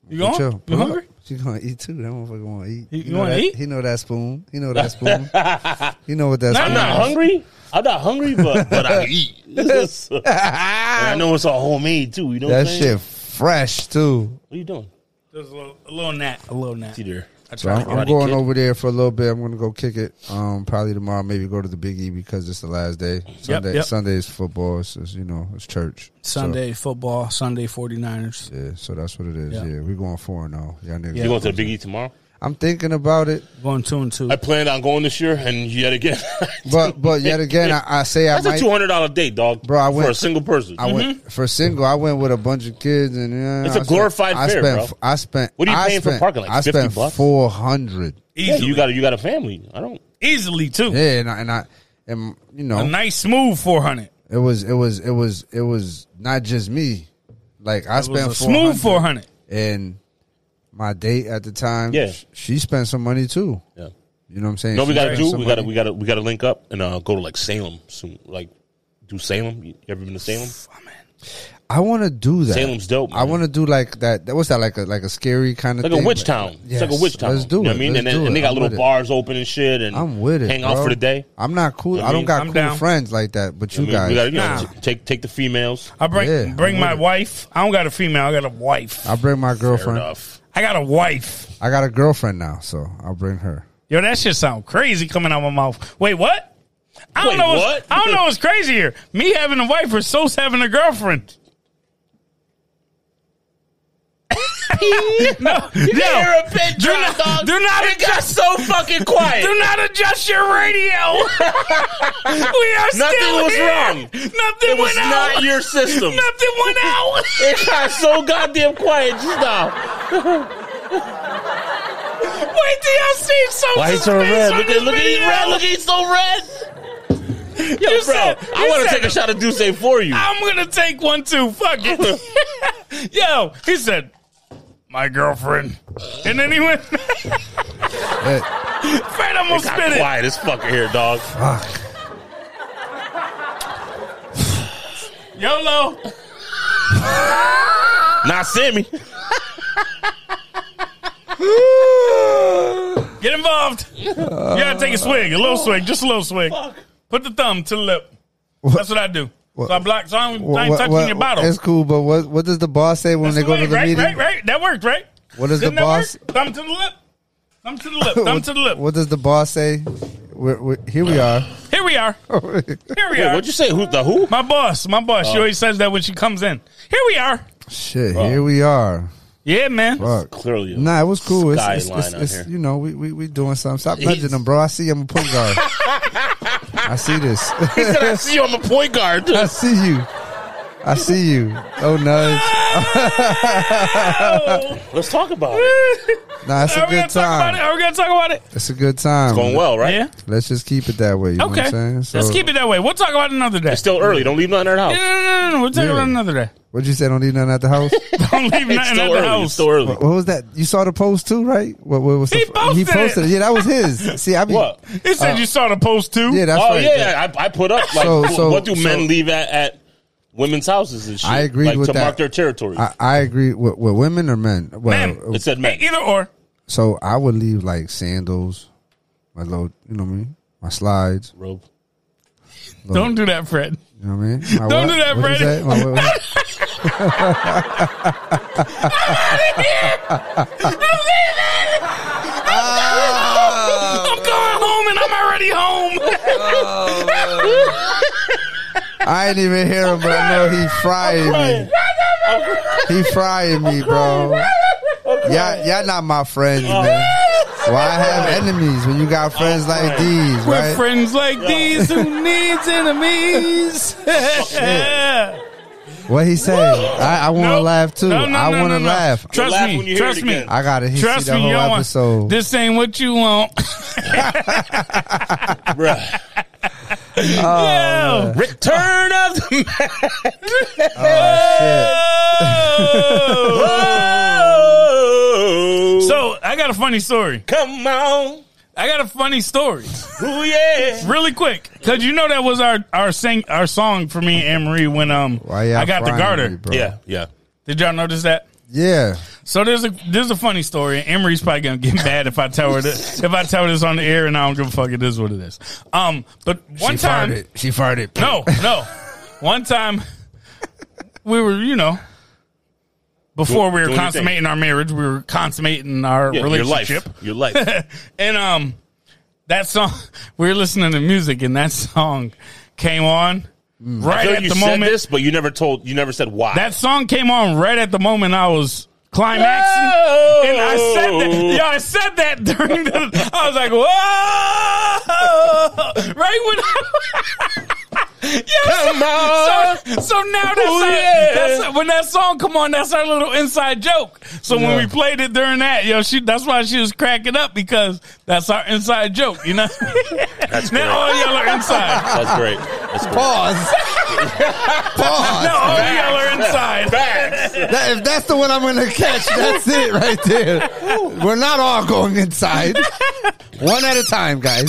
[SPEAKER 1] You
[SPEAKER 2] Yo,
[SPEAKER 1] going? You
[SPEAKER 2] pull up.
[SPEAKER 1] hungry?
[SPEAKER 2] She gonna eat too. That motherfucker wanna eat.
[SPEAKER 1] You- you
[SPEAKER 2] know
[SPEAKER 1] wanna
[SPEAKER 2] that-
[SPEAKER 1] eat?
[SPEAKER 2] He know that spoon. He know that spoon. he know what that
[SPEAKER 1] Nah,
[SPEAKER 2] spoon.
[SPEAKER 3] I'm not
[SPEAKER 1] Nice.
[SPEAKER 2] is.
[SPEAKER 3] hungry. I'm not hungry, but but I eat. and I know it's all homemade too. You know
[SPEAKER 2] That
[SPEAKER 3] what I'm saying?
[SPEAKER 2] shit fresh too.
[SPEAKER 3] What are you doing?
[SPEAKER 1] There's a little, a little nap. A little nap.
[SPEAKER 3] See there.
[SPEAKER 2] So I'm, I'm
[SPEAKER 3] Karate
[SPEAKER 2] going
[SPEAKER 3] Kid.
[SPEAKER 2] over there for a little bit. I'm gonna go kick it. Um, probably tomorrow. Maybe go to the Big E because it's the last day. Sunday.
[SPEAKER 1] yep.
[SPEAKER 2] Sunday is football. It's, it's, you know it's church. So,
[SPEAKER 1] Sunday football, Sunday 49ers.
[SPEAKER 2] yeah. So that's what it is.
[SPEAKER 1] Yeah.
[SPEAKER 2] Yeah. We're going four and zero. Y'all niggas.
[SPEAKER 3] You going to the Big E tomorrow?
[SPEAKER 2] I'm thinking about it,
[SPEAKER 1] Going two and two.
[SPEAKER 3] I planned on going this year, and yet again,
[SPEAKER 2] but but yet again, I, I say I
[SPEAKER 3] That's a
[SPEAKER 2] might.
[SPEAKER 3] two hundred dollar date, dog.
[SPEAKER 2] Bro, I went-
[SPEAKER 3] for a single person.
[SPEAKER 2] I went for single. I went with a bunch of kids, and uh,
[SPEAKER 3] Mm-hmm. It's a
[SPEAKER 2] I spent-
[SPEAKER 3] glorified
[SPEAKER 2] I
[SPEAKER 3] fair,
[SPEAKER 2] spent,
[SPEAKER 3] bro.
[SPEAKER 2] I spent.
[SPEAKER 3] What are you
[SPEAKER 2] I
[SPEAKER 3] paying for
[SPEAKER 2] spent-
[SPEAKER 3] parking, like
[SPEAKER 2] I
[SPEAKER 3] 50
[SPEAKER 2] spent
[SPEAKER 3] bucks?
[SPEAKER 2] four hundred.
[SPEAKER 3] yeah,
[SPEAKER 1] Easily.
[SPEAKER 3] you got a, you got a family. I don't.
[SPEAKER 1] Easily, too.
[SPEAKER 2] Yeah, and I, and I and you know
[SPEAKER 1] A nice, smooth 400.
[SPEAKER 2] it was it was it was it was not just me. Like
[SPEAKER 1] It
[SPEAKER 2] I
[SPEAKER 1] was
[SPEAKER 2] spent
[SPEAKER 1] a smooth 400.
[SPEAKER 2] and my date at the time.
[SPEAKER 3] Yeah.
[SPEAKER 2] sh- she spent some money too.
[SPEAKER 3] Yeah.
[SPEAKER 2] You know what I'm saying?
[SPEAKER 3] You know what
[SPEAKER 2] She
[SPEAKER 3] we gotta
[SPEAKER 2] spent
[SPEAKER 3] do?
[SPEAKER 2] some
[SPEAKER 3] We gotta
[SPEAKER 2] money.
[SPEAKER 3] we gotta we gotta link up and uh, go to like Salem soon. Like do Salem. You ever been to Salem?
[SPEAKER 2] I want to do that.
[SPEAKER 3] Salem's dope,
[SPEAKER 2] I
[SPEAKER 3] man.
[SPEAKER 2] want to do like that. that- What's that like a like a scary kind of
[SPEAKER 3] Like
[SPEAKER 2] thing?
[SPEAKER 3] a witch
[SPEAKER 2] Like-
[SPEAKER 3] town. it's like
[SPEAKER 2] Yes,
[SPEAKER 3] a witch town.
[SPEAKER 2] Let's do
[SPEAKER 3] You know
[SPEAKER 2] it.
[SPEAKER 3] what I mean,
[SPEAKER 2] Let's
[SPEAKER 3] and, then
[SPEAKER 2] do it.
[SPEAKER 3] and they got
[SPEAKER 2] I'm with
[SPEAKER 3] little
[SPEAKER 2] it.
[SPEAKER 3] bars open and shit. And
[SPEAKER 2] I'm with it.
[SPEAKER 3] Hang out
[SPEAKER 2] bro.
[SPEAKER 3] for the day.
[SPEAKER 2] I'm not cool.
[SPEAKER 3] You know
[SPEAKER 2] I
[SPEAKER 3] what I
[SPEAKER 2] don't
[SPEAKER 3] mean?
[SPEAKER 2] got
[SPEAKER 1] I'm
[SPEAKER 2] cool
[SPEAKER 1] down.
[SPEAKER 2] friends like that. But you
[SPEAKER 3] I mean,
[SPEAKER 2] guys,
[SPEAKER 3] we gotta you know,
[SPEAKER 1] Nah.
[SPEAKER 3] t- take take the females.
[SPEAKER 1] I bring,
[SPEAKER 2] Yeah,
[SPEAKER 1] bring
[SPEAKER 2] I'm
[SPEAKER 1] my
[SPEAKER 2] with it.
[SPEAKER 1] wife. I don't got a female. I got a wife.
[SPEAKER 2] I bring my
[SPEAKER 3] Fair
[SPEAKER 2] girlfriend.
[SPEAKER 3] enough.
[SPEAKER 1] I got a wife.
[SPEAKER 2] I got a girlfriend now, so I'll bring her.
[SPEAKER 1] Yo, that shit sound crazy coming out my mouth. Wait, what? I don't
[SPEAKER 3] Wait,
[SPEAKER 1] know. what's-
[SPEAKER 3] what?
[SPEAKER 1] I don't know what's crazier: me having a wife or Sos having a girlfriend. no,
[SPEAKER 3] You
[SPEAKER 1] no.
[SPEAKER 3] didn't hear a pin
[SPEAKER 1] Do
[SPEAKER 3] drop,
[SPEAKER 1] not-
[SPEAKER 3] dog.
[SPEAKER 1] do not
[SPEAKER 3] It got so fucking quiet.
[SPEAKER 1] Do not adjust your radio. we are still
[SPEAKER 3] was
[SPEAKER 1] here.
[SPEAKER 3] wrong.
[SPEAKER 1] Nothing
[SPEAKER 3] it was
[SPEAKER 1] went
[SPEAKER 3] not
[SPEAKER 1] out.
[SPEAKER 3] your system.
[SPEAKER 1] Nothing went out.
[SPEAKER 3] it got so goddamn quiet just now.
[SPEAKER 1] Wait till y'all see Sos.
[SPEAKER 3] Why he's so red? Look at look at he's red. Look at he's so red. Yo,
[SPEAKER 1] You
[SPEAKER 3] bro,
[SPEAKER 1] said-
[SPEAKER 3] I
[SPEAKER 1] you
[SPEAKER 3] want to
[SPEAKER 1] said-
[SPEAKER 3] take a shot of Douce for you.
[SPEAKER 1] I'm gonna take one too. Fuck it. Yo, he said, "My girlfriend," and then he went. Fred, I'm gonna
[SPEAKER 3] Got
[SPEAKER 1] spit it.
[SPEAKER 3] quiet as fuck in here, dog.
[SPEAKER 1] YOLO.
[SPEAKER 3] Not Sammy.
[SPEAKER 1] Get involved. You gotta take a swig, a little swig, just a little swig. Put the thumb to the lip. That's what I do. So I block. So I ain't, I ain't
[SPEAKER 2] What-
[SPEAKER 1] touching
[SPEAKER 2] what-
[SPEAKER 1] your bottle.
[SPEAKER 2] It's cool, but what what does the boss say when
[SPEAKER 1] That's
[SPEAKER 2] they
[SPEAKER 1] the
[SPEAKER 2] go to
[SPEAKER 1] way,
[SPEAKER 2] the
[SPEAKER 1] right,
[SPEAKER 2] meeting?
[SPEAKER 1] right, right. That worked, right?
[SPEAKER 2] What does
[SPEAKER 1] Didn't
[SPEAKER 2] the
[SPEAKER 1] that
[SPEAKER 2] boss?
[SPEAKER 1] work? Thumb to the lip. Thumb to the lip. Thumb to the lip.
[SPEAKER 2] What does the boss say? We're, we're, here we are.
[SPEAKER 1] Here we are. Here we
[SPEAKER 3] Wait,
[SPEAKER 1] are.
[SPEAKER 3] what'd you say? Who the who?
[SPEAKER 1] My boss, my boss.
[SPEAKER 3] Oh.
[SPEAKER 1] she always says that when she comes in. Here we are.
[SPEAKER 2] Shit, here we are.
[SPEAKER 1] Yeah, man.
[SPEAKER 2] Fuck.
[SPEAKER 3] Clearly,
[SPEAKER 2] Nah, it was cool. It's, it's,
[SPEAKER 3] Skyline
[SPEAKER 2] it's,
[SPEAKER 3] out
[SPEAKER 2] it's-
[SPEAKER 3] here.
[SPEAKER 2] you know, we, we we doing something. Stop
[SPEAKER 3] He's-
[SPEAKER 2] nudging him, bro. I see I'm a point guard. I see this.
[SPEAKER 3] He said, "I see you. I'm a point guard."
[SPEAKER 2] I see you. I see you. Oh no,
[SPEAKER 3] Let's talk about it.
[SPEAKER 2] nah, it's a
[SPEAKER 1] are we Oh. gonna
[SPEAKER 2] good
[SPEAKER 1] talk about it?
[SPEAKER 2] time.
[SPEAKER 1] Are we gonna talk about it?
[SPEAKER 2] It's a good time.
[SPEAKER 3] Going well, right?
[SPEAKER 1] Yeah.
[SPEAKER 2] Let's just keep it that way. You know what
[SPEAKER 1] Okay.
[SPEAKER 2] I'm saying?
[SPEAKER 1] Let's keep it that way. We'll talk about it another day.
[SPEAKER 3] It's still early. Don't leave nothing at
[SPEAKER 1] No,
[SPEAKER 3] the house.
[SPEAKER 1] no, no, no. We'll talk
[SPEAKER 2] Yeah.
[SPEAKER 1] about it another day.
[SPEAKER 2] What'd you say? Don't leave nothing at the house.
[SPEAKER 1] Don't leave
[SPEAKER 3] It's
[SPEAKER 1] nothing at
[SPEAKER 3] still
[SPEAKER 1] the
[SPEAKER 3] early. It's
[SPEAKER 1] house.
[SPEAKER 3] still early.
[SPEAKER 2] What what was that? You saw the post too, right? What, what was the-
[SPEAKER 1] He posted
[SPEAKER 2] he posted?
[SPEAKER 1] it.
[SPEAKER 2] It. Yeah, that was his. See, I be
[SPEAKER 3] What?
[SPEAKER 1] It said you saw the post too.
[SPEAKER 2] Uh, yeah, that's
[SPEAKER 3] oh
[SPEAKER 2] right.
[SPEAKER 3] yeah, I, I put up like
[SPEAKER 2] So-
[SPEAKER 3] wh-
[SPEAKER 2] so-
[SPEAKER 3] what do
[SPEAKER 2] so-
[SPEAKER 3] men leave at, at women's houses and shit?
[SPEAKER 2] I agree
[SPEAKER 3] like,
[SPEAKER 2] with
[SPEAKER 3] to
[SPEAKER 2] that.
[SPEAKER 3] mark their territory.
[SPEAKER 2] I, I agree with, with women or men. Well,
[SPEAKER 1] Men.
[SPEAKER 3] it said men.
[SPEAKER 1] Either or.
[SPEAKER 2] so I would leave like sandals, my little, you know what I mean, my slides.
[SPEAKER 3] Robe.
[SPEAKER 1] Don't do that, Fred.
[SPEAKER 2] You know what I mean? My
[SPEAKER 1] Don't
[SPEAKER 2] what?
[SPEAKER 1] do that,
[SPEAKER 2] What you
[SPEAKER 1] Brady.
[SPEAKER 2] say? My what- what-
[SPEAKER 3] Uh,
[SPEAKER 1] I'm going home and I'm already home.
[SPEAKER 2] I ain't even hear him, but I know he frying me. He frying me, bro. Y'all, y'all not my friends,
[SPEAKER 1] Oh.
[SPEAKER 2] man. Why have enemies when you got friends like these,
[SPEAKER 1] We're
[SPEAKER 2] right?
[SPEAKER 1] friends like these who needs enemies.
[SPEAKER 2] What he say? I, I want to
[SPEAKER 1] Nope.
[SPEAKER 2] laugh too.
[SPEAKER 1] No, no,
[SPEAKER 2] I
[SPEAKER 1] no,
[SPEAKER 2] want to
[SPEAKER 1] no, no.
[SPEAKER 2] laugh.
[SPEAKER 1] Trust
[SPEAKER 3] laugh when you
[SPEAKER 1] me.
[SPEAKER 3] hear
[SPEAKER 1] Trust
[SPEAKER 3] it
[SPEAKER 1] me.
[SPEAKER 3] again.
[SPEAKER 2] I gotta hit see
[SPEAKER 1] Trust
[SPEAKER 2] the
[SPEAKER 1] me. You
[SPEAKER 2] whole
[SPEAKER 1] don't want
[SPEAKER 2] episode.
[SPEAKER 1] this. Ain't what you want.
[SPEAKER 3] Bruh.
[SPEAKER 1] Oh, Yo.
[SPEAKER 3] Return of the man.
[SPEAKER 2] Shit.
[SPEAKER 3] so
[SPEAKER 1] Oh. So I got a funny story.
[SPEAKER 3] come on,
[SPEAKER 1] I got a funny story,
[SPEAKER 3] ooh yeah.
[SPEAKER 1] really quick, because you know that was our our sing our song for me and Anne Marie when um
[SPEAKER 2] Why y'all
[SPEAKER 1] I got the
[SPEAKER 2] frying
[SPEAKER 1] garter.
[SPEAKER 2] me, bro?
[SPEAKER 3] Yeah, yeah.
[SPEAKER 1] Did y'all notice that?
[SPEAKER 2] Yeah.
[SPEAKER 1] So there's a there's a funny story. and Emery's probably gonna get mad if I tell her this if I tell her this on the air, and I don't give a fuck. It is what it is. Um, but one time,
[SPEAKER 2] She farted.
[SPEAKER 1] no, no, one time we were, you know, before
[SPEAKER 3] Doing-
[SPEAKER 1] we were
[SPEAKER 3] doing your thing.
[SPEAKER 1] consummating our marriage, we were consummating our
[SPEAKER 3] yeah your life,
[SPEAKER 1] relationship,
[SPEAKER 3] your life.
[SPEAKER 1] and um, that song we were listening to music, and that song came on right
[SPEAKER 3] Mm. I know
[SPEAKER 1] at
[SPEAKER 3] you
[SPEAKER 1] the
[SPEAKER 3] said
[SPEAKER 1] moment.
[SPEAKER 3] this, but you never told. You never said why.
[SPEAKER 1] That song came on right at the moment I was climaxing. And I said
[SPEAKER 3] Oh.
[SPEAKER 1] that. Yeah, I said that during the. I was like, whoa! Right when I. Yes.
[SPEAKER 3] Come on.
[SPEAKER 1] So, so now that's,
[SPEAKER 3] Ooh,
[SPEAKER 1] our,
[SPEAKER 3] yeah.
[SPEAKER 1] that's- when that song come on, that's our little inside joke. So when we played it during that, yo, she that's why she was cracking up because that's our inside joke, you know.
[SPEAKER 3] That's great.
[SPEAKER 1] now all y'all are inside.
[SPEAKER 3] That's great. That's great.
[SPEAKER 2] Pause. Pause.
[SPEAKER 1] Now all y'all are inside.
[SPEAKER 2] That- if that's the one I'm gonna catch, that's it right there. We're not all going inside. One at a time, guys.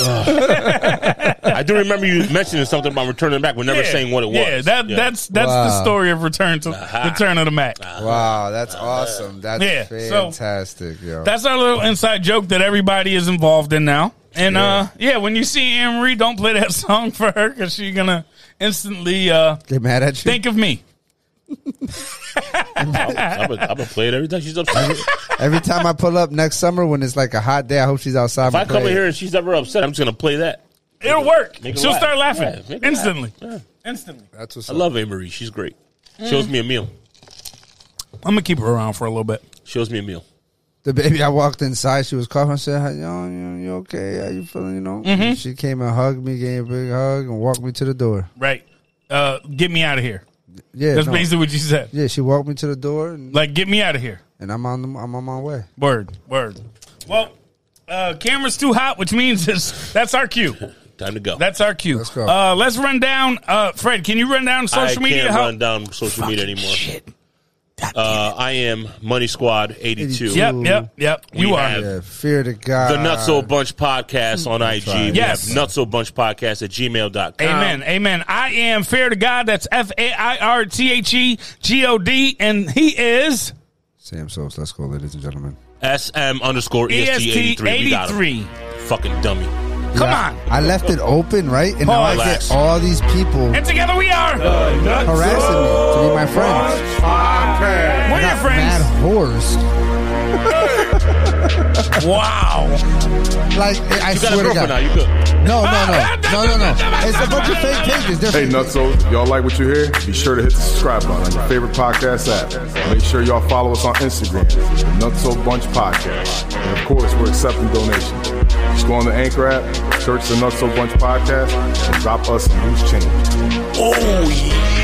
[SPEAKER 3] I do remember you mentioning something about returning back, but never saying what it was.
[SPEAKER 1] Yeah, that that's that's the
[SPEAKER 2] Wow.
[SPEAKER 1] story of Return to Return of the Mac.
[SPEAKER 2] Wow, that's awesome. That's
[SPEAKER 1] Yeah, so-
[SPEAKER 2] fantastic, yo.
[SPEAKER 1] That's our little inside joke that everybody is involved in now. And uh, yeah, when you see Anne Marie, don't play that song for her because she's gonna instantly uh,
[SPEAKER 2] Get mad at you.
[SPEAKER 1] think of me.
[SPEAKER 3] I'm gonna play it every time she's upset. if
[SPEAKER 2] Every time I pull up next summer when it's like a hot day, I hope she's outside.
[SPEAKER 3] I come in here and she's ever upset, I'm just gonna play that.
[SPEAKER 1] It'll work.
[SPEAKER 3] Make her
[SPEAKER 1] She'll
[SPEAKER 3] laugh.
[SPEAKER 1] start laughing
[SPEAKER 3] Yeah, make her
[SPEAKER 1] instantly.
[SPEAKER 3] laugh.
[SPEAKER 1] Instantly.
[SPEAKER 2] That's what's
[SPEAKER 3] I
[SPEAKER 2] up.
[SPEAKER 3] love Anne Marie. She's great. Shows me a meal.
[SPEAKER 1] I'm gonna keep her around for a little bit.
[SPEAKER 3] Shows me a meal.
[SPEAKER 2] the baby I walked inside, she was coughing. I said, "How yo, you, you okay? How you feeling? You know?"
[SPEAKER 1] Mm-hmm.
[SPEAKER 2] She came and hugged me, gave me a big hug, and walked me to the door.
[SPEAKER 1] Right. Uh, get me out of here.
[SPEAKER 2] Yeah,
[SPEAKER 1] That's
[SPEAKER 2] no.
[SPEAKER 1] basically what you said.
[SPEAKER 2] yeah. She walked me to the door, and,
[SPEAKER 1] Like, get me out of here.
[SPEAKER 2] and I'm on the, I'm on my way.
[SPEAKER 1] Word. Word. Well, uh, camera's too hot, which means it's, that's our cue.
[SPEAKER 3] Time to go.
[SPEAKER 1] That's our cue.
[SPEAKER 2] Let's go.
[SPEAKER 1] Uh, let's run down. Uh, Fred, can you run down
[SPEAKER 3] I
[SPEAKER 1] social
[SPEAKER 3] can't
[SPEAKER 1] media? How-
[SPEAKER 3] run down social media anymore.
[SPEAKER 1] Shit.
[SPEAKER 3] Uh, I am Money Squad 82.
[SPEAKER 2] Yep.
[SPEAKER 1] Yep, yep, yep.
[SPEAKER 3] We
[SPEAKER 1] you are.
[SPEAKER 3] have-
[SPEAKER 2] Yeah, fear to God.
[SPEAKER 3] The Nutso Bunch Podcast on IG. We
[SPEAKER 1] Yes.
[SPEAKER 3] have Nutso Bunch Podcast at gmail.com.
[SPEAKER 1] Amen. Amen. I am fair to God. That's F A I R T H E G O D. And he is
[SPEAKER 2] Sam Soaps. Let's go, ladies and gentlemen.
[SPEAKER 3] SM underscore E EST83. We got him.
[SPEAKER 1] EST83.
[SPEAKER 3] Fucking dummy.
[SPEAKER 1] Come
[SPEAKER 2] Yeah,
[SPEAKER 1] on.
[SPEAKER 2] I left it open, right? And now I
[SPEAKER 3] Relax.
[SPEAKER 2] get all these people
[SPEAKER 1] And together we are.
[SPEAKER 2] harassing me to be my friends.
[SPEAKER 1] We're your
[SPEAKER 2] Not mad
[SPEAKER 1] friends.
[SPEAKER 2] horse.
[SPEAKER 1] Wow.
[SPEAKER 2] Like I
[SPEAKER 3] You got a
[SPEAKER 2] swear to
[SPEAKER 3] girlfriend now.
[SPEAKER 2] God.
[SPEAKER 3] You good.
[SPEAKER 2] No, no, no, no, no, no. It's a bunch of fake pages. They're
[SPEAKER 4] Hey,
[SPEAKER 2] fake.
[SPEAKER 4] Nutso, y'all like what you hear? Be sure to hit the subscribe button on your favorite podcast app. Make sure y'all follow us on Instagram, the Nutso Bunch Podcast. And of course, we're accepting donations. Just go on the Anchor app, search the Nutso Bunch Podcast, and drop us some loose change.
[SPEAKER 3] Oh, yeah.